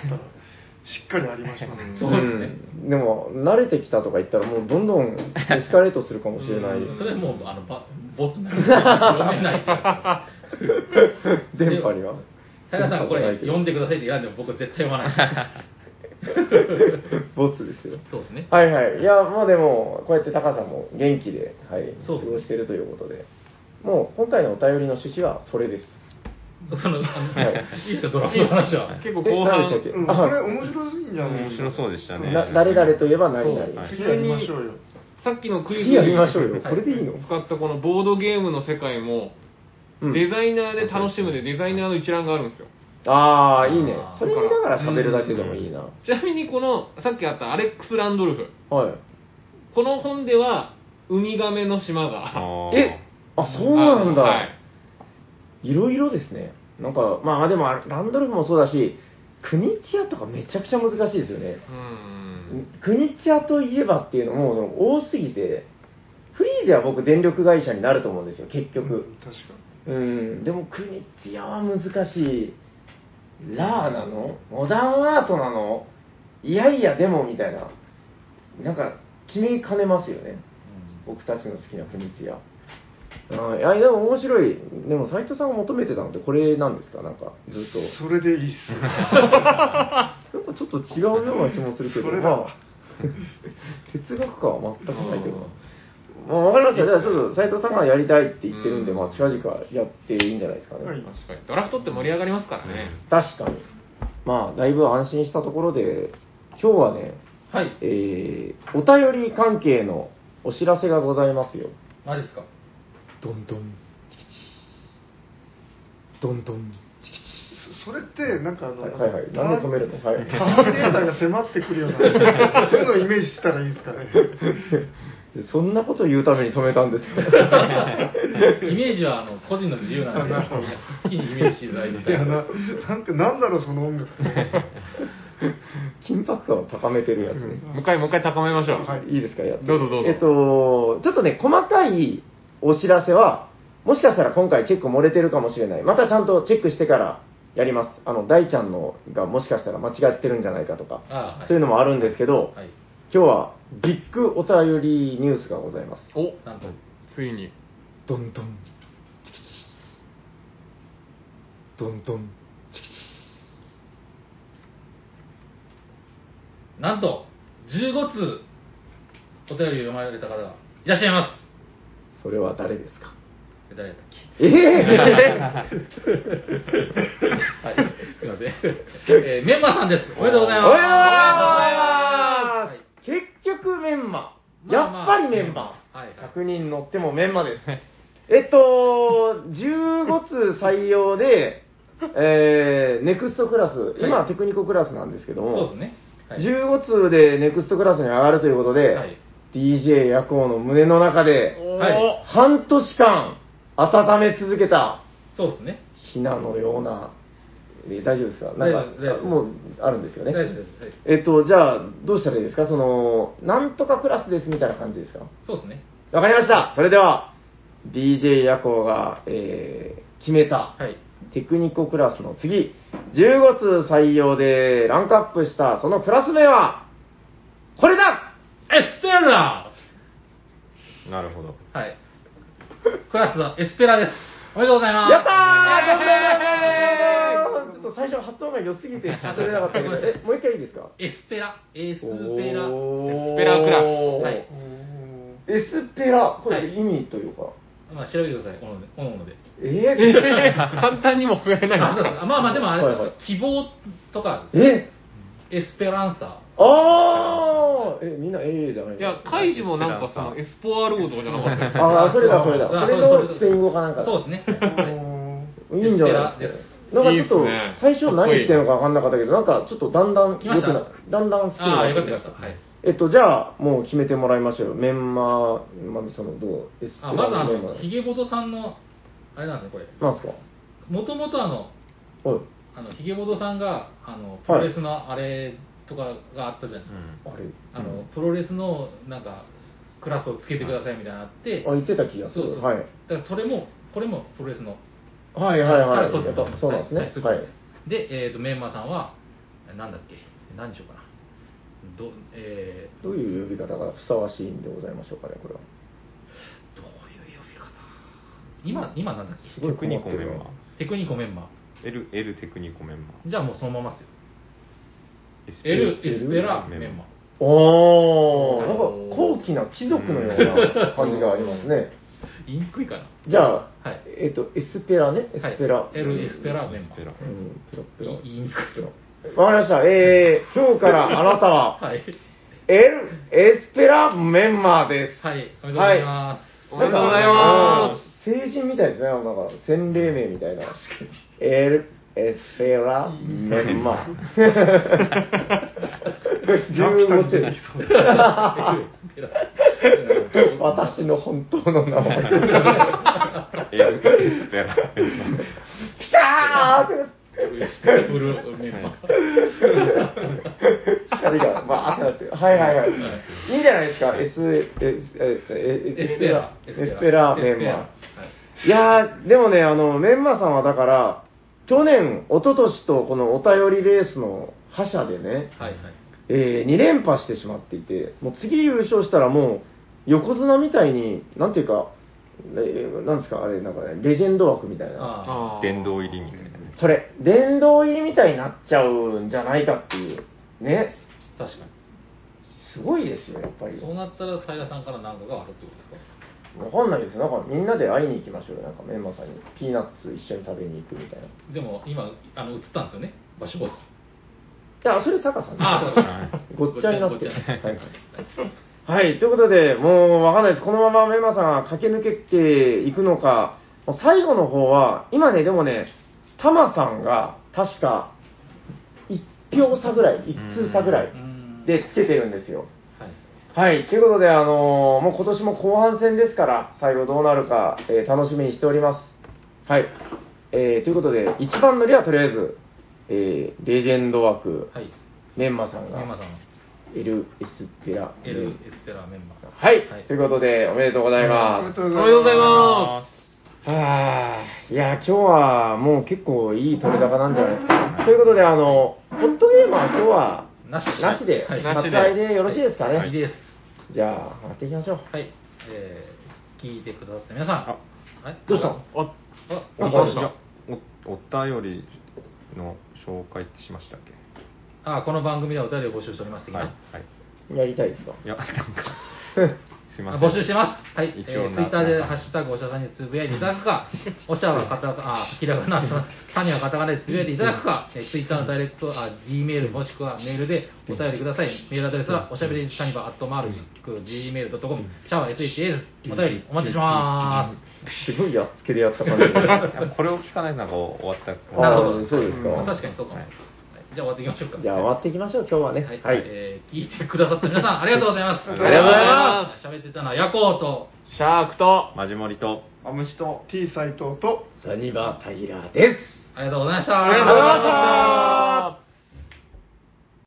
[SPEAKER 5] たら、しっかりありましたね。
[SPEAKER 2] そうですね
[SPEAKER 3] うんでも、慣れてきたとか言ったら、もうどんどんエスカレートするかもしれ ない。
[SPEAKER 2] それもうあのばボツになる読めないから
[SPEAKER 3] 電波には。
[SPEAKER 2] 平さんこれ読んでくださいって選んでも僕は絶対読まない
[SPEAKER 3] ボツですよ。
[SPEAKER 2] そうですね
[SPEAKER 3] はいはい。いや、まあでも、こうやってタカさんも元気で、はい、過
[SPEAKER 2] そ
[SPEAKER 3] ご
[SPEAKER 2] うですね
[SPEAKER 3] しているということで、もう今回のお便りの趣旨はそれです。
[SPEAKER 2] そのあの、
[SPEAKER 3] はい
[SPEAKER 2] い、い ですかドラフトの話は
[SPEAKER 4] 結構
[SPEAKER 3] え何
[SPEAKER 4] 後
[SPEAKER 3] で
[SPEAKER 4] 半
[SPEAKER 3] したっけ
[SPEAKER 5] うん、これ面白いんじゃない
[SPEAKER 1] 面白そう
[SPEAKER 5] で
[SPEAKER 1] でしたね
[SPEAKER 3] な誰々といえば何々。
[SPEAKER 2] そう
[SPEAKER 3] 好
[SPEAKER 5] 次やりましょうよ。
[SPEAKER 4] さっきのクイズ
[SPEAKER 3] きやりましょうよ。これでいいの
[SPEAKER 4] 使ったこのボードゲームの世界も、
[SPEAKER 3] うん
[SPEAKER 4] デザイナーで楽しむでデザイナーの一覧があるんですよ
[SPEAKER 3] ああ、いいね
[SPEAKER 2] あ。ー
[SPEAKER 3] それ見ながら喋るだけでもいいな。
[SPEAKER 4] ちなみにこのさっきあったアレックス・ランドルフ
[SPEAKER 3] はい。
[SPEAKER 4] この本ではウミガメの島が
[SPEAKER 3] えあ、そうなんだ。
[SPEAKER 4] はい
[SPEAKER 3] いろいろですね。なんか、まあでも、あランドルフもそうだし、クニチアとかめちゃくちゃ難しいですよね。
[SPEAKER 4] うーん
[SPEAKER 3] クニチアといえばっていうのもその多すぎて、フリーゼは僕、電力会社になると思うんですよ、結局。
[SPEAKER 5] 確か
[SPEAKER 3] うん、でもクニチアは難しい。ラーなのモダンアートなのいやいや、でもみたいな。なんか、決めかねますよね。僕たちの好きな国津屋あいやでも面白いでも斉藤さんが求めてたのってこれなんですかなんかずっと
[SPEAKER 5] に。それでいいっす。
[SPEAKER 3] なんかちょっと違うような気もするけど
[SPEAKER 5] それだ
[SPEAKER 3] まあ哲学家は全くないけどまあ、わかりましたじゃあちょっと斉藤さんがやりたいって言ってるんで、
[SPEAKER 4] うん
[SPEAKER 3] まあ、近々やっていいんじゃないですかね、
[SPEAKER 5] はい
[SPEAKER 4] 確かにドラフトって盛り上がりますからね、
[SPEAKER 3] 確かにまあだいぶ安心したところで今日はね、
[SPEAKER 2] はい
[SPEAKER 3] えーお便り関係のお知らせがございますよ
[SPEAKER 2] マジですか
[SPEAKER 3] どんどんどんどん
[SPEAKER 5] そそれって、なんかあの、
[SPEAKER 3] はいはいはいなんで止めるの はい
[SPEAKER 5] ターミネーターが迫ってくるような、そういうのをイメージしたらいいですかね。
[SPEAKER 3] そんなこと言うために止めたんです か
[SPEAKER 2] イメージはあの個人の自由なんで好きにイメージしていただいて
[SPEAKER 5] いやな、なんか、なんだろう、その音楽。
[SPEAKER 3] 緊迫感を高めてるやつね、
[SPEAKER 4] もう一回もう一回高めましょう、
[SPEAKER 5] はい
[SPEAKER 3] いいですかやって
[SPEAKER 4] どうぞどうぞ
[SPEAKER 3] えっとちょっとね細かいお知らせはもしかしたら今回チェック漏れてるかもしれないまたちゃんとチェックしてからやりますあの大ちゃんのがもしかしたら間違ってるんじゃないかとか
[SPEAKER 2] ああ
[SPEAKER 3] そういう
[SPEAKER 2] の
[SPEAKER 3] のもあるんですけど、
[SPEAKER 2] はい
[SPEAKER 3] 今日はビッグお便りニュースがございます
[SPEAKER 4] お
[SPEAKER 2] なんと
[SPEAKER 4] ついに
[SPEAKER 3] どんどんどんどん
[SPEAKER 2] なんと15通お便りを読まれた方がいらっしゃいます
[SPEAKER 3] それは誰です か
[SPEAKER 2] 誰だったっけ
[SPEAKER 3] ええ
[SPEAKER 2] はい、すいません。えーメンマさんです。おめでとうございます。
[SPEAKER 3] おめでとうございます結局メンマ、
[SPEAKER 2] まあまあ
[SPEAKER 3] やっぱりメンマ、
[SPEAKER 2] はいはい
[SPEAKER 3] 100人乗ってもメンマですえっと15通採用で、えーネクストクラス今はテクニコクラスなんですけども、
[SPEAKER 2] そうですね。はい
[SPEAKER 3] 15通でネクストクラスに上がるということで、
[SPEAKER 2] はい
[SPEAKER 3] DJ 夜行の胸の中で、
[SPEAKER 2] はい。
[SPEAKER 3] 半年間温め続けた
[SPEAKER 2] そうですね。
[SPEAKER 3] ひなのような、え大丈夫ですかなん
[SPEAKER 2] 大丈夫です大丈夫で
[SPEAKER 3] か、
[SPEAKER 2] す
[SPEAKER 3] もうあるんですよね。
[SPEAKER 2] 大丈夫ですはい
[SPEAKER 3] えっと、じゃあ、どうしたらいいですかその、なんとかクラスですみたいな感じですか
[SPEAKER 2] そうですね。
[SPEAKER 3] わかりました。それでは、DJ 夜行が、えー決めた、
[SPEAKER 2] はい。
[SPEAKER 3] テクニコクラスの次、15通採用でランクアップした、そのクラス名は、これだ
[SPEAKER 2] エスペラ
[SPEAKER 7] なるほど。
[SPEAKER 2] はい。クラスはエスペラです。おめでとうございます。
[SPEAKER 3] やったーちょっと最初発音が良すぎて聞き取れなかったけど、え、もう一回いいですか
[SPEAKER 2] エスペラ、エスペラ。
[SPEAKER 3] ス
[SPEAKER 7] ペラクラス
[SPEAKER 2] はい。
[SPEAKER 3] エスペラ、こ
[SPEAKER 2] は
[SPEAKER 3] れ
[SPEAKER 2] い
[SPEAKER 3] 意味というか。
[SPEAKER 2] まあ調べてください、おのおので。おのおので。
[SPEAKER 3] え
[SPEAKER 7] 簡単にも増えない。
[SPEAKER 2] あそうですあまあまあ、でもあれですよ、
[SPEAKER 3] はいはい
[SPEAKER 2] 希望とかで
[SPEAKER 3] ー、
[SPEAKER 2] す
[SPEAKER 3] え
[SPEAKER 2] エスペランサ
[SPEAKER 3] あーえ、みんな AA じゃない
[SPEAKER 7] いや、カイジもなんかそのエスポアローズとかじゃなかったですか
[SPEAKER 3] ああ、それだ、それだ。
[SPEAKER 2] あ
[SPEAKER 3] それ
[SPEAKER 2] それ
[SPEAKER 3] の
[SPEAKER 2] それ
[SPEAKER 3] スペイン語かなんかだ
[SPEAKER 2] そうですね。
[SPEAKER 3] いいんじゃないですか。なんかちょっ
[SPEAKER 7] いい
[SPEAKER 3] と
[SPEAKER 7] っすね、
[SPEAKER 3] 最初何言ってるのか分かんなかったけど、なんかちょっとだんだん良く
[SPEAKER 2] 来ました
[SPEAKER 3] な、だんだん好きに
[SPEAKER 2] ああ、
[SPEAKER 3] な
[SPEAKER 2] よ
[SPEAKER 3] っ
[SPEAKER 2] か
[SPEAKER 3] て
[SPEAKER 2] っ
[SPEAKER 3] き
[SPEAKER 2] た
[SPEAKER 3] まし。
[SPEAKER 2] よかったた。はい。
[SPEAKER 3] えっと、じゃあ、もう決めてもらいましょうよ。メンマー、まずその、どう、エス
[SPEAKER 2] あまずあ
[SPEAKER 3] メンマ
[SPEAKER 2] の、
[SPEAKER 3] ー
[SPEAKER 2] ヒゲボトさんの、あれなんですね、
[SPEAKER 3] なんすか
[SPEAKER 2] これ。もともとあの、
[SPEAKER 3] おい、
[SPEAKER 2] あのヒゲボトさんが、あの、プロレスのあれとかがあったじゃないですか。
[SPEAKER 3] あれ、
[SPEAKER 2] あの、プロレスの、なんか、クラスをつけてくださいみたいなのあって、
[SPEAKER 3] あ、言ってた気がす
[SPEAKER 2] そうそ
[SPEAKER 3] る。
[SPEAKER 2] う。
[SPEAKER 3] はい。
[SPEAKER 2] だからそれも、これもプロレスの。
[SPEAKER 3] はいはい
[SPEAKER 2] か
[SPEAKER 3] は
[SPEAKER 2] ら取
[SPEAKER 3] い。
[SPEAKER 2] っ
[SPEAKER 3] や
[SPEAKER 2] た
[SPEAKER 3] っぱそうなんですね。はい。
[SPEAKER 2] で、えー、とメンマーさんは、なんだっけ、何でしようかな、ど,、え
[SPEAKER 3] どういう呼び方がふさわしいんでございましょうかね、これは。
[SPEAKER 2] ー、どういう呼び方、今、今なんだっ
[SPEAKER 3] す
[SPEAKER 2] け、
[SPEAKER 3] ごい
[SPEAKER 1] テク
[SPEAKER 3] 困
[SPEAKER 1] ニ
[SPEAKER 3] って
[SPEAKER 1] コ
[SPEAKER 3] る
[SPEAKER 1] メンバ
[SPEAKER 2] テクニコメンマ
[SPEAKER 1] ー L, L テクニコメンバ
[SPEAKER 2] ー、じゃあもうそのままですよ、
[SPEAKER 1] ー SP
[SPEAKER 2] L ・エスペラ・メンマー。
[SPEAKER 3] おー、なんか高貴な貴族のような感じがありますね。
[SPEAKER 2] 言いにくいかな、
[SPEAKER 3] じゃあ、
[SPEAKER 2] はい
[SPEAKER 3] えっと、エスペラね、エスペラ。
[SPEAKER 2] はい、L ・エスペラ・メンマ
[SPEAKER 1] スペラ
[SPEAKER 2] ー。
[SPEAKER 3] うん、ペラペラ。
[SPEAKER 2] 言いにくいですよ
[SPEAKER 3] わかりました。えー、今日からあなたは、
[SPEAKER 2] はい、
[SPEAKER 3] L、エスペラメンマーです。。
[SPEAKER 2] はい、おめでとうございます。
[SPEAKER 7] おめでとうございます
[SPEAKER 3] 成人みたいですね、なんか、洗礼名みたいな。L、エスペラメンマー。15世紀。 私の本当の名 前。
[SPEAKER 1] L エスペラメンバー
[SPEAKER 3] きたーって。
[SPEAKER 2] ブルーメンマー。
[SPEAKER 3] 光が、まあ、ってなって。はいはいはい。いいんじゃないですか。S、え、え、え、
[SPEAKER 2] エスペラ。
[SPEAKER 3] エスペラメン
[SPEAKER 2] エスペラは
[SPEAKER 3] マー。いやー、でもね、あの、メンマさんはだから、去年、一昨年とこのお便りレースの覇者でね、
[SPEAKER 2] いはいはい。
[SPEAKER 3] え2連覇してしまっていて、もう次優勝したらもう、横綱みたいに、なんていうか、えーなんですか、あれ、なんかね、レジェンド枠みたいな。
[SPEAKER 2] ああ
[SPEAKER 7] あー
[SPEAKER 1] 殿堂入りみたいなね
[SPEAKER 3] それ、殿堂入りみたいになっちゃうんじゃないかっていう。ね。
[SPEAKER 2] 確かに。
[SPEAKER 3] すごいですよ、やっぱり。
[SPEAKER 2] そうなったら平さんから何かがあるってことですか
[SPEAKER 3] わかんないですよ。なんかみんなで会いに行きましょうよ。なんかメンマさんに。ピーナッツ一緒に食べに行くみたいな。い
[SPEAKER 2] でも今あの映ったんですよね場所を
[SPEAKER 3] や、それタカさん
[SPEAKER 2] あ
[SPEAKER 3] です。ごっちゃになって
[SPEAKER 2] ご
[SPEAKER 3] る。
[SPEAKER 2] っちゃ
[SPEAKER 3] はいはい、ということで、もうわかんないです。このままメンマさんが駆け抜けていくのか、もう最後の方は、今ね、でもね、タマさんが確か1票差ぐらい、1通差ぐらい
[SPEAKER 2] うん
[SPEAKER 3] でつけてるんですよ。
[SPEAKER 2] はい
[SPEAKER 3] はい、ということで、あのーもう今年も後半戦ですから、最後どうなるか、えー楽しみにしております。はい、えーということで、一番乗りはとりあえず、えーレジェンド枠、
[SPEAKER 2] はい
[SPEAKER 3] メンマさん
[SPEAKER 2] メンマ
[SPEAKER 3] が、
[SPEAKER 2] さん
[SPEAKER 3] エル・エスペラ。
[SPEAKER 2] エル・エスペラメンバー
[SPEAKER 3] はい、
[SPEAKER 2] はい
[SPEAKER 3] ということで、おめでとうございます。
[SPEAKER 5] お
[SPEAKER 7] おめでとうございます
[SPEAKER 3] はあ、いや、今日はもう結構いい取れ高なんじゃないですか。ということで、あの、ホットゲームは今日は、
[SPEAKER 2] なし
[SPEAKER 3] なしで、
[SPEAKER 2] はい
[SPEAKER 3] 割愛でよろしいですかね。
[SPEAKER 2] いいです
[SPEAKER 3] じゃあ、上がっていきましょう。
[SPEAKER 2] はいえー聞いてくださった皆さん
[SPEAKER 1] あ
[SPEAKER 2] はい
[SPEAKER 3] どうしたの
[SPEAKER 7] あ
[SPEAKER 2] あ
[SPEAKER 1] お
[SPEAKER 3] どうし
[SPEAKER 1] じ
[SPEAKER 3] た
[SPEAKER 1] ゃおお便りの紹介ってしましたっけ
[SPEAKER 2] あこの番組ではお便りを募集しております的な
[SPEAKER 1] はい、はい、
[SPEAKER 3] やりたいですか
[SPEAKER 1] いやなんか すいま
[SPEAKER 2] あ
[SPEAKER 1] せん
[SPEAKER 2] 募集してます。はい。え
[SPEAKER 1] 一応
[SPEAKER 2] ー、
[SPEAKER 1] な
[SPEAKER 2] ツイッターで、
[SPEAKER 1] はい
[SPEAKER 2] ハッシュタグ、おしゃさんにつぶやいていただくか、おしゃはカタカナ、あ、ひらがな、さにはカタカナでつぶやいていただくか、えー、ツイッターのダイレクト、あ、D メールもしくはメールでお便りください。メールアドレスは、おしゃべりサニバ、アットマーク、gmail.com、シャワー SHA です。お便りお待ちしてます
[SPEAKER 3] ごいやっつけで やった感じ。
[SPEAKER 1] これを聞かないとなんか終わった
[SPEAKER 2] す。なるほ
[SPEAKER 3] あ
[SPEAKER 2] ど。
[SPEAKER 3] ーそうですか
[SPEAKER 2] ん確かにそうかも。
[SPEAKER 1] はい
[SPEAKER 2] じゃあ終わっていきましょうか。
[SPEAKER 3] じゃあ終わっていきましょう、今日はね。
[SPEAKER 2] はい、
[SPEAKER 3] はい。
[SPEAKER 2] えー聞いてくださった皆さん、ありがとうございます。。
[SPEAKER 5] あり
[SPEAKER 3] がとうござい
[SPEAKER 4] ます
[SPEAKER 2] 喋ってたのは、ヤコウと、
[SPEAKER 4] シャークと、
[SPEAKER 1] マジモリと
[SPEAKER 6] あ虫と
[SPEAKER 5] T 斎藤と
[SPEAKER 3] サニバタイラーです。
[SPEAKER 2] ありがとうございました。
[SPEAKER 5] ありがとうございました